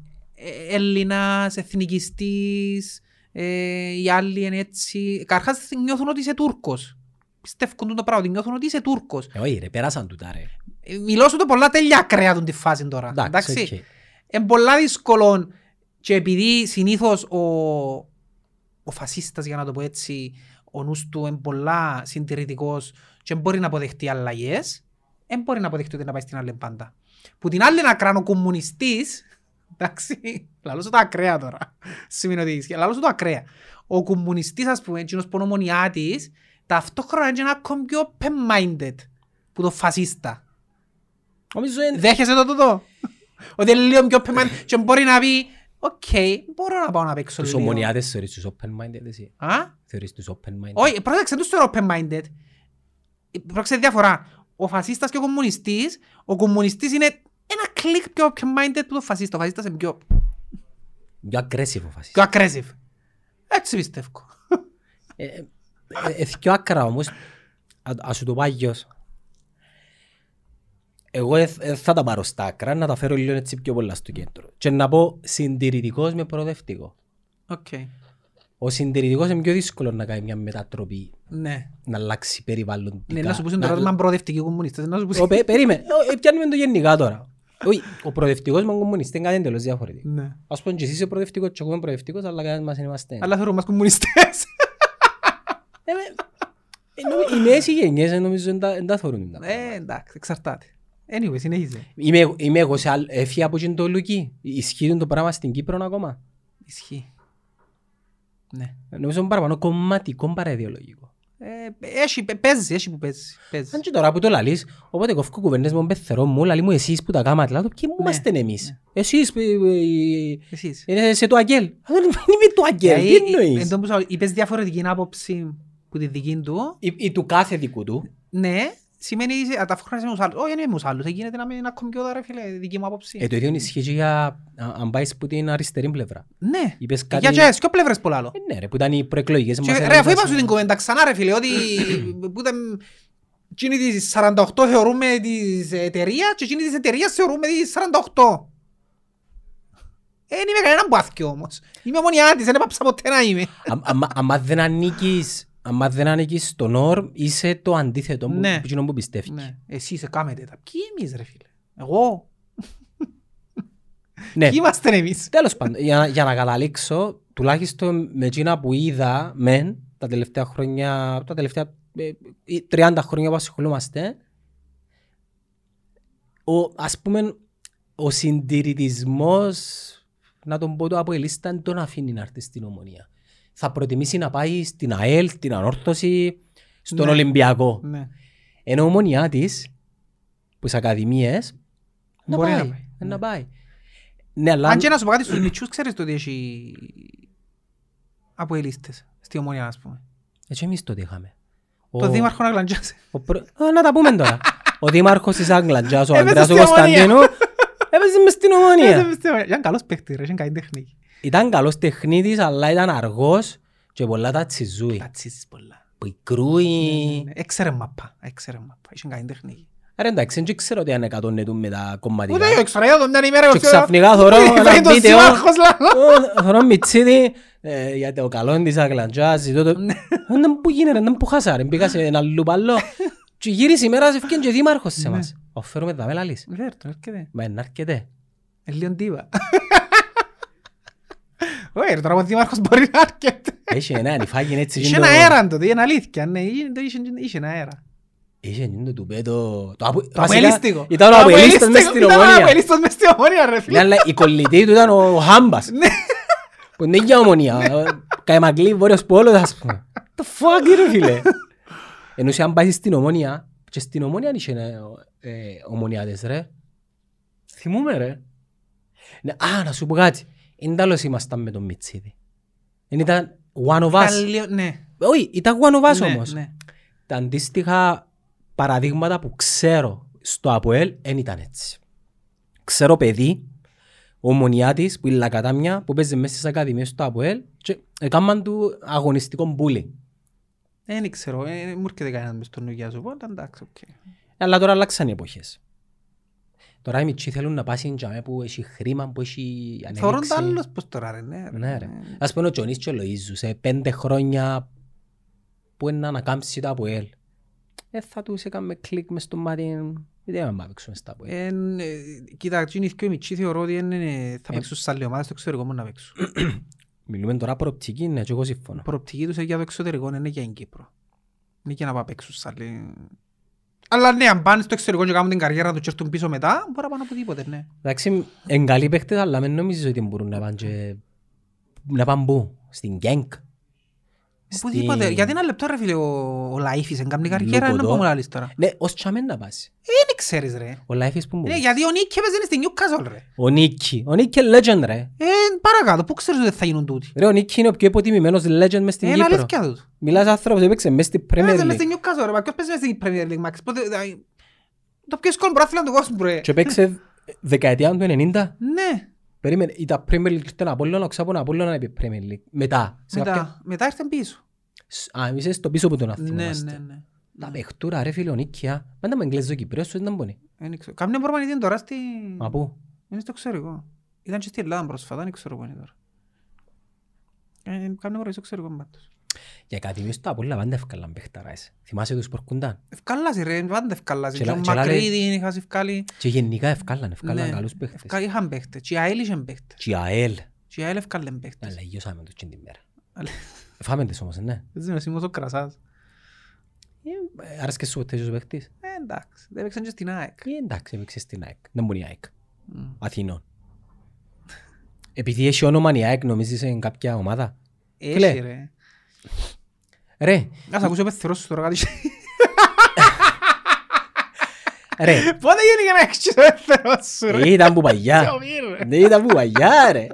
Speaker 2: Έλληνας, εθνικιστής, ε, οι άλλοι είναι έτσι. Καρχάς νιώθουν ότι είσαι Τούρκος. Πιστεύουν το πράγμα, ότι νιώθουν ότι είσαι Τούρκος.
Speaker 1: Ε, Όχι ρε, πέρασαν τούτα ρε.
Speaker 2: Ε, Μιλώ σου το πολλά τέλεια ακραία τον τη φάση τώρα.
Speaker 1: Εντάξει, οκ.
Speaker 2: Είναι πολλά δύσκολο και επειδή συνήθως ο, ο φασίστας, για να το πω έτσι, ο νους του είναι πολλά συντηρητικός και δεν μπορεί να αποδεχτεί αλλαγές, δεν μπορεί να αποδεχτεί ούτε να πάει στην άλλη πάντα. Που την άλλη να κράνω [LAUGHS] κομμουνιστής, εντάξει, λαλώ σου το ακραία τώρα, σημαίνει ότι ισχύει, λαλώ σου το ακραία. Ο κομμουνιστής, ας πούμε, εκείνος που είναι ομονιάτης, ταυτόχρονα είναι ακόμη πιο open-minded που το φασίστα.
Speaker 1: Νομίζω είναι...
Speaker 2: Δέχεσαι το τούτο. Ότι είναι λίγο πιο πεμμένο και μπορεί να πει «Οκ, μπορώ να πάω να παίξω
Speaker 1: Τους
Speaker 2: λίγο».
Speaker 1: ομονιάδες θεωρείς τους open-minded εσύ.
Speaker 2: Α,
Speaker 1: Θεωρείς τους open-minded.
Speaker 2: όχι, πρόσεξε, τους θεωρώ open-minded. Ε, Πρόσεξε τη διαφορά. Ο φασίστας και ο κομμουνιστής, ο κομμουνιστής είναι ένα κλικ πιο open-minded που το φασίστα. Ο φασίστας είναι πιο,
Speaker 1: Πιο aggressive ο φασίστας.
Speaker 2: πιο aggressive. Έτσι πιστεύω.
Speaker 1: Ε, ε, ε, Πιο άκρα όμως, α- ας σου το πάει γιος. Εγώ ε, ε, θα τα πάρω στα άκρα, να τα φέρω λίγο έτσι πιο πολλά στο κέντρο. Και να πω συντηρητικός με προοδευτικό.
Speaker 2: Οκ. Ναι.
Speaker 1: Ο συντηρητικός είναι πιο δύσκολο να κάνει μια μετατροπή,
Speaker 2: Ναι.
Speaker 1: να αλλάξει περιβαλλοντικά.
Speaker 2: Ναι, να σου πούσουν το
Speaker 1: να-
Speaker 2: ρώτημα αν προοδευτικοί κομμουνιστές. Να σου πούσουν-
Speaker 1: Ο, πε- περίμενε, Ο, ε, πιάνουμε το γενικά τώρα. Όχι, ο προοδευτικός με τον κομμουνιστή είναι κάτι εντελώς διαφορετικό.
Speaker 2: Ναι.
Speaker 1: Ας πούμε και εσύ είσαι προοδευτικός και εγώ είμαι προοδευτικός, αλλά κανένας μας είναι είμαστε.
Speaker 2: Αλλά θεωρώ μας κομμουνιστές.
Speaker 1: Ε, ε, νο- Οι νέες οι γενιές ε, νομίζω δεν τα- δεν τα θεωρούν. τα
Speaker 2: Ε, εντάξει, εξαρτάται. Anyway, συνέχιζε.
Speaker 1: Είμαι, εγ- είμαι εγώ σε άλλο, έφυγα από εκείνο το Λουκί. Ισχύει το πράγμα στην Κύπρο ακόμα.
Speaker 2: Ισχύει. Ναι.
Speaker 1: Νομίζω είναι παραπάνω κομματικό παρά ιδεολογικό.
Speaker 2: Ε, έχει, πε- παίζει, έχει που παίζει. παίζει.
Speaker 1: Αν και τώρα που το λαλείς, οπότε κοφκού κουβέρνες μου, πεθερό μου, λαλί μου εσείς που τα κάματε, λάθο,
Speaker 2: Ναι.
Speaker 1: ποιοι είμαστε εμείς. Εσείς, που, ε, ε, ε,
Speaker 2: Εσείς.
Speaker 1: είναι σε το Αγγέλ. Α, Δεν είμαι το Αγγέλ,
Speaker 2: Δηλαδή,
Speaker 1: τι
Speaker 2: ε, εν
Speaker 1: εννοείς.
Speaker 2: τω που σου λέω, είπες διαφορετική άποψη που τη δική του.
Speaker 1: Ή ή του κάθε δικού του.
Speaker 2: Ναι, σημαίνει είσαι ταυτόχρονα είσαι με τους άλλους. Όχι, δεν είμαι με τους άλλους. Δεν γίνεται να είμαι ένα κομπιόδα, ρε φίλε, δική μου άποψη.
Speaker 1: Ε, το ίδιο ισχύει και για, α, αν πάεις που την αριστερή πλευρά.
Speaker 2: ναι,
Speaker 1: Είπες
Speaker 2: Ε, για
Speaker 1: κάτι...
Speaker 2: τζες, ποιο πλευρές πολλά άλλο.
Speaker 1: Ε, Ναι ρε, που ήταν οι προεκλογικές μας.
Speaker 2: Και, Ρε,
Speaker 1: έλεγαν
Speaker 2: αφού
Speaker 1: τα
Speaker 2: είπα σου
Speaker 1: σήμερα.
Speaker 2: την κουβέντα ξανά, ρε φίλε,
Speaker 1: [COUGHS]
Speaker 2: ότι που ήταν... Εκείνη της 48 θεωρούμε της εταιρείας και εκείνη της εταιρείας θεωρούμε της 48. Ε, Δεν είμαι κανέναν μπάθκιο όμως. Είμαι ομονιάτης, δεν έπαψα ποτέ να είμαι.
Speaker 1: Α- αμα- Αμα δεν ανήκεις, αμα δεν ανήκεις στον όρ, είσαι το αντίθετο που,
Speaker 2: Ναι.
Speaker 1: που, εκείνο που πιστεύεις. Ναι.
Speaker 2: Ναι. Εσείς κάμετε τα. Ποιοι εμείς ρε φίλε. Εγώ.
Speaker 1: ναι.
Speaker 2: Ποιοι είμαστε εμείς.
Speaker 1: Τέλος πάντων, για, να- για να καταλήξω, τουλάχιστον με εκείνα που είδα μεν τα τελευταία χρόνια, τα τελευταία ε, ε, 30 χρόνια που ασχολούμαστε, ο, ας πούμε, ο συντηρητισμός, να τον πω το από η λίστα, δεν τον αφήνει να έρθει στην ομονία. Θα προτιμήσει να πάει στην ΑΕΛ, την Ανόρθωση, στον
Speaker 2: Ναι.
Speaker 1: Ολυμπιακό.
Speaker 2: Ναι.
Speaker 1: Ενώ η ομονιά της, που στις ακαδημίες, να
Speaker 2: Μπορεί
Speaker 1: πάει.
Speaker 2: να πάει.
Speaker 1: ε, να
Speaker 2: Ναι.
Speaker 1: πάει. Ναι, αλλά...
Speaker 2: Αν και να σου πω κάτι στους μητσούς ξέρεις το ότι έχει από ελίστες στη ομονία ας πούμε.
Speaker 1: Έτσι εμείς τότε είχαμε. Ο-
Speaker 2: Το δήμαρχο να γλαντζάσει.
Speaker 1: ο προ- Α, να τα πούμε τώρα. ο δήμαρχος της Άγκλαντζας, ο
Speaker 2: Έπαιζε
Speaker 1: Ανδρέας ο
Speaker 2: στην Ομόνια.
Speaker 1: Κωνσταντίνου, έπαιζε μες στην
Speaker 2: [LAUGHS]
Speaker 1: Ομονία.
Speaker 2: Ήταν καλός παίχτης ρε, είχε καλή τεχνική.
Speaker 1: Ήταν καλός τεχνίτης, αλλά ήταν αργός και πολλά τα τσιζούει.
Speaker 2: Λατσίζεις πολλά. Ναι, ναι,
Speaker 1: Πικρούει.
Speaker 2: ναι. Έξερε μαπά, έξερε μαπά, είχε καλή τεχνική.
Speaker 1: Άρα εντάξει, δεν ξέρω τι αν εκατονετούν με τα κομματικά.
Speaker 2: Ούτε εγώ ήξερα, είδα μια ημέρα
Speaker 1: Και
Speaker 2: ξέρω,
Speaker 1: ξαφνικά θωρώ
Speaker 2: θα είναι
Speaker 1: ένα
Speaker 2: το
Speaker 1: βίντεο.
Speaker 2: σύμμαχος, λαλό.
Speaker 1: Ω, Θωρώ Μιτσίδη, ε, γιατί ο καλόν της Αγκλαντζάς, ζητώ το...
Speaker 2: Ναι.
Speaker 1: Δεν που γίνερε, δεν που χάσαρε, μπήκα σε ένα λουπαλό. Και γύρισε η μέρα, έφυγε και δήμαρχος
Speaker 2: Ναι.
Speaker 1: σε μας. Οφέρουμε τα μέλα
Speaker 2: Βέρτο, έρχεται.
Speaker 1: Μα να έρχεται.
Speaker 2: Ε, Λίγο ντίβα. [LAUGHS] Ωε, ρε, τώρα ο δήμαρχος μπορεί να έρχεται.
Speaker 1: Έχει ένα ανιφάγιν έτσι.
Speaker 2: Είχε
Speaker 1: το-
Speaker 2: ένα αέρα τότε, είναι αλήθεια. Ναι, είχε- το είχε- είχε ένα αέρα.
Speaker 1: Είχε το τουπέτο. Το απο-
Speaker 2: Το
Speaker 1: βασικά,
Speaker 2: αποελίστικο.
Speaker 1: Ήταν ο
Speaker 2: Το
Speaker 1: αποελίστος μες
Speaker 2: αποελίστικο,
Speaker 1: στην
Speaker 2: Ήταν ο
Speaker 1: ομόνια.
Speaker 2: αποελίστος μες στην ομόνια, ρε φίλε.
Speaker 1: Ναι, αλλά η κολλητή του ήταν ο Χάμπας.
Speaker 2: Ναι.
Speaker 1: Που είναι για ομονία. Καϊμαγκλή, Βόρειος Πόλος, ας πούμε. Το fuck, ρε φίλε. Εννοούσε αν πάει στην ομόνια, και στην ομόνια είχε ε, ε, ομονιάτες, ρε. Θυμούμε, ρε. Ναι, Α, να σου πω κάτι. Εν τέλος ήμασταν με τον Μιτσίδη. Εν ήταν one of us.
Speaker 2: Ήταν λίγο- ναι,
Speaker 1: Όχι, ήταν one of us
Speaker 2: ναι,
Speaker 1: όμως.
Speaker 2: ναι.
Speaker 1: Τα αντίστοιχα παραδείγματα που ξέρω στο ΑΠΟΕΛ δεν ήταν έτσι. Ξέρω παιδί, ομονιάτης που είναι λακατάμια, που παίζει μέσα στις ακαδημίες του ΑΠΟΕΛ και έκαναν του αγωνιστικό bullying.
Speaker 2: Δεν ξέρω, ε, μου έρχεται κανένας μες στον νου σου, οπότε εντάξει, οκ.
Speaker 1: Ναι, Αλλά τώρα αλλάξαν οι εποχές. Τώρα οι μητσοί θέλουν να πάσουν τζαμέ που έχει χρήμα, που έχει
Speaker 2: Θωρούν
Speaker 1: ανέλυξη.
Speaker 2: τα άλλος πως τώρα ρε, ναι.
Speaker 1: Ναι, ρε. Ας πούμε ο Τζονίς και ο Λοΐζου σε πέντε χρόνια που είναι να ανακάμψει τα ΑΠΟΕΛ. Ε, θα τους έκαμε κλικ μες στο μάτι. Δεν θα παίξουμε στα ΑΠΟΕΛ.
Speaker 2: Εν, ε, Κοίτα, εκείνοι οι δυο μητσοί θεωρώ ότι εν, ε, θα παίξουν στις άλλες ομάδες στο εξωτερικό μόνο να παίξουν.
Speaker 1: Μιλούμε τώρα προοπτική, ναι, και εγώ συμφωνώ.
Speaker 2: Προοπτική τους είναι για το εξωτερικό, είναι για την Κύπρο. Είναι για να πάει παίξουν στις άλλες. Αλλά ναι, αν πάνε στο εξωτερικό και κάνουν την καριέρα τους και έρθουν πίσω μετά, μπορεί να πάνε οπουδήποτε, ναι.
Speaker 1: Εντάξει, εν καλοί παίχτες, αλλά μην νομίζεις ότι μπορούν να πάνε και... να πάνε πού, στην Γκένκ.
Speaker 2: Οπουδήποτε. Γιατί ένα λεπτό ρε φίλε, ο, ο Λαΐφης δεν κάνει καριέρα, να
Speaker 1: Λουκωτό.
Speaker 2: πούμε λαλείς τώρα.
Speaker 1: Ναι, ως τσάμε να πας.
Speaker 2: Δεν ξέρεις ρε.
Speaker 1: Ο Λάιφης που μου.
Speaker 2: Ναι, γιατί ο Νίκη έπαιζε στην Newcastle ρε.
Speaker 1: Ο Νίκη. Ο Νίκη είναι legend ρε.
Speaker 2: Ε, παρακάτω, πού ξέρεις ότι θα γίνουν τούτοι.
Speaker 1: Ρε, ο Νίκη είναι ο πιο υποτιμημένος legend μες στην
Speaker 2: Ε, Είναι
Speaker 1: Κύπρο. Ε, ναι,
Speaker 2: αλήθεια τούτο.
Speaker 1: Μιλάς άνθρωπος που έπαιξε μες στην Premier
Speaker 2: Παίζει
Speaker 1: League.
Speaker 2: μες στην Newcastle ρε, μα ποιος παίζει μες στην Premier League, Μάξ. Πότε, δηλαδή, Το πιο σκολό πρόθυλα του κόσμου ρε.
Speaker 1: Και παίξε δεκαετία του 90.
Speaker 2: Ναι,
Speaker 1: Περίμενε, ήταν Premier League στον Απόλλωνα, ο ξάπων Απόλλωνα επί Premier League. Μετά. σε κάποια-
Speaker 2: μετά, μετά ήρθαν πίσω.
Speaker 1: Σ- Α, εμείς στο πίσω που τον
Speaker 2: Ναι, ναι,
Speaker 1: αθυμόμαστε.
Speaker 2: ναι.
Speaker 1: Τα παιχτούρα ρε φίλε ο Νίκη, α. Πάντα με Εγγλέζο Κυπρέος, σου ήταν πονή.
Speaker 2: Δεν ξέρω. Κάμουν προπονητή τώρα στη...
Speaker 1: Μα πού.
Speaker 2: Είναι στο εξωτερικό. Ήταν και στην Ελλάδα πρόσφατα, δεν ξέρω πού είναι τώρα. Ε, Κάμουν προπονητή στο εξωτερικό πάντως.
Speaker 1: Για ακαδημίες του Απόλλωνα πάντα έφκαλαν παιχταράες. Θυμάσαι τους προκούνταν.
Speaker 2: Ευκάλαζε ρε, πάντα ευκάλαζε.
Speaker 1: Και
Speaker 2: Και ο
Speaker 1: λα- και λάλε-
Speaker 2: Μακρύδη είχα ευκάλει.
Speaker 1: Και γενικά έφκαλαν, έφκαλαν
Speaker 2: Ναι.
Speaker 1: καλούς παίχτες.
Speaker 2: Ευκάλει- Είχαν παίχτες. Και η ΑΕΛ είχαν παίχτες.
Speaker 1: Και η ΑΕΛ.
Speaker 2: Και η ΑΕΛ ευκάλεν παίχτες.
Speaker 1: Αλλά γιώσαμε τους την μέρα.
Speaker 2: Αλλά-
Speaker 1: Φάμε τις όμως, ναι.
Speaker 2: Δεν ξέρω, σήμερα ο κρασάς.
Speaker 1: Ε, Άρεσκες σου ο τέτοιος παίχτης.
Speaker 2: Ε, εντάξει, δεν παίξαν και στην ΑΕΚ.
Speaker 1: Ε, εντάξει, έπαιξες στην ΑΕΚ. Δεν μπορεί η ΑΕΚ.
Speaker 2: Μμ.
Speaker 1: Αθηνών. Επειδή έχει όνομα η ΑΕΚ, νομίζεις είναι κάποια ομάδα.
Speaker 2: Έχει
Speaker 1: Κλέ.
Speaker 2: ρε.
Speaker 1: Ρε,
Speaker 2: Ας ακούσω πεθυρός σου τώρα κάτι.
Speaker 1: ρε,
Speaker 2: [LAUGHS]
Speaker 1: Ε,
Speaker 2: Πότε γενικά να έχεις και ο πεθυρός σου ρε.
Speaker 1: ήταν που παγιά.
Speaker 2: Σιωπή, ρε.
Speaker 1: Ναι, ήταν που παγιά, ρε.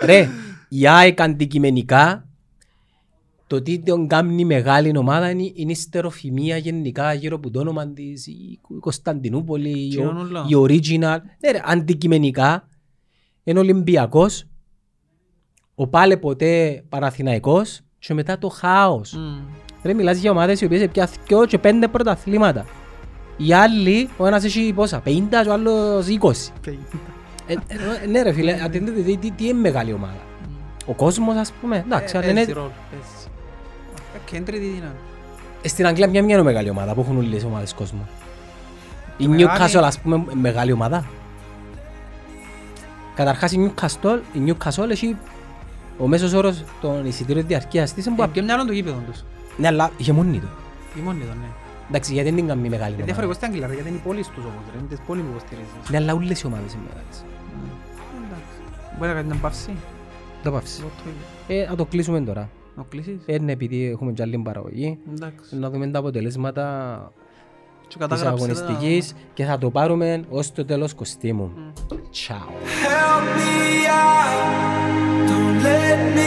Speaker 1: Ρε, η ΑΕΚ αντικειμενικά, το τι τον κάνει μεγάλη ομάδα είναι, είναι η στεροφημία γενικά γύρω από το όνομα της, η Κωνσταντινούπολη, η,
Speaker 2: Κοινών όλα.
Speaker 1: η original. Ναι, ρε, αντικειμενικά, είναι Ολυμπιακός, ο πάλε ποτέ Παραθηναϊκός και μετά το χάος.
Speaker 2: Μμ.
Speaker 1: Ρε, μιλάς για ομάδες οι οποίες πιάνουν δυο και πέντε πρωταθλήματα. Οι άλλοι, ο ένας έχει πόσα, 50 και ο άλλος 20. Ε, ε, ναι ρε φίλε, αντιλείτε τι, τι, τι είναι μεγάλη ομάδα. Ο κόσμος ας πούμε, εντάξει,
Speaker 2: Ε,
Speaker 1: αν είναι...
Speaker 2: παίζει ρόλο, παίζει. Κάποια είναι τρίτη δύναμη.
Speaker 1: Στην Αγγλία μια μια είναι μεγάλη ομάδα που έχουν όλες οι ομάδες κόσμο. Η
Speaker 2: Μεγάλη.
Speaker 1: Newcastle ας πούμε ε, μεγάλη ομάδα. Καταρχάς η Newcastle, η Newcastle έχει ο μέσος όρος των εισιτήριων διαρκείας της είναι που
Speaker 2: Ε,
Speaker 1: απ'
Speaker 2: και μυαλό το γήπεδο τους.
Speaker 1: Ναι αλλά γεμώνει το.
Speaker 2: Η μόνη ήταν, ναι.
Speaker 1: Εντάξει γιατί δεν την κάνει μεγάλη
Speaker 2: Είναι
Speaker 1: ομάδα.
Speaker 2: διαφορετικό στην Αγγλία, ρε, γιατί είναι οι πόλεις τους όμως, ρε. Είναι τις πόλεις που υποστηρίζεις.
Speaker 1: Ναι αλλά όλες οι ομάδες είναι μεγάλες.
Speaker 2: Ε, εντάξει. Μπορεί να κάνει μια παύση.
Speaker 1: Το πάψεις.
Speaker 2: Εγώ το ίδιο.
Speaker 1: Ε, να το κλείσουμε τώρα.
Speaker 2: Να κλείσεις.
Speaker 1: Ε, ναι, επειδή έχουμε και άλλη παραγωγή.
Speaker 2: Εντάξει.
Speaker 1: Να δούμε τα αποτελέσματα
Speaker 2: Και
Speaker 1: της
Speaker 2: κατάγραψε τα-
Speaker 1: αγωνιστικής και θα το πάρουμε ως το τέλος Κωστή μου. Τσάου.
Speaker 3: Help me out. Don't let me